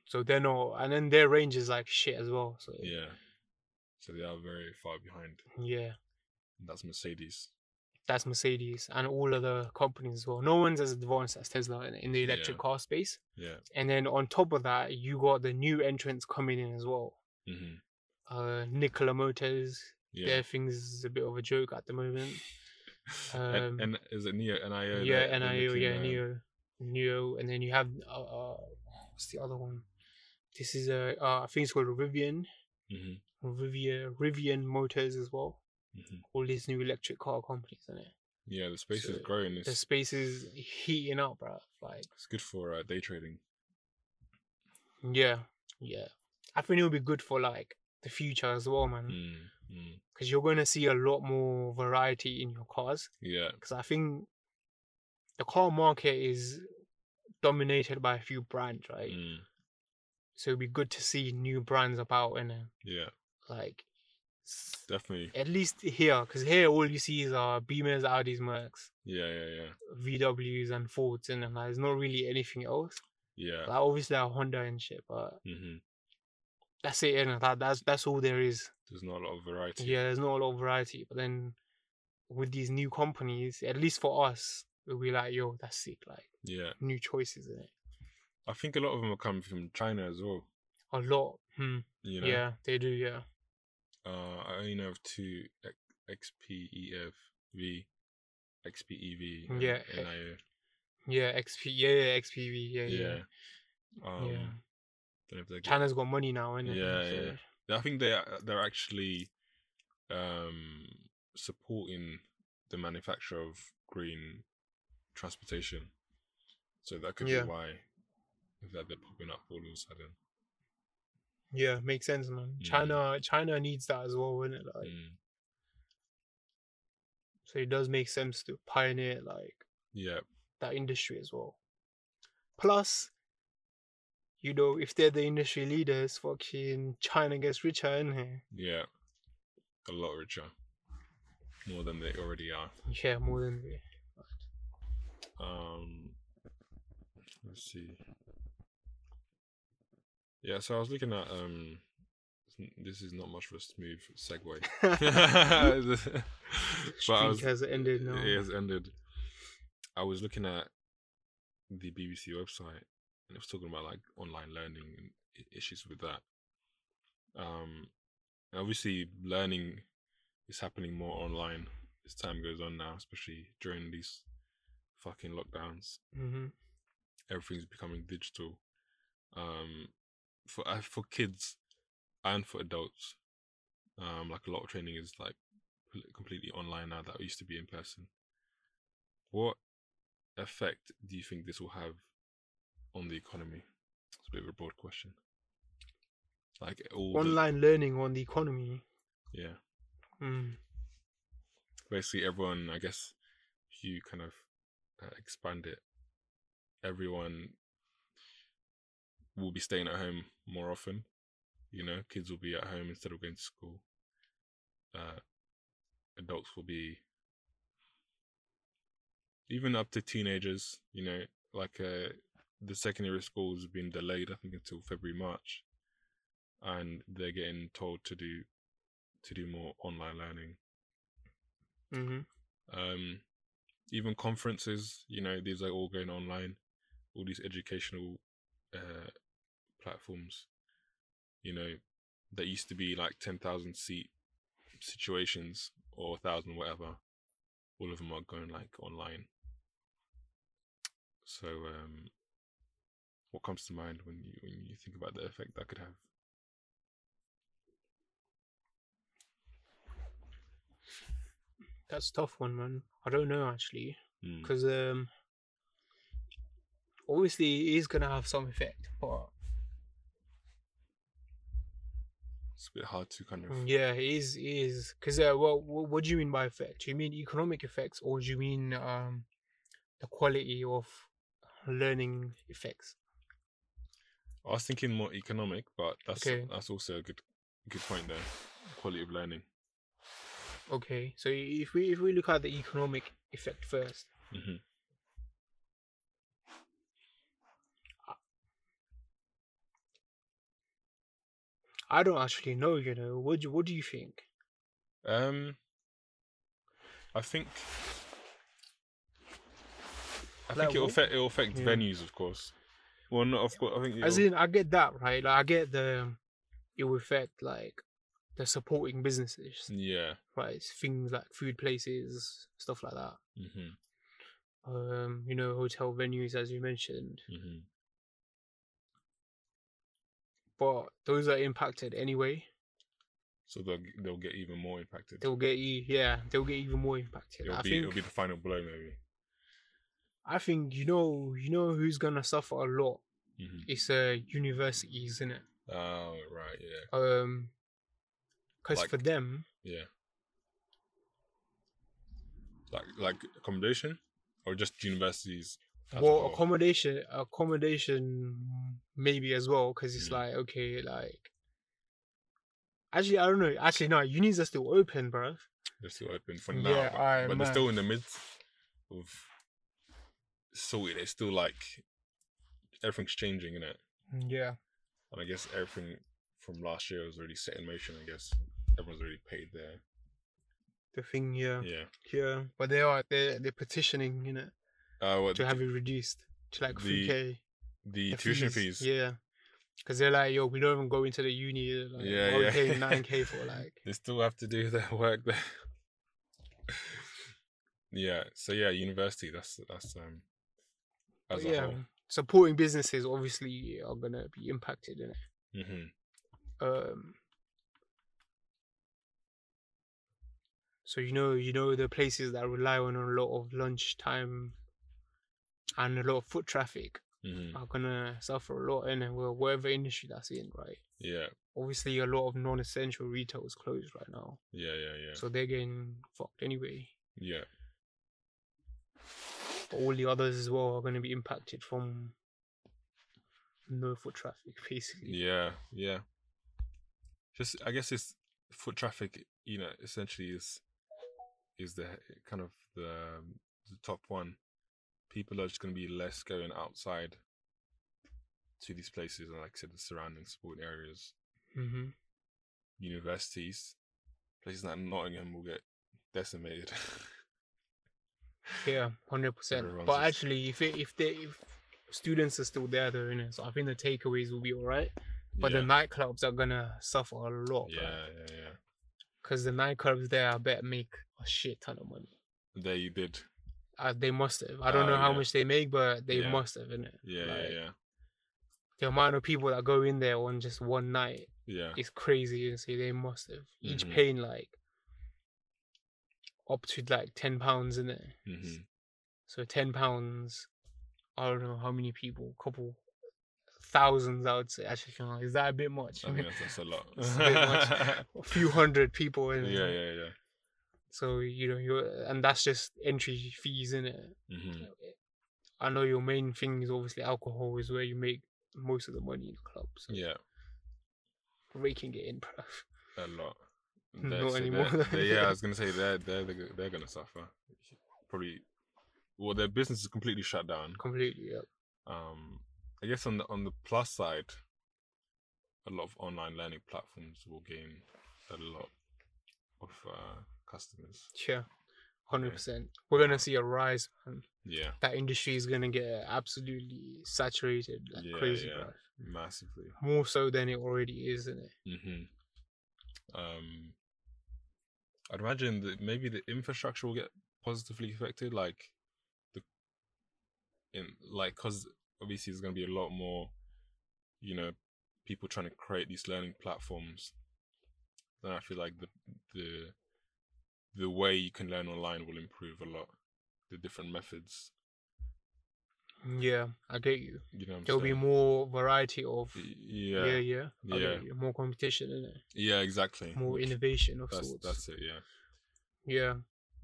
S2: so they're not, and then their range is like shit as well. So yeah,
S1: yeah. So they are very far behind. That's Mercedes.
S2: that's Mercedes and all other companies as well. No one's as advanced as Tesla in, in the electric
S1: Yeah.
S2: car space.
S1: Yeah.
S2: And then on top of that, you got the new entrants coming in as well.
S1: hmm
S2: Uh, Nikola Motors,
S1: Yeah.
S2: their things is a bit of a joke at the moment. um,
S1: and, and is it Neo? NIO?
S2: yeah,
S1: that they're
S2: NIO,
S1: looking,
S2: yeah,
S1: uh,
S2: Neo, Neo, and then you have uh, uh what's the other one? This is a uh, I think it's called Rivian,
S1: mhm,
S2: Rivia, Rivian Motors as well.
S1: mhm.
S2: All these new electric car companies in it.
S1: Yeah, the space is
S2: So
S1: growing.
S2: The
S1: It's,
S2: space is heating up, bro. Like,
S1: it's good for uh, day trading.
S2: yeah, yeah. I think it would be good for like the future as well, man.
S1: Mm, mm,
S2: Because you're gonna see a lot more variety in your cars.
S1: yeah.
S2: Because I think the car market is dominated by a few brands, right?
S1: Mm,
S2: So it'd be good to see new brands about and uh,
S1: yeah.
S2: like s-
S1: Definitely.
S2: at least here, because here all you see is uh, Beamers, Audis, Mercs,
S1: Yeah. Yeah. Yeah.
S2: VWs, and Fords, and then, like, there's not really anything else.
S1: Yeah.
S2: Like obviously a Honda and shit, but
S1: hmm
S2: that's it, and that that's that's all there is.
S1: There's not a lot of variety.
S2: Yeah, there's not a lot of variety. But then with these new companies, at least for us, we'll be like, yo, that's sick, like
S1: Yeah.
S2: new choices in it.
S1: I think a lot of them are coming from China as well.
S2: A lot. Hmm.
S1: You know.
S2: Yeah, they do. Yeah.
S1: Uh, I only know of two X- E XPEFV, XPEV, and
S2: Yeah, eh,
S1: NIO.
S2: Yeah, XP. Yeah, yeah, XPV. Yeah,
S1: Yeah.
S2: yeah.
S1: Um,
S2: yeah.
S1: Don't know if they're good.
S2: China's got money now, innit?
S1: Yeah, yeah. I think they are, they're actually um, supporting the manufacture of green transportation, so that could
S2: Yeah.
S1: be why that they're popping up all of a sudden.
S2: Yeah, makes sense, man.
S1: Mm.
S2: China, China needs that as well, isn't it? Like,
S1: Mm.
S2: so it does make sense to pioneer like
S1: Yeah,
S2: that industry as well. Plus, you know, if they're the industry leaders, fucking China gets richer, in here.
S1: Yeah, a lot richer, more than they already are.
S2: Yeah, more than we.
S1: Um, let's see. Yeah, so I was looking at um. This is not much of a smooth segue. but I
S2: Streak
S1: was,
S2: has ended now.
S1: it has ended. I was looking at the BBC website and it was talking about like online learning and i- issues with that. Um, and obviously, learning is happening more online as time goes on now, especially during these fucking lockdowns
S2: hmm
S1: everything's becoming digital um for uh, for kids and for adults um like a lot of training is like pl- completely online now that used to be in person what effect do you think this will have on the economy it's a bit of a broad question like all the-
S2: Online learning on the economy.
S1: yeah
S2: Mm.
S1: basically everyone i guess if you kind of uh, expand it everyone will be staying at home more often you know kids will be at home instead of going to school uh adults will be even up to teenagers you know like uh the secondary school has been delayed i think until february march and they're getting told to do to do more online learning
S2: hmm
S1: um, even conferences. You know, these are all going online. All these educational uh, platforms. You know, that used to be like ten thousand seat situations or thousand whatever. All of them are going like online. So, um, what comes to mind when you when you think about the effect that could have?
S2: That's a tough one, man. I don't know actually,
S1: Mm.
S2: because um, obviously it is gonna have some effect, but
S1: It's a bit hard to kind of.
S2: Mm, Yeah, it is. It is because uh, well, wh- what do you mean by effect? Do you mean economic effects, or do you mean um, the quality of learning effects?
S1: I was thinking more economic, but that's
S2: Okay.
S1: that's also a good good point there. Quality of learning.
S2: Okay, so if we if we look at the economic effect first,
S1: hmm
S2: I don't actually know. You know, what do, what do you think?
S1: Um, I think I
S2: Like
S1: think it'll
S2: what?
S1: affect it'll affect
S2: Yeah.
S1: venues, of course. Well, not of course. I think
S2: As
S1: it'll-
S2: in, I get that right. Like, I get the it will affect like the supporting businesses,
S1: yeah.
S2: right? It's Things like food places, stuff like that.
S1: Mm-hmm,
S2: Um, you know, hotel venues, as you mentioned.
S1: mm-hmm.
S2: but those are impacted anyway.
S1: So they'll g- they'll get even more impacted.
S2: They'll get you, yeah, they'll get even more impacted.
S1: It'll
S2: I
S1: be it'll
S2: think,
S1: be the final blow, maybe.
S2: I think you know, you know who's gonna suffer a lot.
S1: Mm-hmm.
S2: It's uh universities, isn't it?
S1: Oh right, yeah,
S2: Um, because
S1: Like-
S2: for them,
S1: yeah. Like like accommodation, or just universities. as a
S2: well,
S1: whole?
S2: accommodation, accommodation, maybe as well, because it's
S1: Mm.
S2: like okay, like. Actually, I don't know. Actually, no. Unis are still open, bro.
S1: They're still open for now,
S2: Yeah,
S1: but,
S2: I
S1: but they're
S2: know.
S1: still in the midst of sorting. It's still like everything's changing, innit?
S2: Yeah.
S1: And I guess everything from last year was already set in motion. I guess everyone's already paid there.
S2: The thing, yeah,
S1: Yeah.
S2: yeah. But they are they they're petitioning, you know,
S1: Uh, what,
S2: to have it reduced to like
S1: The-
S2: three k.
S1: the
S2: the
S1: tuition fees.
S2: Yeah. Because they're like, yo, we don't even go into the uni. Like,
S1: Yeah,
S2: yeah,
S1: yeah.
S2: yeah. 9K for like.
S1: They still have to do their work there. yeah. So yeah, university. That's that's um as
S2: But
S1: a
S2: yeah.
S1: whole.
S2: Supporting businesses obviously are going to be impacted in it.
S1: hmm
S2: Um, so, you know, you know, the places that rely on a lot of lunchtime and a lot of foot traffic
S1: hmm
S2: are going to suffer a lot in it, well, whatever industry that's in, right?
S1: Yeah.
S2: Obviously, a lot of non essential retail is closed right now.
S1: Yeah. Yeah. Yeah.
S2: So they're getting fucked anyway.
S1: yeah.
S2: but all the others as well are going to be impacted from no foot traffic, basically.
S1: Yeah, yeah. Just I guess it's foot traffic. You know, essentially is is the kind of the um, the top one. People are just going to be less going outside to these places, and like I said, the surrounding sport areas,
S2: Mm-hmm.
S1: universities, places like Nottingham will get decimated.
S2: Yeah, hundred percent.
S1: Everyone's
S2: But
S1: just-
S2: actually, if it, if they if students are still there though, innit? so I think the takeaways will be alright. But
S1: yeah,
S2: the nightclubs are gonna suffer a lot.
S1: yeah, yeah, yeah.
S2: Because the nightclubs there, I bet make a shit ton of money.
S1: There you did.
S2: Uh, they must have. I don't
S1: Oh,
S2: know how
S1: yeah.
S2: much they make, but they
S1: Yeah.
S2: must have, innit?
S1: Yeah,
S2: Like,
S1: yeah, yeah,
S2: The amount of people that go in there on just one night
S1: yeah.
S2: is crazy. And see, they must have each
S1: Mhm.
S2: paying like up to like ten pounds in there.
S1: hmm
S2: So ten pounds. I don't know how many people. Couple thousands, I would say. Actually, you know, is that a bit much?
S1: I think that's, that's a lot.
S2: It's a bit much. a few hundred people in
S1: yeah,
S2: it.
S1: yeah, yeah.
S2: So you know, you are and that's just entry fees in it.
S1: Mm-hmm.
S2: I know your main thing is obviously alcohol is where you make most of the money in the club. So
S1: Yeah,
S2: raking it in, bruv.
S1: a lot.
S2: Not
S1: so
S2: anymore.
S1: they- yeah, I was gonna say they're they're the, they're gonna suffer. Probably. Well, their business is completely shut down.
S2: Completely. Yep.
S1: Um, I guess on the on the plus side, a lot of online learning platforms will gain a lot of uh, customers.
S2: Yeah. Hundred percent. We're gonna see a rise, man.
S1: Yeah,
S2: That industry is gonna get absolutely saturated like
S1: Yeah,
S2: crazy,
S1: yeah.
S2: bruv.
S1: massively.
S2: More so than it already is, isn't it?
S1: Mm-hmm. Um, I'd imagine that maybe the infrastructure will get positively affected, like the in like because obviously there's going to be a lot more, you know, people trying to create these learning platforms. Then I feel like the the the way you can learn online will improve a lot. The different methods,
S2: Yeah, I get you.
S1: you know. What I'm
S2: There'll be
S1: saying?
S2: more variety of
S1: Y- Yeah,
S2: yeah, yeah,
S1: yeah,
S2: I get
S1: Yeah.
S2: you. More competition, is
S1: exactly.
S2: More
S1: Which-
S2: innovation of
S1: That's
S2: sorts.
S1: that's it. Yeah,
S2: Yeah.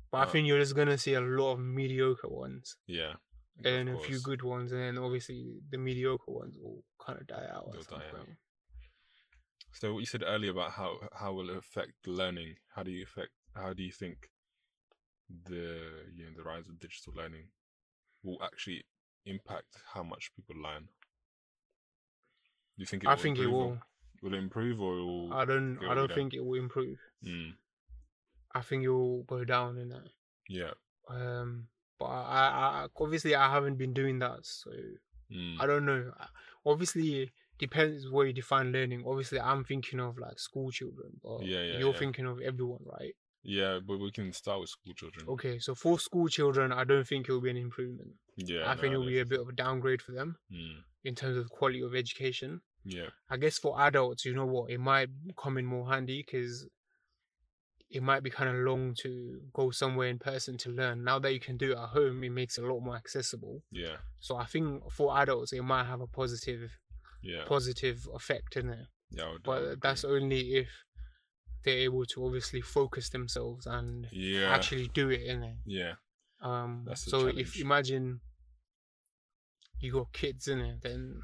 S2: But
S1: Uh,
S2: I think you're just gonna see a lot of mediocre ones
S1: yeah. Of
S2: and a few
S1: course.
S2: good ones, and then obviously the mediocre ones will kind of die out.
S1: They'll
S2: At some
S1: die out.
S2: point.
S1: So what you said earlier about how how will it affect learning? How do you affect? How do you think the you know the rise of digital learning will actually impact how much people learn? Do you think? It
S2: I think it
S1: improve
S2: will.
S1: or- Will it improve or it will?
S2: I don't.
S1: Go
S2: I don't
S1: down.
S2: think it will improve.
S1: Mm,
S2: I think it will go down in that.
S1: yeah.
S2: Um, but I, I I- obviously I haven't been doing that, so
S1: Mm,
S2: I don't know. I- Obviously, it depends where you define learning. Obviously, I'm thinking of like school children, but
S1: Yeah, yeah,
S2: you're
S1: yeah.
S2: thinking of everyone, right?
S1: yeah, but we can start with school children.
S2: Okay, so for school children, I don't think it will be an improvement.
S1: Yeah.
S2: I think
S1: no, I
S2: it'll be a
S1: don't-
S2: bit of a downgrade for them
S1: Mm,
S2: in terms of quality of education.
S1: yeah.
S2: I guess for adults, you know what, it might come in more handy because it might be kind of long to go somewhere in person to learn. Now that you can do it at home, it makes it a lot more accessible.
S1: Yeah.
S2: So I think for adults, it might have a positive
S1: Yeah.
S2: positive effect in it.
S1: yeah. I would- I would agree.
S2: But that's only if they're able to obviously focus themselves and
S1: yeah.
S2: actually do it in it.
S1: yeah.
S2: Um,
S1: That's the
S2: so
S1: challenge.
S2: if imagine you got kids in it, then,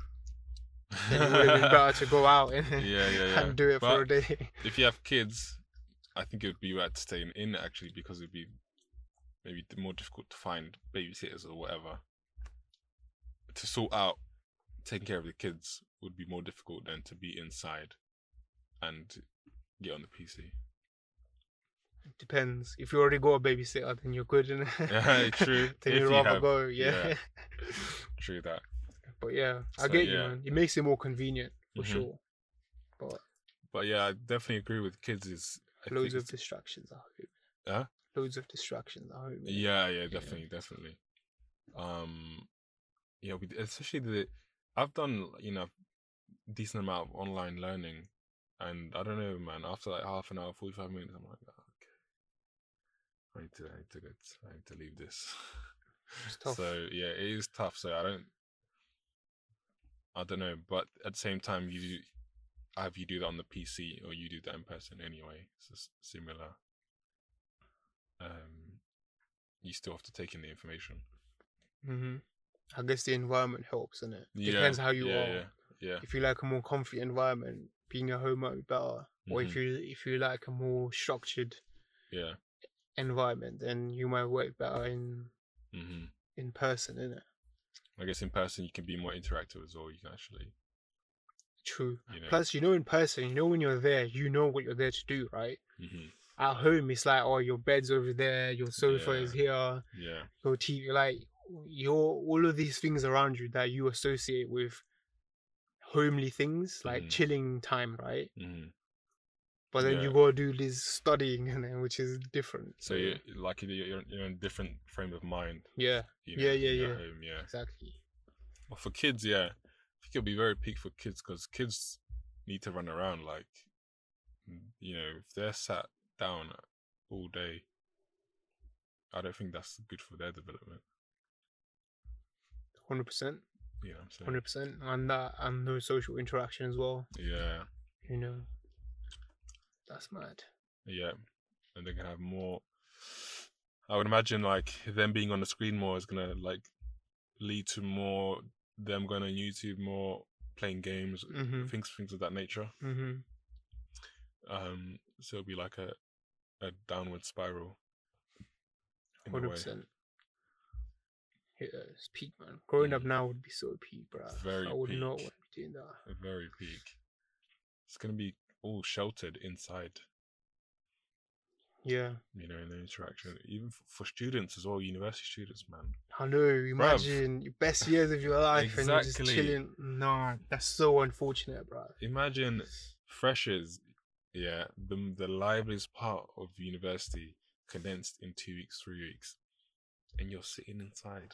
S2: then it would have been better to go out and,
S1: Yeah, yeah, yeah.
S2: and do it for a
S1: But-
S2: day.
S1: if you have kids, I think it would be right to stay in actually because it'd be maybe d- more difficult to find babysitters or whatever. To sort out taking care of the kids would be more difficult than to be inside and get on the PC.
S2: Depends. If you already got a babysitter, then you're good in it.
S1: Yeah, true.
S2: then
S1: If you
S2: you'd rather
S1: have-
S2: go, yeah.
S1: yeah. True that.
S2: But yeah, I
S1: So,
S2: get you,
S1: yeah.
S2: man. It makes it more convenient for
S1: Mhm.
S2: sure. But
S1: But yeah, I definitely agree with kids is I
S2: loads
S1: think
S2: of
S1: it's-
S2: distractions at home.
S1: Huh?
S2: Loads of distractions at home. innit?
S1: Yeah, yeah, definitely, definitely. Um, yeah, we, especially the I've done you know decent amount of online learning, and I don't know, man. After like half an hour, forty five minutes, I'm like, "Oh, okay, I need to, I need to, get, I need to leave this.
S2: It's tough.
S1: So yeah, it is tough. So I don't, I don't know, but at the same time, you do, have you do that on the PC or you do that in person anyway. It's just similar. Um, you still have to take in the information.
S2: hmm Mm-hmm. I guess the environment helps, innit? it?
S1: Yeah,
S2: Depends how you
S1: yeah,
S2: are.
S1: Yeah, Yeah.
S2: If you like a more comfy environment, being at home might be better. Or
S1: Mm-hmm.
S2: if you if you like a more structured
S1: Yeah.
S2: environment, then you might work better in
S1: hmm
S2: in person, innit?
S1: I guess in person you can be more interactive as well. You can actually,
S2: True.
S1: you know.
S2: Plus, you know, in person, you know when you're there, you know what you're there to do, right?
S1: Mhm.
S2: At home, it's like, oh, your bed's over there, your sofa is here,
S1: Yeah.
S2: your TV, like your all of these things around you that you associate with homely things, like
S1: Mhm.
S2: chilling time, right?
S1: hmm
S2: But then you
S1: Yeah.
S2: gotta do this studying, and then which is different.
S1: So you like you're, you're you're in a different frame of mind.
S2: yeah,
S1: You know,
S2: Yeah, yeah,
S1: when you're at
S2: yeah.
S1: Home, yeah.
S2: exactly.
S1: Well, for kids, yeah, I think it'll be very peak for kids because kids need to run around. Like, mm, you know, if they're sat down all day, I don't think that's good for their development.
S2: Hundred percent,
S1: You know what I'm saying?
S2: hundred percent, and that and no social interaction as well.
S1: Yeah,
S2: You know, that's mad.
S1: yeah, and they're gonna have more. I would imagine like them being on the screen more is gonna like lead to more them going on YouTube, more playing games,
S2: Mhm,
S1: things things of that nature.
S2: mhm.
S1: um so it'll be like a a downward spiral in a
S2: Hundred
S1: way.
S2: percent. Yeah, it's peak, man. Growing up
S1: Mhm.
S2: now would be so peak, bro.
S1: Very
S2: I would not want
S1: peak.
S2: to be doing that.
S1: A very peak it's gonna be all sheltered inside
S2: Yeah,
S1: you know in the interaction even f- for students as well university students man
S2: I know. Imagine your best years of your life and you're just
S1: Exactly.
S2: chilling. Nah, that's so unfortunate, bro.
S1: imagine freshers yeah the, the liveliest part of university condensed in two weeks three weeks and you're sitting inside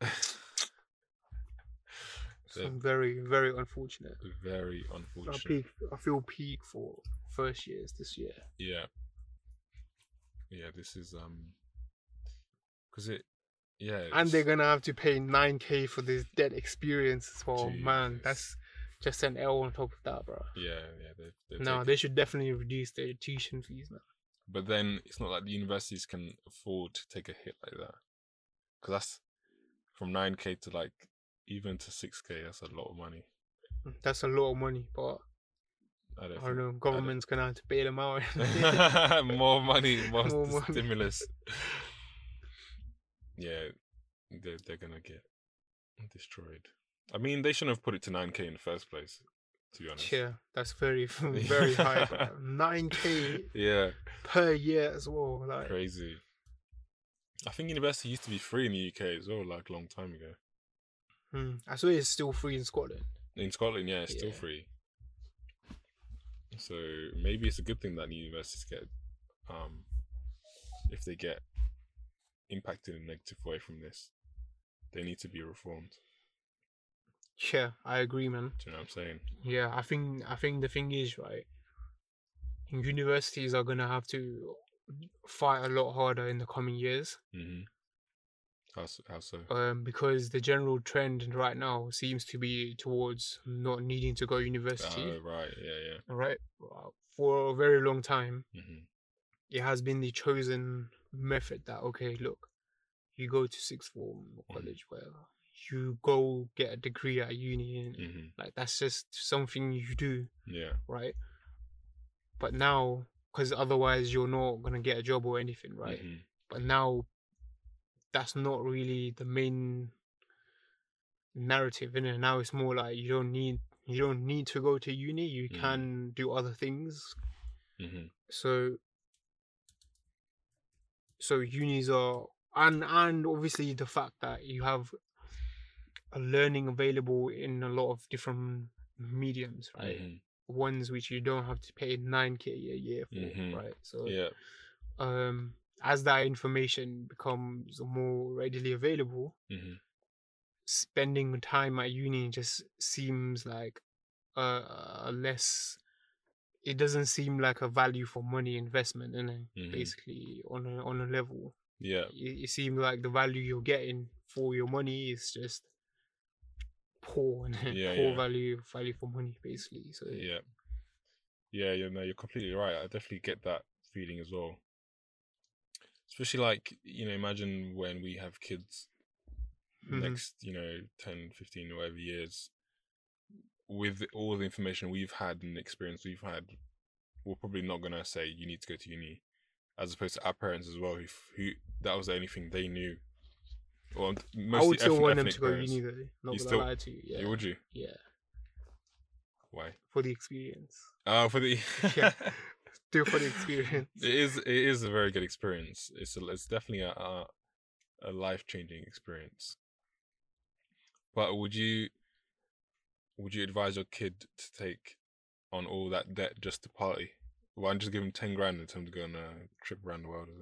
S2: So I'm very, very unfortunate.
S1: very
S2: I
S1: unfortunate
S2: peak. I feel peak for first years this year.
S1: Yeah. Yeah, this is um because it yeah
S2: and they're
S1: it's-
S2: gonna have to pay nine k for this dead experience as well. Man,
S1: Jesus.
S2: that's just an L on top of that, bro.
S1: yeah, yeah, they've, they've
S2: No,
S1: taken-
S2: they should definitely reduce their tuition fees, man.
S1: but then it's not like the universities can afford to take a hit like that. Cause that's from nine K to like even to six K, that's a lot of money.
S2: That's a lot of money, but
S1: I don't,
S2: I don't know. Government's gonna have to bail them out.
S1: think- more money, more,
S2: More
S1: s-
S2: money.
S1: stimulus. yeah, they're they're gonna get destroyed. I mean, they shouldn't have put it to nine K in the first place, to be honest.
S2: yeah, that's very very high. Nine k
S1: yeah,
S2: per year as well. Like
S1: crazy. I think university used to be free in the UK as well, like a long time ago.
S2: hmm, I saw it's still free in Scotland.
S1: In Scotland, yeah, it's still
S2: Yeah.
S1: free. So maybe it's a good thing that the universities get, um, if they get impacted in a negative way from this, they need to be reformed.
S2: Yeah, I agree, man.
S1: Do you know what I'm saying?
S2: Yeah, I think I think the thing is right. Universities are gonna have to fight a lot harder in the coming years,
S1: Mm-hmm. How so? How so?
S2: um, because the general trend right now seems to be towards not needing to go university.
S1: Oh, right, yeah,
S2: right, for a very long time,
S1: yeah. Mm-hmm.
S2: it has been the chosen method that okay, look, you go to sixth form or
S1: Mhm.
S2: college, whatever. You go get a degree at uni, and
S1: Mm-hmm.
S2: like that's just something you do.
S1: Yeah,
S2: right? But now, because otherwise you're not gonna get a job or anything, right?
S1: mhm,
S2: But now, that's not really the main narrative, and now it's more like you don't need you don't need to go to uni. You
S1: Mhm.
S2: can do other things.
S1: mhm,
S2: So, so unis are and and obviously the fact that you have a learning available in a lot of different mediums, right?
S1: mhm,
S2: ones which you don't have to pay 9k a year for
S1: Mhm.
S2: right so
S1: Yeah.
S2: um as that information becomes more readily available
S1: Mm-hmm.
S2: spending time at uni just seems like uh, a less it doesn't seem like a value for money investment and
S1: Mhm.
S2: basically on a on a level
S1: Yeah.
S2: it, it seems like the value you're getting for your money is just poor and
S1: Yeah,
S2: poor
S1: yeah.
S2: value value for money basically so
S1: Yeah. Yeah, you know, you're completely right. I definitely get that feeling as well. Especially like, you know, imagine when we have kids
S2: Mhm.
S1: next you know 10 15 whatever years with all the information we've had and experience we've had we're probably not going to say you need to go to uni as opposed to our parents as well who, f- who that was the only thing they knew well
S2: I would
S1: mostly
S2: still
S1: ethnic,
S2: want them
S1: ethnic
S2: to go
S1: parents.
S2: uni though. Not
S1: You
S2: gonna
S1: still-
S2: lie to you. Yeah.
S1: Yeah, would you
S2: Yeah.
S1: why
S2: For the experience.
S1: oh for the
S2: Yeah. Still for the experience.
S1: It is. It is a very good experience. It's a, it's definitely a a, a life changing experience. But would you would you advise your kid to take on all that debt just to party? Why not just give him ten grand and tell him to go on a trip around the world or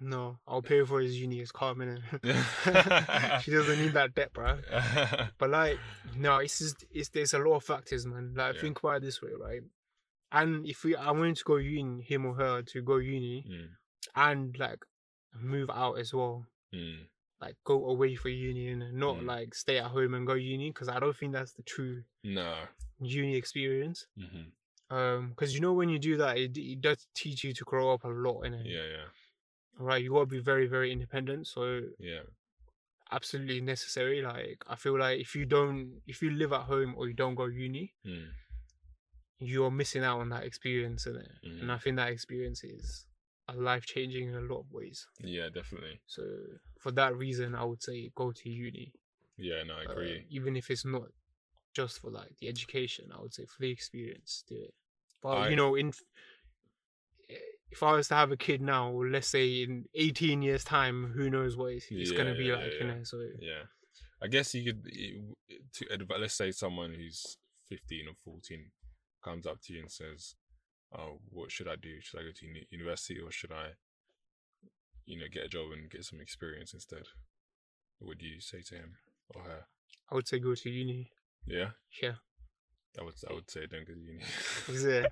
S2: No, I'll pay for his uni, his car, minute.
S1: something?
S2: she doesn't need that debt, bruh. But like, no, it's just it's there's a lot of factors, man. Like
S1: Yeah.
S2: think about it this way, right? And if we, I wanted to go uni, him or her to go uni
S1: Mm,
S2: and like move out as well,
S1: mm,
S2: like go away for uni and not
S1: Mm.
S2: like stay at home and go uni, because I don't think that's the true
S1: no.
S2: uni experience.
S1: hmm
S2: Um, because you know when you do that, it, it does teach you to grow up a lot, innit?
S1: Yeah,
S2: Right, you gotta be very, very independent. So
S1: yeah, yeah.
S2: absolutely necessary. Like I feel like if you don't, if you live at home or you don't go uni,
S1: Mm,
S2: you're missing out on that experience in it. And
S1: mm.
S2: I think that experience is a life changing in a lot of ways.
S1: Yeah, definitely.
S2: So for that reason, I would say go to uni.
S1: Yeah, no, I
S2: Uh,
S1: agree.
S2: even if it's not just for like the education, I would say for the experience, do it. But
S1: I-
S2: you know, in eh, if I was to have a kid now, let's say in 18 years time, who knows what it's, it's
S1: Yeah,
S2: gonna be
S1: yeah,
S2: like,
S1: yeah,
S2: you
S1: yeah.
S2: know? So
S1: Yeah, I guess you could it w- to adv- let's say someone who's fifteen or fourteen comes up to you and says, "Oh, what should I do? Should I go to uni- university or should I, you know, get a job and get some experience instead?" What would you say to him or her?
S2: I would say go to uni.
S1: Yeah,
S2: Yeah,
S1: I would. I would say don't go to uni.
S2: Is it-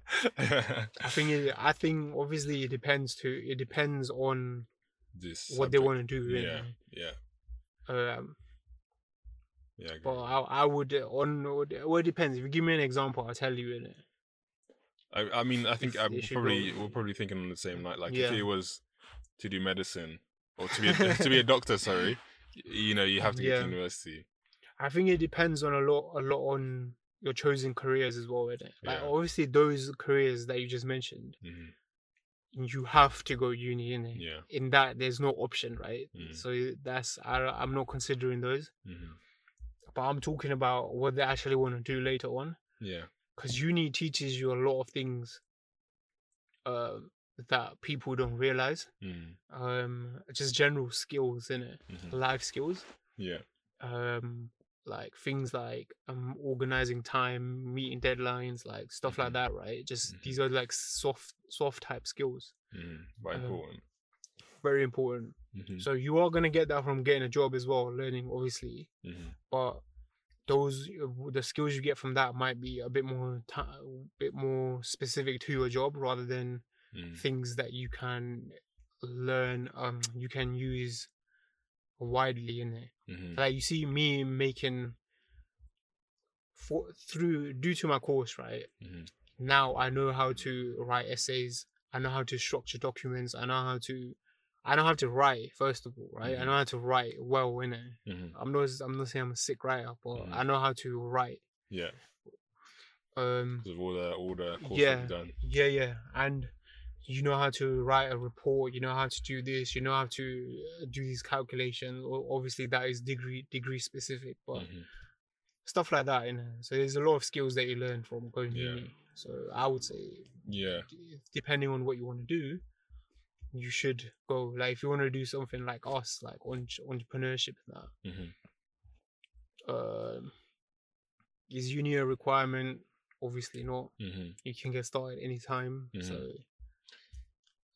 S2: I think it, I think obviously it depends to it depends on
S1: this
S2: what they
S1: subject.
S2: want to do.
S1: Yeah,
S2: really.
S1: yeah,
S2: Um,
S1: yeah. I agree.
S2: but I, I would uh, on would- well it depends. If you give me an example, I'll tell you in it.
S1: I, I mean, I think
S2: If
S1: I
S2: they should go
S1: probably
S2: with
S1: we're
S2: it.
S1: probably thinking on the same night. Like, if
S2: Yeah.
S1: it was to do medicine or to be a, to be a doctor, sorry, y- you know, you have to go
S2: Yeah.
S1: to university.
S2: I think it depends on a lot a lot on your chosen careers as well, innit? Like
S1: Yeah.
S2: obviously those careers that you just mentioned,
S1: hmm
S2: you have to go uni in
S1: Yeah.
S2: In that there's no option, right?
S1: Mm.
S2: So that's I, I'm not considering those,
S1: hmm
S2: but I'm talking about what they actually want to do later on.
S1: Yeah.
S2: because
S1: Mm.
S2: uni teaches you a lot of things um that people don't realize
S1: Mm-hmm.
S2: um just general skills in it life skills
S1: Yeah.
S2: um like things like um organizing time meeting deadlines like stuff like
S1: Mhm.
S2: that right just
S1: Mhm.
S2: these are like soft soft type skills
S1: Mm-hmm. But
S2: Um,
S1: important.
S2: very important
S1: Mm-hmm.
S2: so you are going to get that from getting a job as well learning obviously
S1: Mm-hmm.
S2: but those uh, the skills you get from that might be a bit more ti bit more specific to your job rather than
S1: Mm-hmm.
S2: things that you can learn um you can use widely in it
S1: Mm-hmm.
S2: like you see me making for through due to my course right
S1: Mhm.
S2: now i know how to write essays i know how to structure documents i know how to i know how to write first of all right i
S1: Mhm.
S2: know how to write well in it
S1: Mm-hmm.
S2: i'm not i'm not saying i'm a sick writer but
S1: Mhm.
S2: i know how to write
S1: Yeah.
S2: um
S1: Because of all the all the course
S2: Yeah.
S1: we've done.
S2: Yeah, yeah. And you know how to write a report, you know how to do this, you know how to uh, do these calculations. O- Obviously that is degree degree specific, but
S1: Mhm.
S2: stuff like that, you know. So there's a lot of skills that you learn from going to
S1: Yeah.
S2: uni. So I would say
S1: Yeah.
S2: d- depending on what you want to do, you should go like if you want to do something like us, like on entrepreneurship and that.
S1: Mm-hmm.
S2: Um is uni a requirement? Obviously not.
S1: Mm-hmm.
S2: You can get started anytime.
S1: Mhm.
S2: So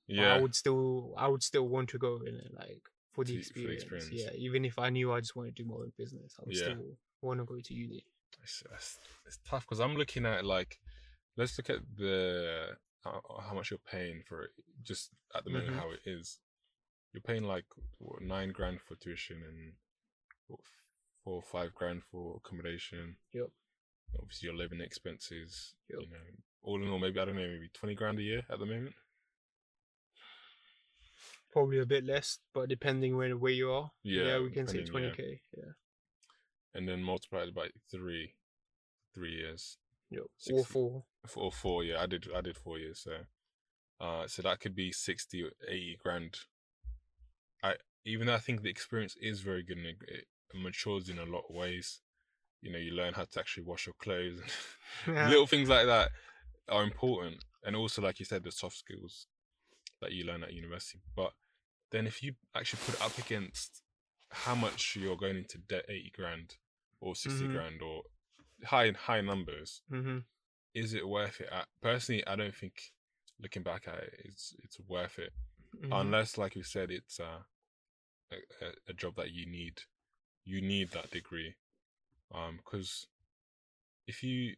S2: but
S1: Yeah.
S2: I would still I would still want to go in it like for
S1: To- for the
S2: the, experience.
S1: experience.
S2: Yeah, even if I knew I just want to do my own business, I would
S1: Yeah.
S2: still want to go to uni.
S1: it's, it's, it's tough because I'm looking at like, let's look at the how, how much you're paying for it. Just at the moment,
S2: Mhm.
S1: how it is. You're paying like what, nine grand for tuition and what, four or five grand for accommodation.
S2: Yep.
S1: Obviously, your living expenses. You
S2: Yep.
S1: know, all in all, maybe I don't know, maybe twenty grand a year at the moment.
S2: probably a bit less, but depending where where you are,
S1: Yeah,
S2: we can say twenty
S1: depending, yeah.
S2: k. Yeah,
S1: and then multiplied by three, three years
S2: Yep.
S1: Sixty.
S2: or four.
S1: F- or four. Yeah, I did. I did four years. So, uh, so that could be 60, or 80 grand. I even though I think the experience is very good and it, it matures in a lot of ways. You know, you learn how to actually wash your clothes. Little things like that are important, and also like you said, the soft skills that you learn at university. But then, if you actually put it up against how much you're going into debt, eighty grand or 60
S2: Mhm.
S1: grand or high high numbers,
S2: hmm
S1: is it worth it? I, personally, I don't think looking back at it, it's it's worth it
S2: Mm-hmm. Mm.
S1: unless, like you said, it's uh, a a- a job that you need. You need that degree, um, because if you,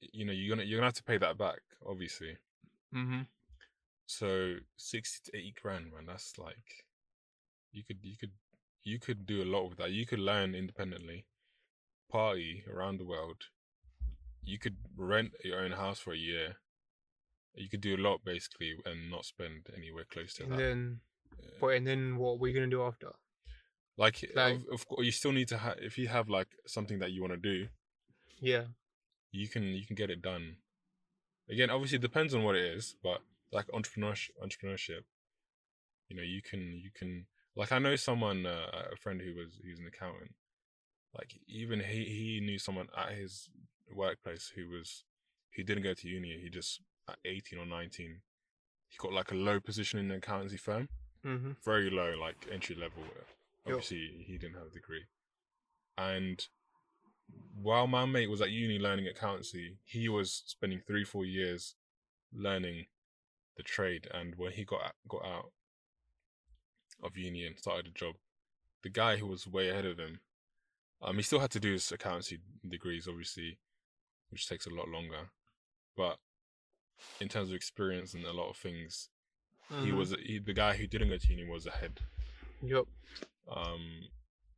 S1: you know, you're gonna you're gonna have to pay that back, obviously.
S2: hmm
S1: So sixty to eighty grand, man. That's like, you could you could you could do a lot with that. You could learn independently, party around the world. You could rent your own house for a year. You could do a lot basically and not spend anywhere close to
S2: And
S1: that.
S2: then,
S1: Yeah.
S2: but and then what we're gonna do after?
S1: like,
S2: like-
S1: of, of course, you still need to have if you have like something that you want to do,
S2: Yeah,
S1: you can you can get it done. Again, obviously, it depends on what it is, but like entrepreneurship, entrepreneurship, you know, you can you can like I know someone, uh, a friend who was who's an accountant. Like even he he knew someone at his workplace who was he didn't go to uni. He just at eighteen or nineteen, he got like a low position in an accountancy firm
S2: hmm
S1: very low, like entry level.
S2: Yep.
S1: Obviously, he didn't have a degree. And while my mate was at uni learning accountancy, he was spending three, four years learning the trade. And when he got got out of uni and started a job, the guy who was way ahead of him, um, he still had to do his accountancy degrees, obviously, which takes a lot longer. But in terms of experience and a lot of things, he
S2: Mm-hmm.
S1: was he, the guy who didn't go to uni was ahead
S2: Yep.
S1: um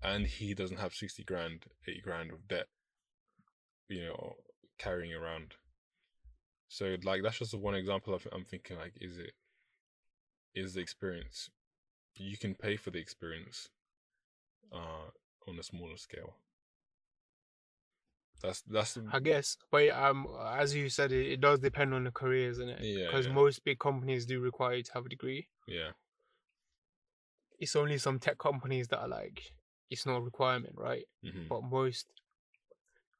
S1: and he doesn't have 60 grand 80 grand of debt you know carrying around so like that's just the one example of, i'm thinking like is it is the experience you can pay for the experience uh on a smaller scale that's that's
S2: I guess, but um, as you said, it, it does depend on the career, isn't it?
S1: Yeah,
S2: Because
S1: yeah.
S2: most big companies do require you to have a degree.
S1: yeah
S2: It's only some tech companies that are like, it's not a requirement, right?
S1: hmm
S2: But most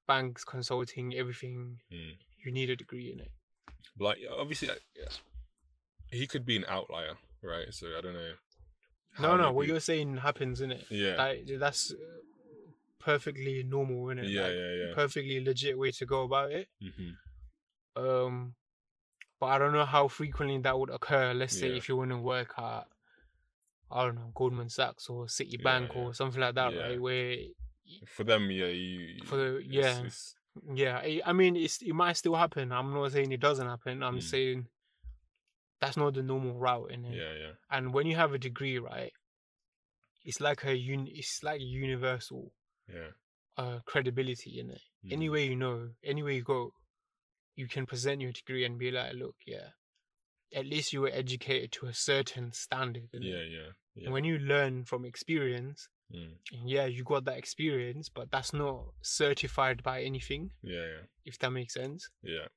S2: banks, consulting, everything,
S1: Mm.
S2: you need a degree in it.
S1: like obviously I- he could be an outlier right so i don't know how
S2: No, no,
S1: many
S2: what
S1: peop-
S2: you're saying happens, innit?
S1: yeah
S2: Like, that's uh, perfectly normal, innit?
S1: yeah,
S2: Like,
S1: yeah, yeah.
S2: Perfectly legit way to go about it.
S1: Mhm.
S2: Um, but I don't know how frequently that would occur. Let's say
S1: Yeah.
S2: if you want to work at, I don't know, Goldman Sachs or Citibank Bank
S1: yeah.
S2: or something like that,
S1: Yeah.
S2: right? Where,
S1: For them, yeah, you.
S2: For the-
S1: it's-
S2: yeah.
S1: it's-
S2: yeah, I- I mean, it's, it might still happen. I'm not saying it doesn't happen. I'm
S1: Mm.
S2: saying that's not the normal route, innit?
S1: yeah, yeah,
S2: And when you have a degree, right, it's like a uni- it's like universal
S1: yeah.
S2: uh, credibility in it.
S1: Mhm.
S2: Anywhere you know, anywhere you go, you can present your degree and be like, look, yeah, at least you were educated to a certain standard. innit?
S1: Yeah, yeah, yeah.
S2: And When you learn from experience,
S1: Mm.
S2: and yeah, you got that experience, but that's not certified by anything,
S1: Yeah, yeah,
S2: if that makes sense.
S1: yeah.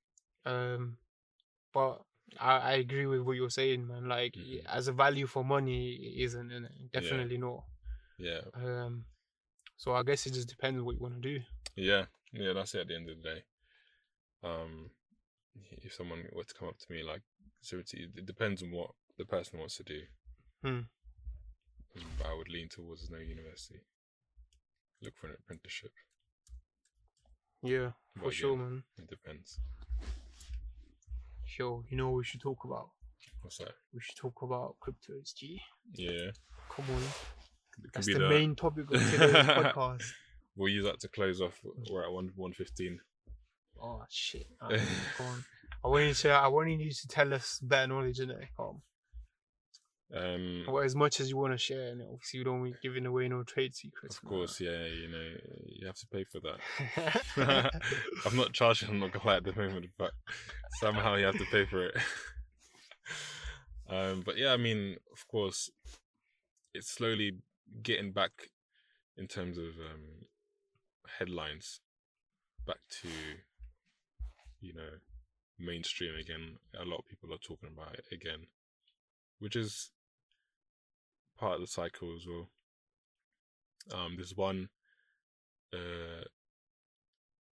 S2: Um, but I, I agree with what you're saying, man. Like,
S1: Mhm.
S2: as a value for money, it isn't, innit? Definitely not.
S1: Yeah,
S2: Um, so I guess it just depends what you want to do.
S1: yeah, yeah. That's it. At the end of the day, um, if someone were to come up to me like, seriously, it depends on what the person wants to do. Mm,
S2: Hmm.
S1: But I would lean towards no university. Look for an apprenticeship.
S2: Yeah,
S1: But
S2: for sure,
S1: again,
S2: man.
S1: It depends.
S2: Sure, you know what we should talk about?
S1: What's that?
S2: We should talk about cryptos, G.
S1: Yeah,
S2: Come on.
S1: it could
S2: That's
S1: be
S2: the
S1: that.
S2: main topic of today's podcast.
S1: We'll use that to close off.
S2: Mm.
S1: We're at one one fifteen.
S2: Oh shit. man. Come on. I wanted you to I wanted you to tell us better knowledge in it. Come
S1: Um,
S2: on. Well, as much as you want to share and obviously you don't want giving away no trade secrets.
S1: Of
S2: man.
S1: course, yeah, you know, you have to pay for that. I'm not charging him like at the moment, but somehow you have to pay for it. Um, but yeah, I mean, of course, it's slowly getting back in terms of um, headlines, back to you know mainstream again. A lot of people are talking about it again, which is part of the cycle as well. Um, there's one. Uh,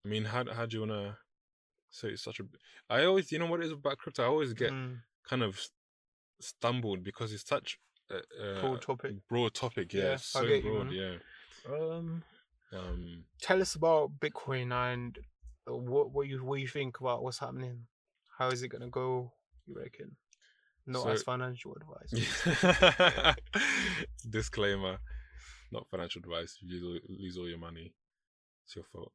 S1: I mean, how how do you wanna? So it's such a. I always, you know, what it is about crypto. I always get
S2: Mm,
S1: kind of stumbled because it's such a, a
S2: broad topic.
S1: broad topic. Yeah,
S2: Yeah,
S1: it's
S2: I
S1: so
S2: get you,
S1: broad.
S2: man.
S1: yeah.
S2: Um,
S1: Um,
S2: tell us about Bitcoin and uh, what what you what you think about what's happening. How is it gonna go? You reckon? Not
S1: So-
S2: as financial advice.
S1: Disclaimer: Not financial advice. If you lose all, lose all your money, it's your fault.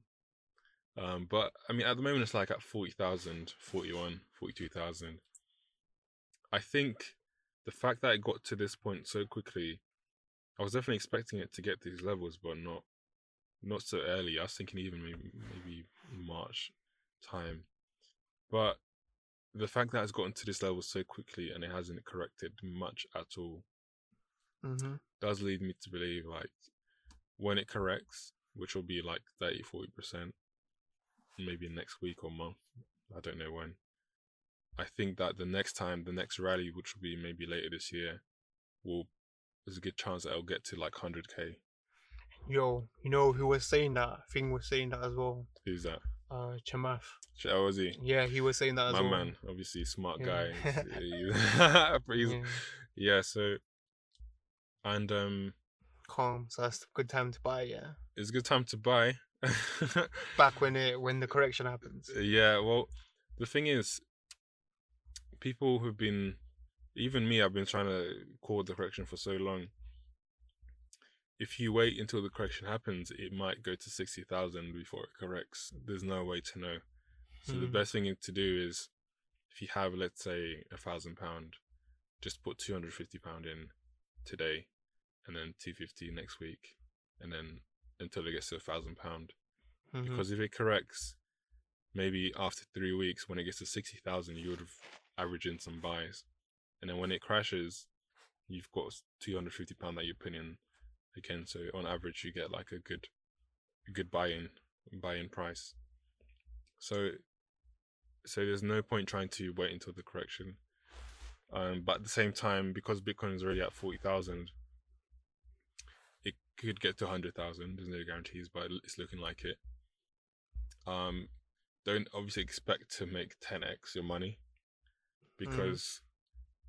S1: Um, but I mean, at the moment, it's like at 40,000, 41, 42,000. I think the fact that it got to this point so quickly, I was definitely expecting it to get these levels, but not not so early. I was thinking even maybe, maybe March time, but the fact that it's gotten to this level so quickly and it hasn't corrected much at all
S2: hmm
S1: does lead me to believe like when it corrects, which will be like 30 40 percent, maybe next week or month, I don't know when. I think that the next time, the next rally, which will be maybe later this year, will there's a good chance that it'll get to like 100k.
S2: Yo, you know who was saying that? I think was saying that as well.
S1: Who's that?
S2: Uh, Chamath.
S1: Shawazi,
S2: Yeah, he was saying that as
S1: my
S2: well.
S1: man, obviously smart guy.
S2: Yeah.
S1: He's- he's-
S2: Yeah,
S1: yeah, so and um,
S2: calm. So that's a good time to buy. Yeah,
S1: it's a good time to buy.
S2: back when it when the correction happens.
S1: Yeah, well, the thing is, people who've been, even me, I've been trying to call the correction for so long. If you wait until the correction happens, it might go to 60,000 before it corrects. There's no way to know. So the
S2: Mm.
S1: best thing to do is if you have, let's say, a thousand pound, just put 250 pound in today and then 250 next week and then until it gets to a thousand pound
S2: Mhm.
S1: because if it corrects, maybe after three weeks, when it gets to 60,000, you would have averaged in some buys. And then when it crashes, you've got s- 250 pound that you're putting in again. So on average, you get like a good, a good buy-in, buy-in price. So, so there's no point trying to wait until the correction. Um, but at the same time, because Bitcoin is already at 40,000, it could get to 100,000. There's no guarantees, but it's looking like it um don't obviously expect to make 10x your money because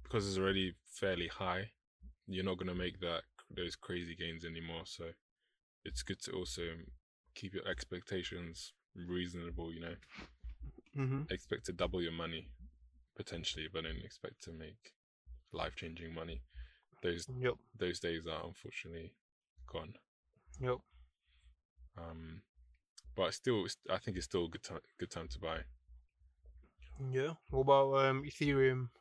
S1: because it's already fairly high you're not going to make that those crazy gains anymore so it's good to also keep your expectations reasonable you know
S2: Mhm.
S1: expect to double your money potentially but don't expect to make life changing money those
S2: Yep.
S1: those days are unfortunately gone
S2: Yep.
S1: um but still it's- i think it's still a good time good time to buy
S2: Yeah. What about um Ethereum?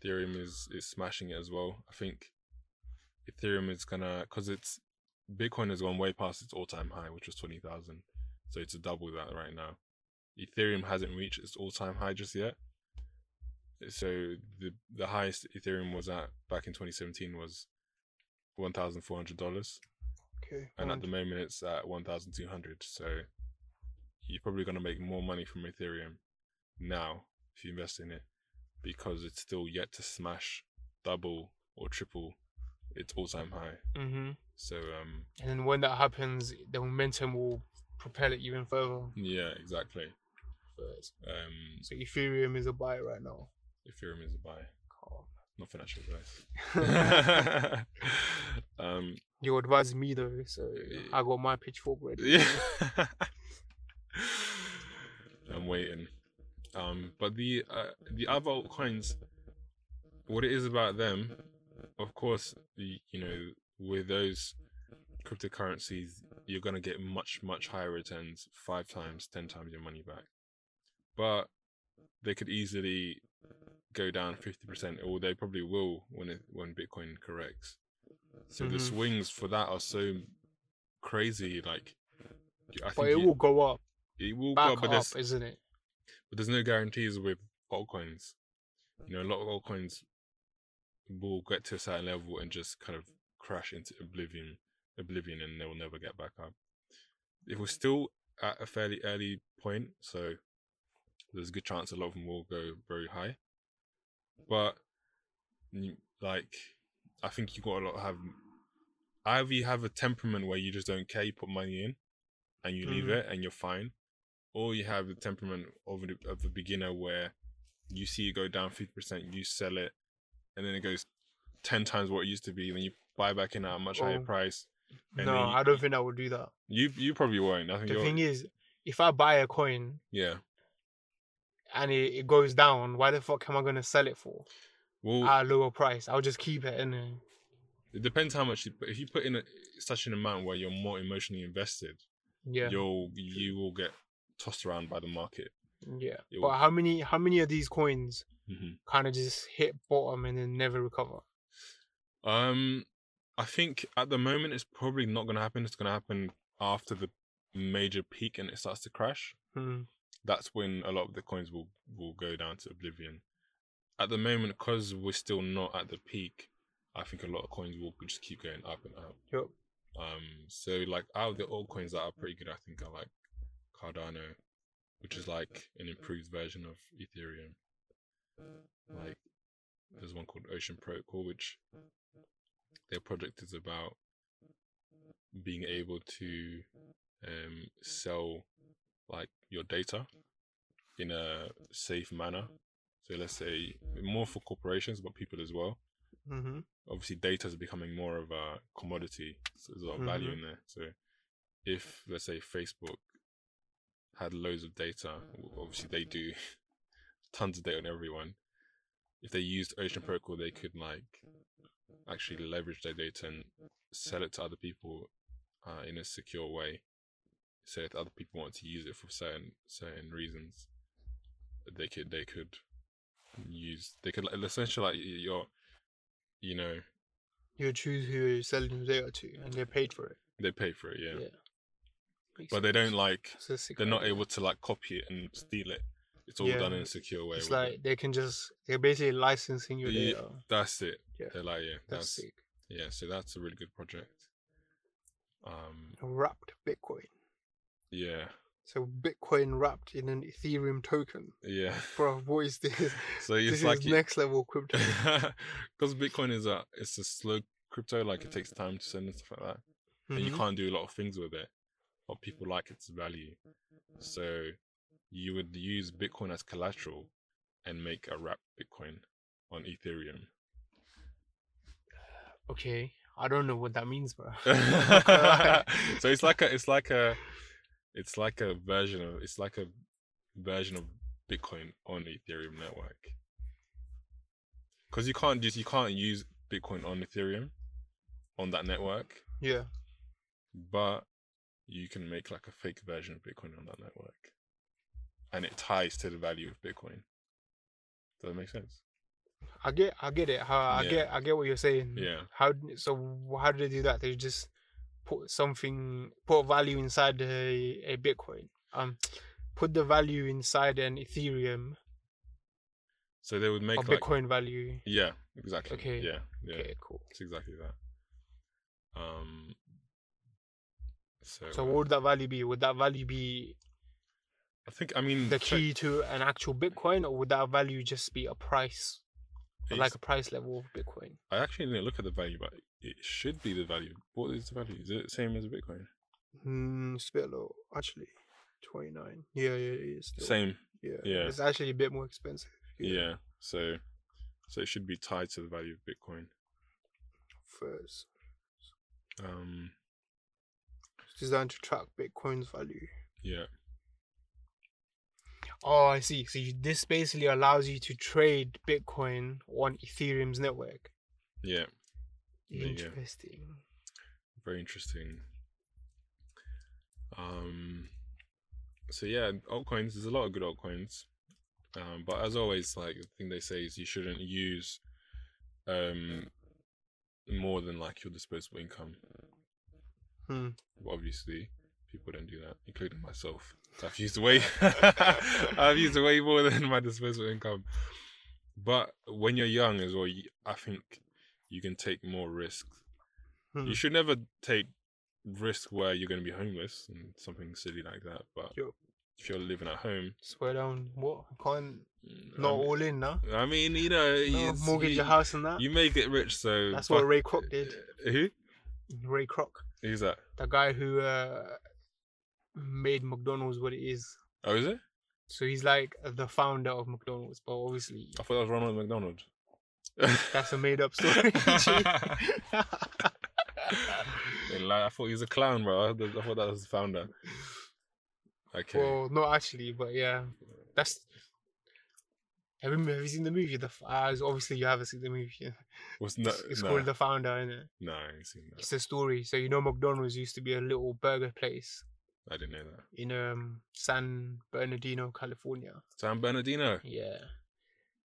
S1: Ethereum is is smashing it as well. I think Ethereum is gonna because it's Bitcoin has gone way past its all time high, which was twenty thousand, so it's double that right now. Ethereum hasn't reached its all time high just yet. So the the highest Ethereum was at back in twenty seventeen was one thousand four hundred dollars,
S2: Okay.
S1: and at
S2: and-
S1: the moment it's at one thousand two hundred. So you're probably gonna make more money from Ethereum now if you invest in it because it's still yet to smash double or triple its all-time high.
S2: Mhm.
S1: So um
S2: And then when that happens, the momentum will propel it even further.
S1: yeah, exactly.
S2: But-
S1: Um
S2: So Ethereum is a buy right now.
S1: Ethereum is a buy,
S2: Calm.
S1: not financial advice. um
S2: You advised me though, so
S1: Yeah.
S2: I got my pitchfork ready.
S1: yeah. I'm waiting. Um but the uh, the other altcoins what it is about them, of course, y- you know, with those cryptocurrencies, you're going to get much, much higher returns, five times, ten times your money back. But they could easily go down 50%, or they probably will when it, when Bitcoin corrects. So the
S2: Mhm.
S1: swings for that are so crazy. Like, I think
S2: But it will go up,
S1: it will go
S2: back
S1: up, but
S2: up,
S1: there's,
S2: isn't it?
S1: but there's no guarantees with altcoins. You know, a lot of altcoins will get to a certain level and just kind of crash into oblivion, oblivion, and they will never get back up. It was still at a fairly early point, so there's a good chance a lot of them will go very high. But mm, like, I think you got a lot have either you have a temperament where you just don't care, you put money in, and you leave
S2: Mhm.
S1: it, and you're fine, or you have the temperament of a, of a beginner where you see it go down fifty percent, you sell it, and then it goes ten times what it used to be, then you buy back in at a much higher
S2: Oh.
S1: price. And
S2: no,
S1: then you,
S2: I don't think I would do that.
S1: you you probably won't. I think
S2: The
S1: you're
S2: thing is, if I buy a coin
S1: yeah.
S2: and it, it goes down, why the fuck am I gonna sell it for
S1: Well,
S2: at a lower price? I'll just keep it and then
S1: it depends how much you put. If you put in a, such an amount where you're more emotionally invested,
S2: yeah,
S1: you'll you will get tossed around by the market.
S2: yeah.
S1: it
S2: But
S1: will-
S2: how many how many of these coins
S1: hmm
S2: kind of just hit bottom and then never recover?
S1: Um, I think at the moment it's probably not going to happen. It's going to happen after the major peak and it starts to crash.
S2: Hmm.
S1: That's when a lot of the coins will will go down to oblivion. At the moment, because we're still not at the peak, I think a lot of coins will just keep going up and up.
S2: Yup.
S1: Um, so like out of the old coins that are pretty good, I think I like Cardano, which is like an improved version of Ethereum. Like there's one called Ocean Protocol, which their project is about being able to um sell like your data in a safe manner. So let's say more for corporations, but people as well
S2: hmm
S1: obviously data is becoming more of a commodity. So there's a lot of value in there. So if let's say Facebook had loads of data, w- obviously they do tons of data on everyone. If they used Ocean Protocol, they could like actually leverage their data and sell it to other people uh, in a secure way. So if other people want to use it for certain certain reasons, they could they could use they could like, essentially like y- your you know
S2: You choose who you're selling your data to, and they're paid for it.
S1: They pay for it, yeah.
S2: Yeah. Makes
S1: But they
S2: sense.
S1: don't like
S2: It's a sick
S1: they're not
S2: idea.
S1: able to like copy it and steal it. It's all
S2: Yeah,
S1: done in a secure way.
S2: It's
S1: with it.
S2: like they can just they're basically licensing your
S1: Yeah,
S2: data.
S1: that's it.
S2: Yeah.
S1: They're like, yeah,
S2: That's
S1: that's,
S2: sick.
S1: yeah, so that's a really good project. Um
S2: Wrapped Bitcoin.
S1: yeah.
S2: So Bitcoin wrapped in an Ethereum token.
S1: Yeah.
S2: Bro, what is this?
S1: so it's
S2: this
S1: like
S2: is
S1: you-
S2: next level crypto.
S1: because Bitcoin is a it's a slow crypto, like it takes time to send and stuff like that, and you
S2: Mhm.
S1: can't do a lot of things with it, but people like its value, so you would use Bitcoin as collateral and make a wrap Bitcoin on Ethereum.
S2: Okay, I don't know what that means, bro.
S1: so it's like a it's like a it's like a version of it's like a version of Bitcoin on Ethereum network. Because you can't just you can't use Bitcoin on Ethereum on that network,
S2: yeah,
S1: but you can make like a fake version of Bitcoin on that network, and it ties to the value of Bitcoin. Does that make sense?
S2: I get, I get it. How I
S1: Yeah.
S2: get, I get what you're saying.
S1: Yeah.
S2: How d- so? wh- How do they do that? They just put something, put value inside a, a Bitcoin. Um, put the value inside an Ethereum
S1: So they would make
S2: or
S1: like
S2: Bitcoin value.
S1: yeah, exactly.
S2: Okay.
S1: Yeah. Yeah.
S2: Okay, cool.
S1: It's exactly that. Um. So,
S2: So
S1: uh,
S2: what would that value be? Would that value be
S1: I think I mean
S2: the
S1: tech-
S2: key to an actual Bitcoin, or would that value just be a price, or
S1: it's-
S2: like a price level of Bitcoin?
S1: I actually didn't look at the value, but it should be the value. What is the value? Is it the same as Bitcoin?
S2: Hmm, it's a bit low actually. Twenty nine. Yeah, yeah, it is. still.
S1: Same.
S2: Yeah.
S1: yeah.
S2: It's actually a bit more expensive.
S1: Yeah. So, so it should be tied to the value of Bitcoin.
S2: First,
S1: Um.
S2: it's designed to track Bitcoin's value.
S1: Yeah.
S2: Oh, I see. So you, this basically allows you to trade Bitcoin on Ethereum's network.
S1: Yeah. Yeah, yeah.
S2: Interesting.
S1: Very interesting. Um. So yeah, altcoins. There's a lot of good altcoins. Um, but as always, like the thing they say is you shouldn't use um more than like your disposable income.
S2: Hmm.
S1: obviously people don't do that, including myself. I've used way I've used way more than my disposable income. But when you're young as well, you- I think you can take more risks.
S2: Hmm.
S1: You should never take risk where you're going to be homeless and something silly like that. But
S2: Yo.
S1: if you're living at home,
S2: Swear down. What? Can't.
S1: mm,
S2: Not
S1: I mean,
S2: all in, nah?
S1: I mean, you know,
S2: No,
S1: it's-
S2: mortgage
S1: you,
S2: your house and that.
S1: you may get rich, so
S2: That's
S1: fuck-
S2: what Ray Kroc did.
S1: Who?
S2: Ray Kroc,
S1: Who's that?
S2: the guy who uh, made McDonald's what it is.
S1: Oh, is it?
S2: So he's like the founder of McDonald's, but obviously
S1: I thought that was Ronald McDonald.
S2: that's a made up story. G.
S1: Didn't lie, I thought he was a clown, bro. I thought I thought that was the founder. Okay.
S2: Well, not actually, but yeah, that's. Have you, have you seen the movie? The F- uh, obviously you haven't seen the movie. yeah.
S1: What's no,
S2: it's it's
S1: no,
S2: called uh, The Founder, innit?
S1: no, I ain't seen that.
S2: It's a story. So you know McDonald's used to be a little burger place
S1: I didn't know that.
S2: in um San Bernardino, California.
S1: San Bernardino.
S2: Yeah.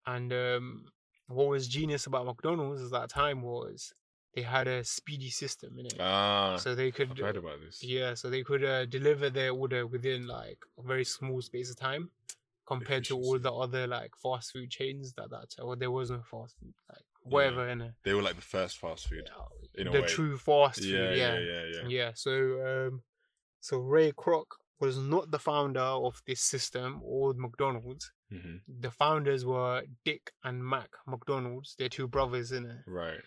S2: And um, what was genius about McDonald's at that time was they had a speedy system in it,
S1: Ah,
S2: so they could
S1: I've heard about this.
S2: yeah, so they could uh, deliver their order within like a very small space of time, compared to all
S1: Efficiency.
S2: the other like fast food chains that that well there was no fast food like whatever in a,
S1: They were like the first fast food. in a
S2: the
S1: way.
S2: true fast food
S1: Yeah, yeah, yeah,
S2: yeah.
S1: yeah.
S2: so um, so Ray Kroc was not the founder of this system or McDonald's
S1: hmm
S2: the founders were Dick and Mac McDonald's. They're two brothers, in it.
S1: Right.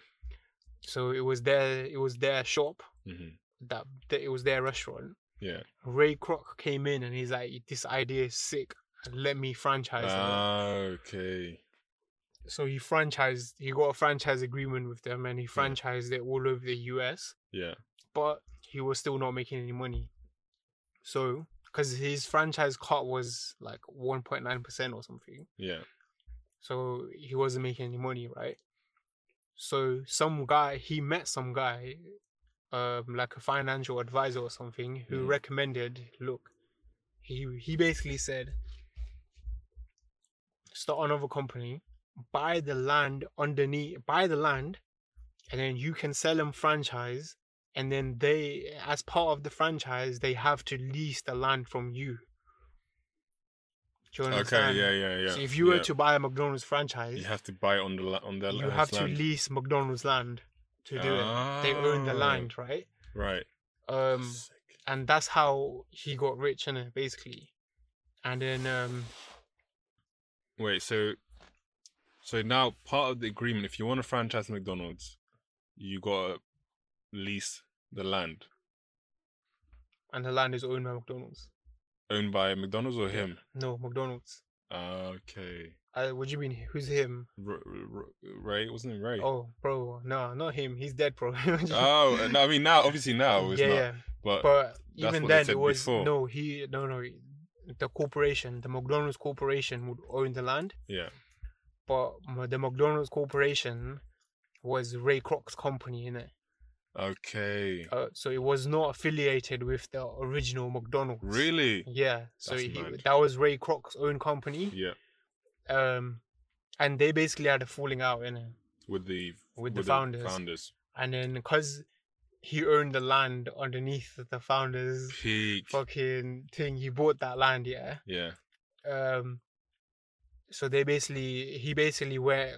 S2: So it was their it was their shop
S1: hmm
S2: that, that it was their restaurant.
S1: Yeah.
S2: Ray Kroc came in and he's like, "This idea is sick. Let me franchise." it."
S1: Ah, okay.
S2: So he franchised. He got a franchise agreement with them, and he franchised it all over the U.S.
S1: Yeah.
S2: But he was still not making any money. So because his franchise cut was like 1.9 percent or something.
S1: Yeah.
S2: so he wasn't making any money, right? So some guy he met some guy, um, like a financial advisor or something, who
S1: Mhm.
S2: recommended. Look, he he basically said, start another company, buy the land underneath, buy the land, and then you can sell them franchise, and then they, as part of the franchise, they have to lease the land from you. Do you
S1: Okay.
S2: understand?
S1: Yeah. Yeah. Yeah.
S2: So if you were
S1: yeah.
S2: to buy a McDonald's franchise,
S1: you have to buy it on the la- on their
S2: you
S1: on
S2: have
S1: this
S2: to
S1: land.
S2: lease McDonald's land to do it. They own the
S1: Ah,
S2: land, right?
S1: Right.
S2: Um,
S1: Sick.
S2: and that's how he got rich, and basically. And then, um,
S1: Wait, so so now part of the agreement, if you want to franchise McDonald's, you gotta lease the land
S2: and the land is owned by McDonald's.
S1: owned by McDonald's or him.
S2: No, McDonald's.
S1: Okay,
S2: Uh, what do you mean? Who's him?
S1: R- R- R- Ray wasn't it Ray? Oh,
S2: Oh, bro, no, not him. He's dead, bro. oh,
S1: oh no, I mean now obviously now it's
S2: yeah,
S1: not,
S2: yeah.
S1: but,
S2: But
S1: that's
S2: even
S1: what they
S2: then,
S1: said
S2: it was
S1: before.
S2: no. He no no. The corporation, the McDonald's corporation, would own the land.
S1: yeah,
S2: but m- the McDonald's Corporation was Ray Kroc's company in it,
S1: okay,
S2: uh, so it was not affiliated with the original McDonald's.
S1: really,
S2: Yeah. So
S1: That's
S2: he,
S1: mad.
S2: that was Ray Kroc's own company,
S1: yeah,
S2: um, and they basically had a falling out in it,
S1: with the
S2: With the founders.
S1: founders,
S2: and then because he owned the land underneath the founders'
S1: peak,
S2: fucking thing, he bought that land. Yeah.
S1: yeah,
S2: um so they basically he basically went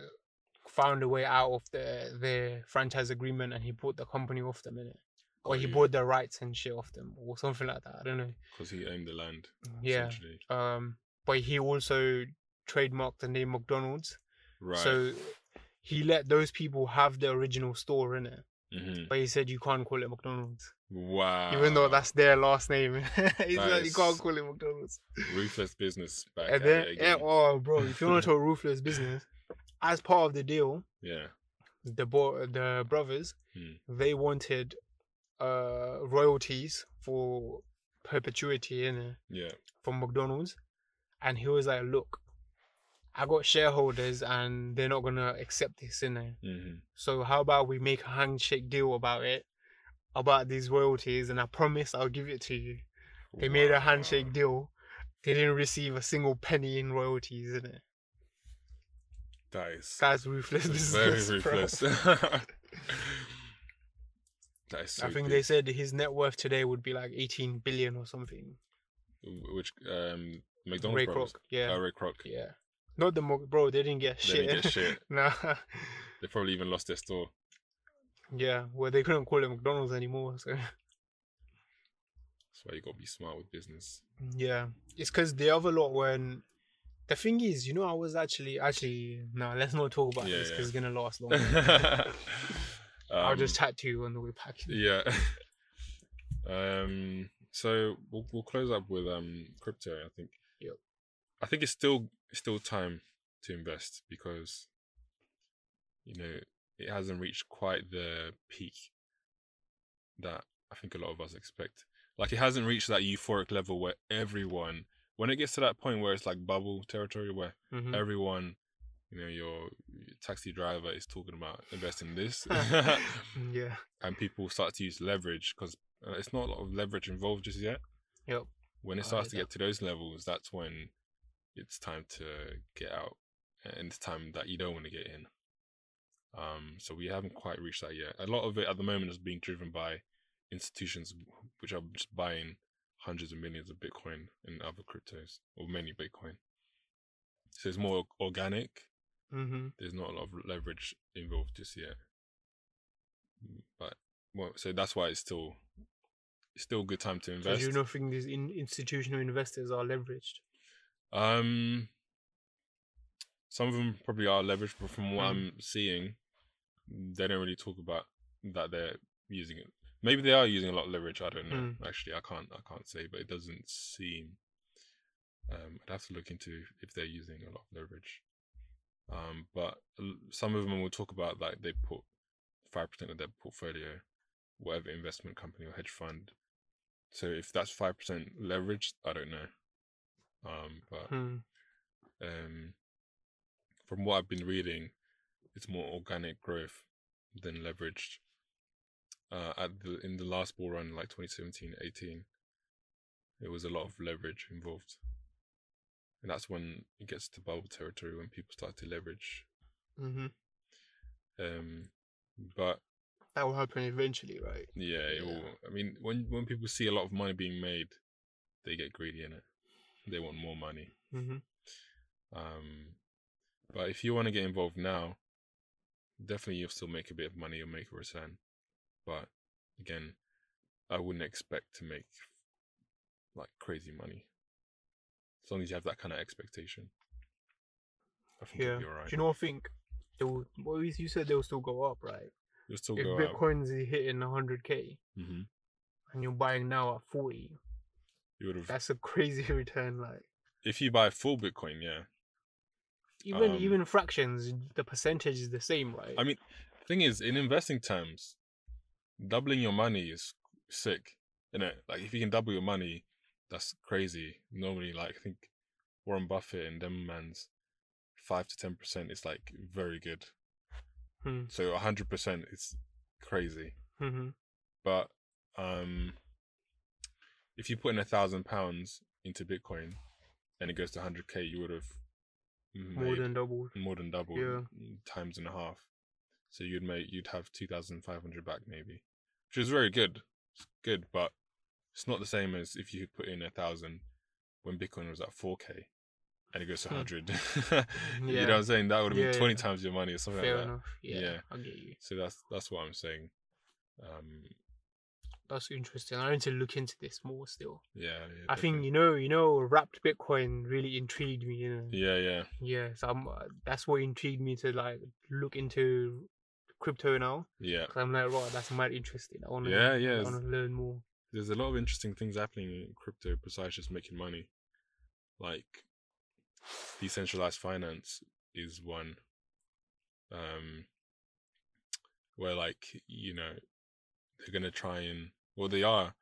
S2: found a way out of the the franchise agreement and he bought the company off them in it or
S1: Got
S2: he
S1: you.
S2: bought the rights and shit off them or something like that i don't know
S1: because he owned the land,
S2: yeah
S1: essentially.
S2: um but he also trademarked the name mcdonald's
S1: right?
S2: so he let those people have the original store in it
S1: hmm
S2: but he said you can't call it mcdonald's
S1: Wow,
S2: even though that's their last name he's
S1: Ah. That
S2: like you
S1: is-
S2: can't call it mcdonald's
S1: ruthless business back
S2: And
S1: at
S2: then,
S1: it
S2: yeah,
S1: again.
S2: oh, bro, if you're not a ruthless business, as part of the deal,
S1: yeah.
S2: the bo- the brothers,
S1: Hmm.
S2: they wanted uh royalties for perpetuity in
S1: Yeah,
S2: from McDonald's, and he was like, "Look, I got shareholders, and they're not gonna accept this in there.
S1: hmm
S2: So how about we make a handshake deal about it, about these royalties, and I promise I'll give it to you." They made a handshake deal. They didn't receive a single penny in royalties, in it.
S1: That is
S2: That's ruthless
S1: very
S2: business. bro.
S1: ruthless. that is so
S2: I think they
S1: deep.
S2: said his net worth today would be like 18 billion or something.
S1: Wh- which um McDonald's
S2: Ray
S1: brothers.
S2: Kroc, yeah,
S1: Uh, Ray Kroc.
S2: yeah. Not the mo- bro. They didn't get
S1: They didn't
S2: shit.
S1: get shit.
S2: nah.
S1: They probably even lost their store.
S2: Yeah. Well, they couldn't call it McDonald's anymore. So
S1: That's why you gotta be smart with business.
S2: yeah, it's because the other lot when. The thing is, you know, I was actually actually no. Let's not talk about
S1: Yeah,
S2: this 'cause
S1: yeah.
S2: it's gonna last long. I'll
S1: Um,
S2: just tattoo you on the way back.
S1: yeah. um. So we'll we'll close up with um crypto. I think.
S2: Yep.
S1: I think it's still it's still time to invest because you know it hasn't reached quite the peak that I think a lot of us expect. Like it hasn't reached that euphoric level where everyone, when it gets to that point where it's like bubble territory, where
S2: Mhm.
S1: everyone, you know, your taxi driver is talking about investing this.
S2: yeah.
S1: and people start to use leverage because uh, it's not a lot of leverage involved just yet.
S2: Yep.
S1: When
S2: I
S1: it starts
S2: heard
S1: to get to those levels, that's when it's time to get out, and it's time that you don't want to get in. Um, so we haven't quite reached that yet. A lot of it at the moment is being driven by institutions which are just buying hundreds of millions of Bitcoin and other cryptos, or many Bitcoin. So it's more organic
S2: Mm-hmm.
S1: there's not a lot of leverage involved just yet. But well, so that's why it's still it's still a good time to
S2: So do
S1: invest.
S2: you not think these in- institutional investors are leveraged?
S1: um, some of them probably are leveraged, but from what
S2: Mm.
S1: I'm seeing, they don't really talk about that they're using it. Maybe they are using a lot of leverage. I don't know.
S2: Mm.
S1: Actually, I can't I can't say, but it doesn't seem. Um, I'd have to look into if they're using a lot of leverage. Um, but l- some of them will talk about like they put five percent of their portfolio, whatever investment company or hedge fund. So if that's five percent leverage, I don't know. Um, but
S2: Hmm.
S1: um, from what I've been reading, it's more organic growth than leveraged. Uh, at the in the last bull run, like 2017, 18, it was a lot of leverage involved, and that's when it gets to bubble territory when people start to leverage.
S2: Mm-hmm.
S1: Um, but
S2: That will happen eventually, right?
S1: yeah, it
S2: Yeah.
S1: Will, I mean, when when people see a lot of money being made, they get greedy in it. They want more money.
S2: Mm-hmm.
S1: Um, but if you want to get involved now, definitely you'll still make a bit of money. You'll make a return. But again, I wouldn't expect to make like crazy money. As long as you have that kind of expectation, I think
S2: Yeah.
S1: you'll be alright.
S2: Do you know what I think? They will, well, you you said they will still go up, right?
S1: you'll still
S2: if
S1: go out.
S2: Bitcoin's hitting 100k
S1: hmm
S2: and you're buying now at 40,
S1: You would have
S2: that's a crazy return. Like
S1: if you buy full Bitcoin, yeah.
S2: even
S1: Um,
S2: even fractions, the percentage is the same, right?
S1: I mean, thing is, in investing terms, doubling your money is sick. You know, like if you can double your money, that's crazy. Normally, like I think Warren Buffett and them man's five to ten percent is like very good.
S2: Hmm.
S1: So hundred percent is crazy.
S2: hmm
S1: But um, if you put in a thousand pounds into Bitcoin and it goes to hundred k, you would have
S2: more than doubled.
S1: more than double
S2: Yeah.
S1: times and a half. So you'd make you'd have two thousand five hundred back maybe, which is very good. It's good, but it's not the same as if you put in a thousand when Bitcoin was at four k, and it goes to
S2: Hmm.
S1: hundred. You
S2: Yeah.
S1: know what I'm saying? That would have been
S2: Yeah,
S1: twenty
S2: yeah.
S1: times your money or something
S2: Fair
S1: like that.
S2: enough. Yeah,
S1: Yeah.
S2: I get you.
S1: So that's that's what I'm saying. Um,
S2: That's interesting. I need to look into this more still.
S1: yeah, yeah,
S2: I think
S1: definitely.
S2: you know, you know, wrapped Bitcoin really intrigued me. You know?
S1: Yeah, yeah,
S2: Yeah, so I'm, uh, that's what intrigued me to like look into crypto now.
S1: yeah.
S2: 'cause I'm like, right, that's mad interesting. I want to,
S1: Yeah, yeah,
S2: I
S1: it's-
S2: want to learn more.
S1: there's a lot of interesting things happening in crypto besides just making money. Like decentralized finance is one. Um where like, you know, they're gonna try and well they are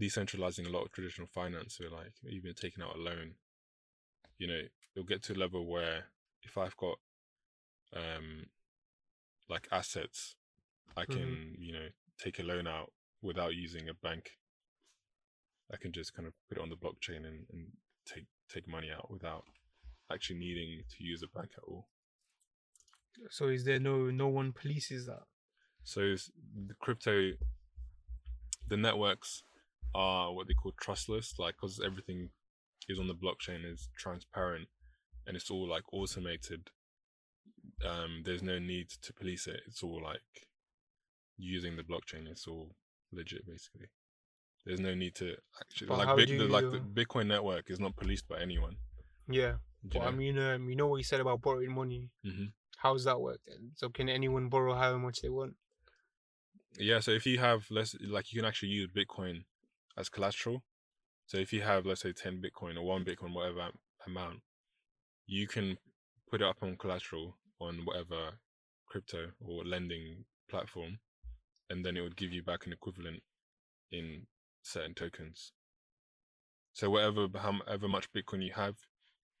S1: decentralizing a lot of traditional finance. So like even taking out a loan, you know, it'll get to a level where if I've got um like assets, I
S2: Mhm.
S1: can, you know, take a loan out without using a bank. I can just kind of put it on the blockchain and, and take take money out without actually needing to use a bank at all.
S2: So is there no no one polices that?
S1: So s- the crypto, the networks are what they call trustless, like because everything is on the blockchain is transparent. and it's all like automated. Um, there's no need to police it. It's all like using the blockchain. It's all legit, basically. There's no need to actually
S2: But
S1: like
S2: how
S1: big,
S2: do
S1: the, like
S2: you-
S1: the Bitcoin network is not policed by anyone.
S2: Yeah.
S1: do you
S2: But I
S1: know?
S2: mean, um, you know what you said about borrowing money.
S1: Mhm.
S2: How does that work then? So can anyone borrow how much they want?
S1: Yeah, so if you have less, like you can actually use Bitcoin as collateral. So if you have, let's say, ten Bitcoin or one Bitcoin, whatever am- amount, you can put it up on collateral on whatever crypto or lending platform, and then it would give you back an equivalent in certain tokens. So whatever, however much Bitcoin you have,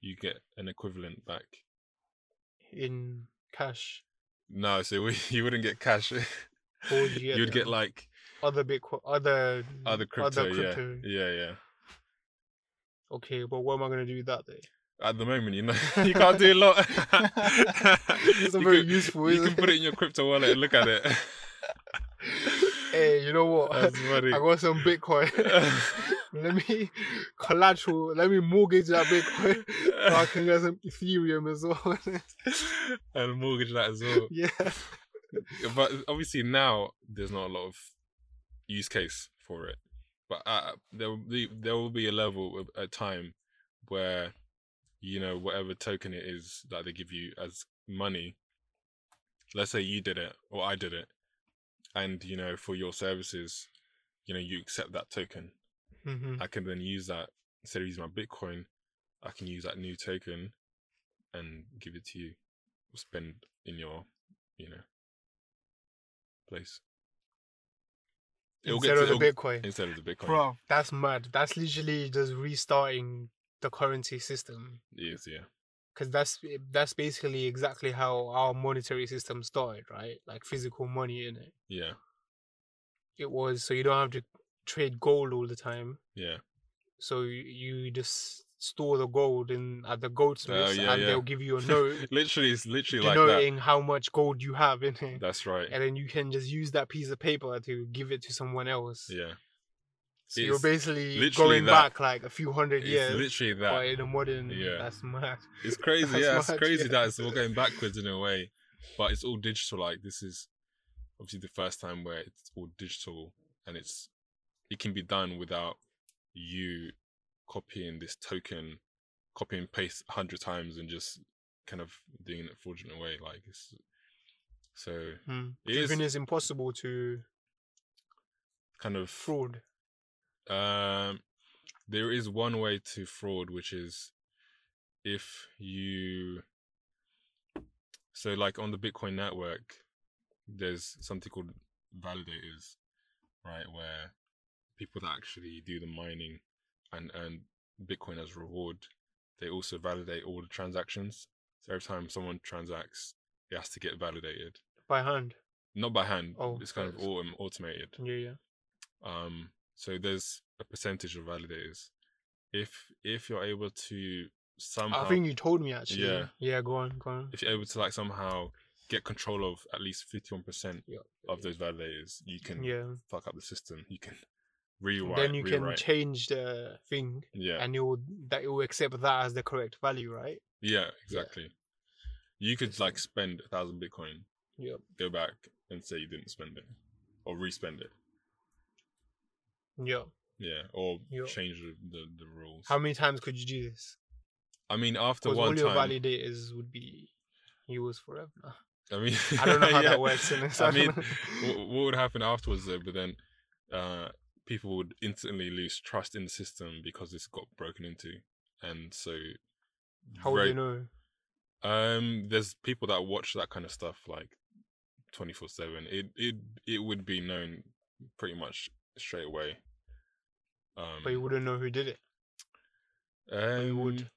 S1: you get an equivalent back.
S2: in cash
S1: No, so we, you wouldn't get cash.
S2: What would you get
S1: You'd get
S2: then?
S1: like
S2: other bitcoin other
S1: other crypto,
S2: crypto.
S1: yeah, yeah, yeah.
S2: okay but what am i going to do with that then
S1: At the moment, you know, you can't do a lot.
S2: It's not
S1: You
S2: very
S1: can-
S2: useful,
S1: You
S2: is
S1: can put it in your crypto wallet and look at it.
S2: hey you know what
S1: That's funny.
S2: i got some bitcoin let me collateral let me mortgage that bitcoin so i can get some ethereum as well
S1: and mortgage that as well.
S2: yeah
S1: But obviously now there's not a lot of use case for it. But uh, there will be there will be a level of- a time where you know whatever token it is that they give you as money. Let's say you did it or I did it, and you know for your services, you know you accept that token.
S2: hmm
S1: I can then use that instead of using my Bitcoin, I can use that new token and give it to you. Or spend in your, you know, place. It'll
S2: instead
S1: get
S2: of
S1: to,
S2: the
S1: it'll-
S2: bitcoin
S1: instead of the Bitcoin.
S2: bro that's mad that's literally just restarting the currency system
S1: Yes, yeah.
S2: because that's that's basically exactly how our monetary system started, right? Like physical money in it.
S1: Yeah.
S2: It was so you don't have to trade gold all the time.
S1: Yeah.
S2: So you, you just store the gold in at the goldsmiths,
S1: Oh, yeah,
S2: and
S1: yeah.
S2: they'll give you a note
S1: literally it's literally like that.
S2: denoting how much gold you have in it,
S1: That's right.
S2: and then you can just use that piece of paper to give it to someone else.
S1: Yeah.
S2: So you're
S1: It's
S2: basically
S1: literally
S2: going
S1: that.
S2: back like a few hundred
S1: It's
S2: years,
S1: literally that.
S2: but in a modern,
S1: Yeah.
S2: that's mad.
S1: It's crazy,
S2: That's
S1: yeah. It's
S2: mad,
S1: crazy
S2: yeah.
S1: that it's all going backwards in a way, but it's all digital. Like this is obviously the first time where it's all digital and it's it can be done without you copying this token, copy and paste a hundred times and just kind of doing it fraudulent way. Like it's so
S2: Hmm.
S1: It is-
S2: Even it's impossible to
S1: kind of
S2: fraud.
S1: Um, there is one way to fraud, which is if you. So, like on the Bitcoin network, there's something called validators, right? Where people that actually do the mining and earn Bitcoin as reward, they also validate all the transactions. So every time someone transacts, it has to get validated,
S2: by hand.
S1: not by hand.
S2: Oh,
S1: it's kind of
S2: that's-
S1: autom- automated.
S2: Yeah, yeah.
S1: Um, so there's a percentage of validators. If if you're able to somehow,
S2: I think you told me actually.
S1: Yeah.
S2: Yeah, go on, go on.
S1: if you're able to like somehow get control of at least fifty one percent
S2: Yeah.
S1: of those validators, you can
S2: Yeah.
S1: fuck up the system. You can rewrite,
S2: then you can
S1: rewrite.
S2: change the thing
S1: yeah,
S2: and it will that it will accept that as the correct value, right?
S1: yeah, exactly. You could like spend a thousand Bitcoin,
S2: Yep.
S1: go back and say you didn't spend it, or respend it.
S2: Yeah.
S1: Yeah, or
S2: Yeah.
S1: change the, the, the rules.
S2: How many times could you do this?
S1: I mean, after
S2: Because all
S1: one
S2: your
S1: time,
S2: validators would be yours forever.
S1: I mean,
S2: I don't know how
S1: yeah.
S2: that works in this.
S1: I mean, what, what would happen afterwards though? But then, uh, people would instantly lose trust in the system because it's got broken into, and so
S2: how would
S1: very-
S2: you know?
S1: Um, there's people that watch that kind of stuff like twenty four seven. It it it would be known pretty much straight away. Um,
S2: But you wouldn't know who did it.
S1: um,
S2: would.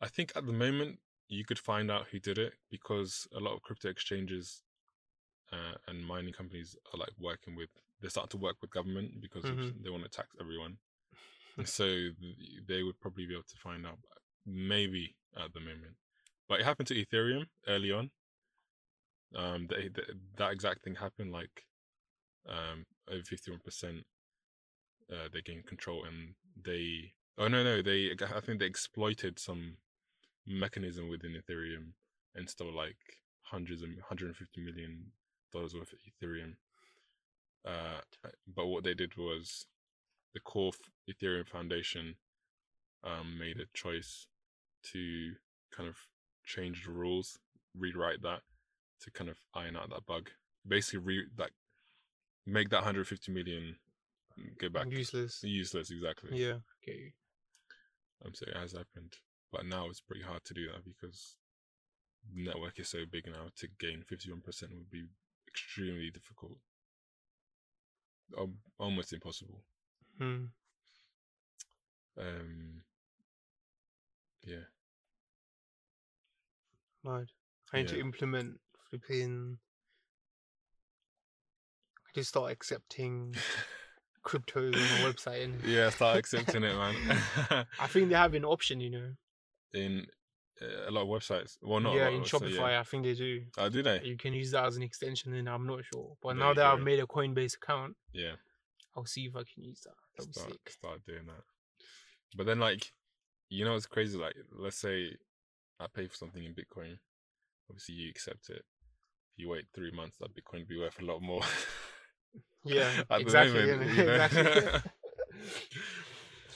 S1: I think at the moment you could find out who did it because a lot of crypto exchanges uh, and mining companies are like working with. They start to work with government because of-
S2: Mhm.
S1: they want to tax everyone, so th- they would probably be able to find out. Maybe at the moment, but it happened to Ethereum early on. Um, they, th- that exact thing happened like um over fifty one percent uh, they gained control and they Oh no, no, they. I think they exploited some mechanism within Ethereum and stole like hundreds and 150 million dollars worth of Ethereum. Uh, but what they did was the core f- Ethereum Foundation um, made a choice to kind of change the rules, rewrite that to kind of iron out that bug. Basically, re- like make that 150 million go back
S2: Useless.
S1: useless. Exactly.
S2: Yeah. Okay.
S1: Um, so it has happened, but now it's pretty hard to do that because the network is so big now. To gain 51% would be extremely difficult, um, almost impossible.
S2: Hmm.
S1: Um, yeah.
S2: Right. I need to
S1: Yeah.
S2: implement flipping. I just start accepting cryptos on my website, and
S1: yeah, start accepting it, man.
S2: I think they have an option, you know.
S1: in uh, a lot of websites. Well, not a
S2: yeah,
S1: lot
S2: in
S1: of websites,
S2: Shopify,
S1: Yeah.
S2: I think they do.
S1: Oh, do they?
S2: You can use that as an extension, and I'm not sure. But
S1: There
S2: now
S1: you
S2: that I've
S1: go.
S2: made a Coinbase account,
S1: Yeah,
S2: I'll see if I can use that. That'll be
S1: start
S2: sick.
S1: start doing that. But then, like, you know, it's crazy. Like, let's say I pay for something in Bitcoin. Obviously, you accept it. If you wait three months, that Bitcoin will be worth a lot more.
S2: Yeah,
S1: At the
S2: exactly.
S1: moment,
S2: yeah,
S1: you know.
S2: exactly.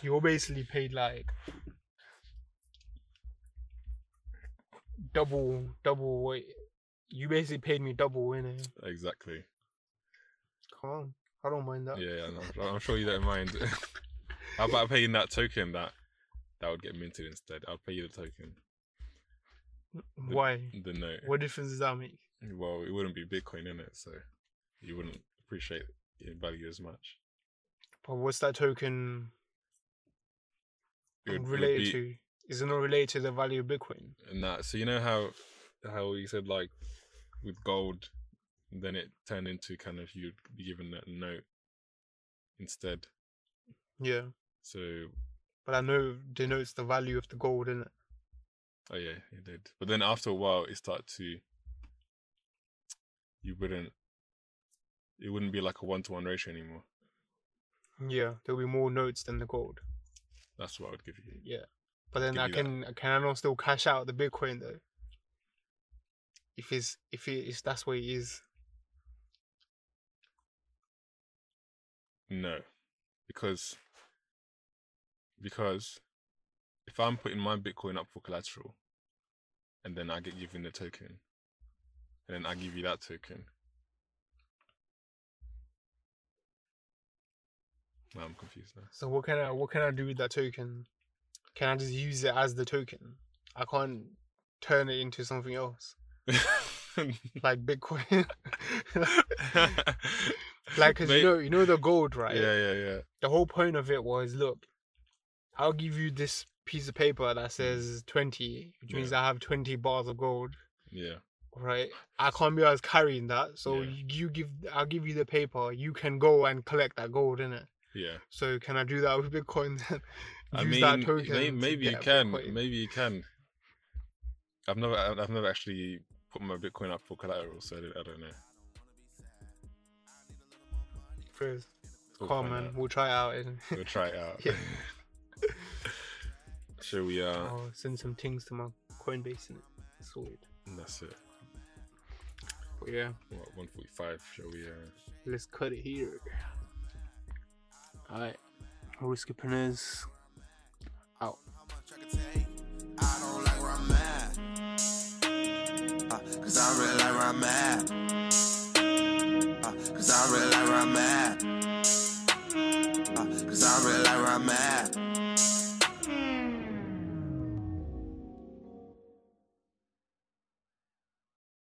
S2: You're basically paid like double, double what you basically paid me double, innit?
S1: exactly.
S2: Come on, I don't mind that.
S1: Yeah, and I'm, I'm sure you don't mind. How about paying that token that that would get minted instead? I'll pay you the token,
S2: Mm, Why?
S1: the note.
S2: What difference does that make?
S1: Well, it wouldn't be Bitcoin in it, so you wouldn't appreciate it value as much.
S2: But what's that token
S1: It would, it would
S2: related
S1: be-
S2: to? Is it not related to the value of Bitcoin?
S1: and that. So you know how how you said like with gold, then it turned into kind of you'd be given a note instead.
S2: Yeah,
S1: So
S2: but I know it denotes the value of the gold, innit?
S1: oh yeah, it did. But then after a while, it started to you wouldn't it wouldn't be like a one to one ratio anymore.
S2: Yeah, there'll be more notes than the gold.
S1: That's what I would give you.
S2: Yeah, but then
S1: Give
S2: I
S1: you that.
S2: can can I not still cash out the Bitcoin though? If it's if it if that's what it is,
S1: No, because because if I'm putting my Bitcoin up for collateral, and then I get given the token, and then I give you that token. Now I'm confused now.
S2: so what can I what can I do with that token? Can I just use it as the token? I can't turn it into something else like Bitcoin. like, cause
S1: Mate-
S2: you know you know the gold, right?
S1: yeah, yeah, yeah.
S2: the whole point of it was look, I'll give you this piece of paper
S1: Mm.
S2: that says 20, which means I have 20 bars of gold,
S1: Yeah,
S2: right? I can't be always carrying that. So
S1: Yeah.
S2: you, you give, I'll give you the paper. You can go and collect that gold in it.
S1: yeah.
S2: So can I do that with Bitcoin then?
S1: I
S2: Use
S1: mean,
S2: that
S1: may-
S2: token to
S1: maybe you
S2: get
S1: can.
S2: Bitcoin.
S1: Maybe you can. I've never, I- I've never actually put my Bitcoin up for collateral, so I don't, I don't know.
S2: Frizz.
S1: We'll
S2: Come on,
S1: find
S2: man.
S1: out.
S2: We'll try it out. innit?
S1: We'll try it out.
S2: Yeah.
S1: Shall we? Uh,
S2: I'll send some things to my Coinbase in it. Sorted.
S1: that's it.
S2: But yeah,
S1: What, 145? Shall we? Uh,
S2: let's cut it here. All right. Riskpreneurs out.
S3: much I can take. I don't like where I'm at. Uh, Cause I really like where I'm at. Uh, Cause I really like where I'm at.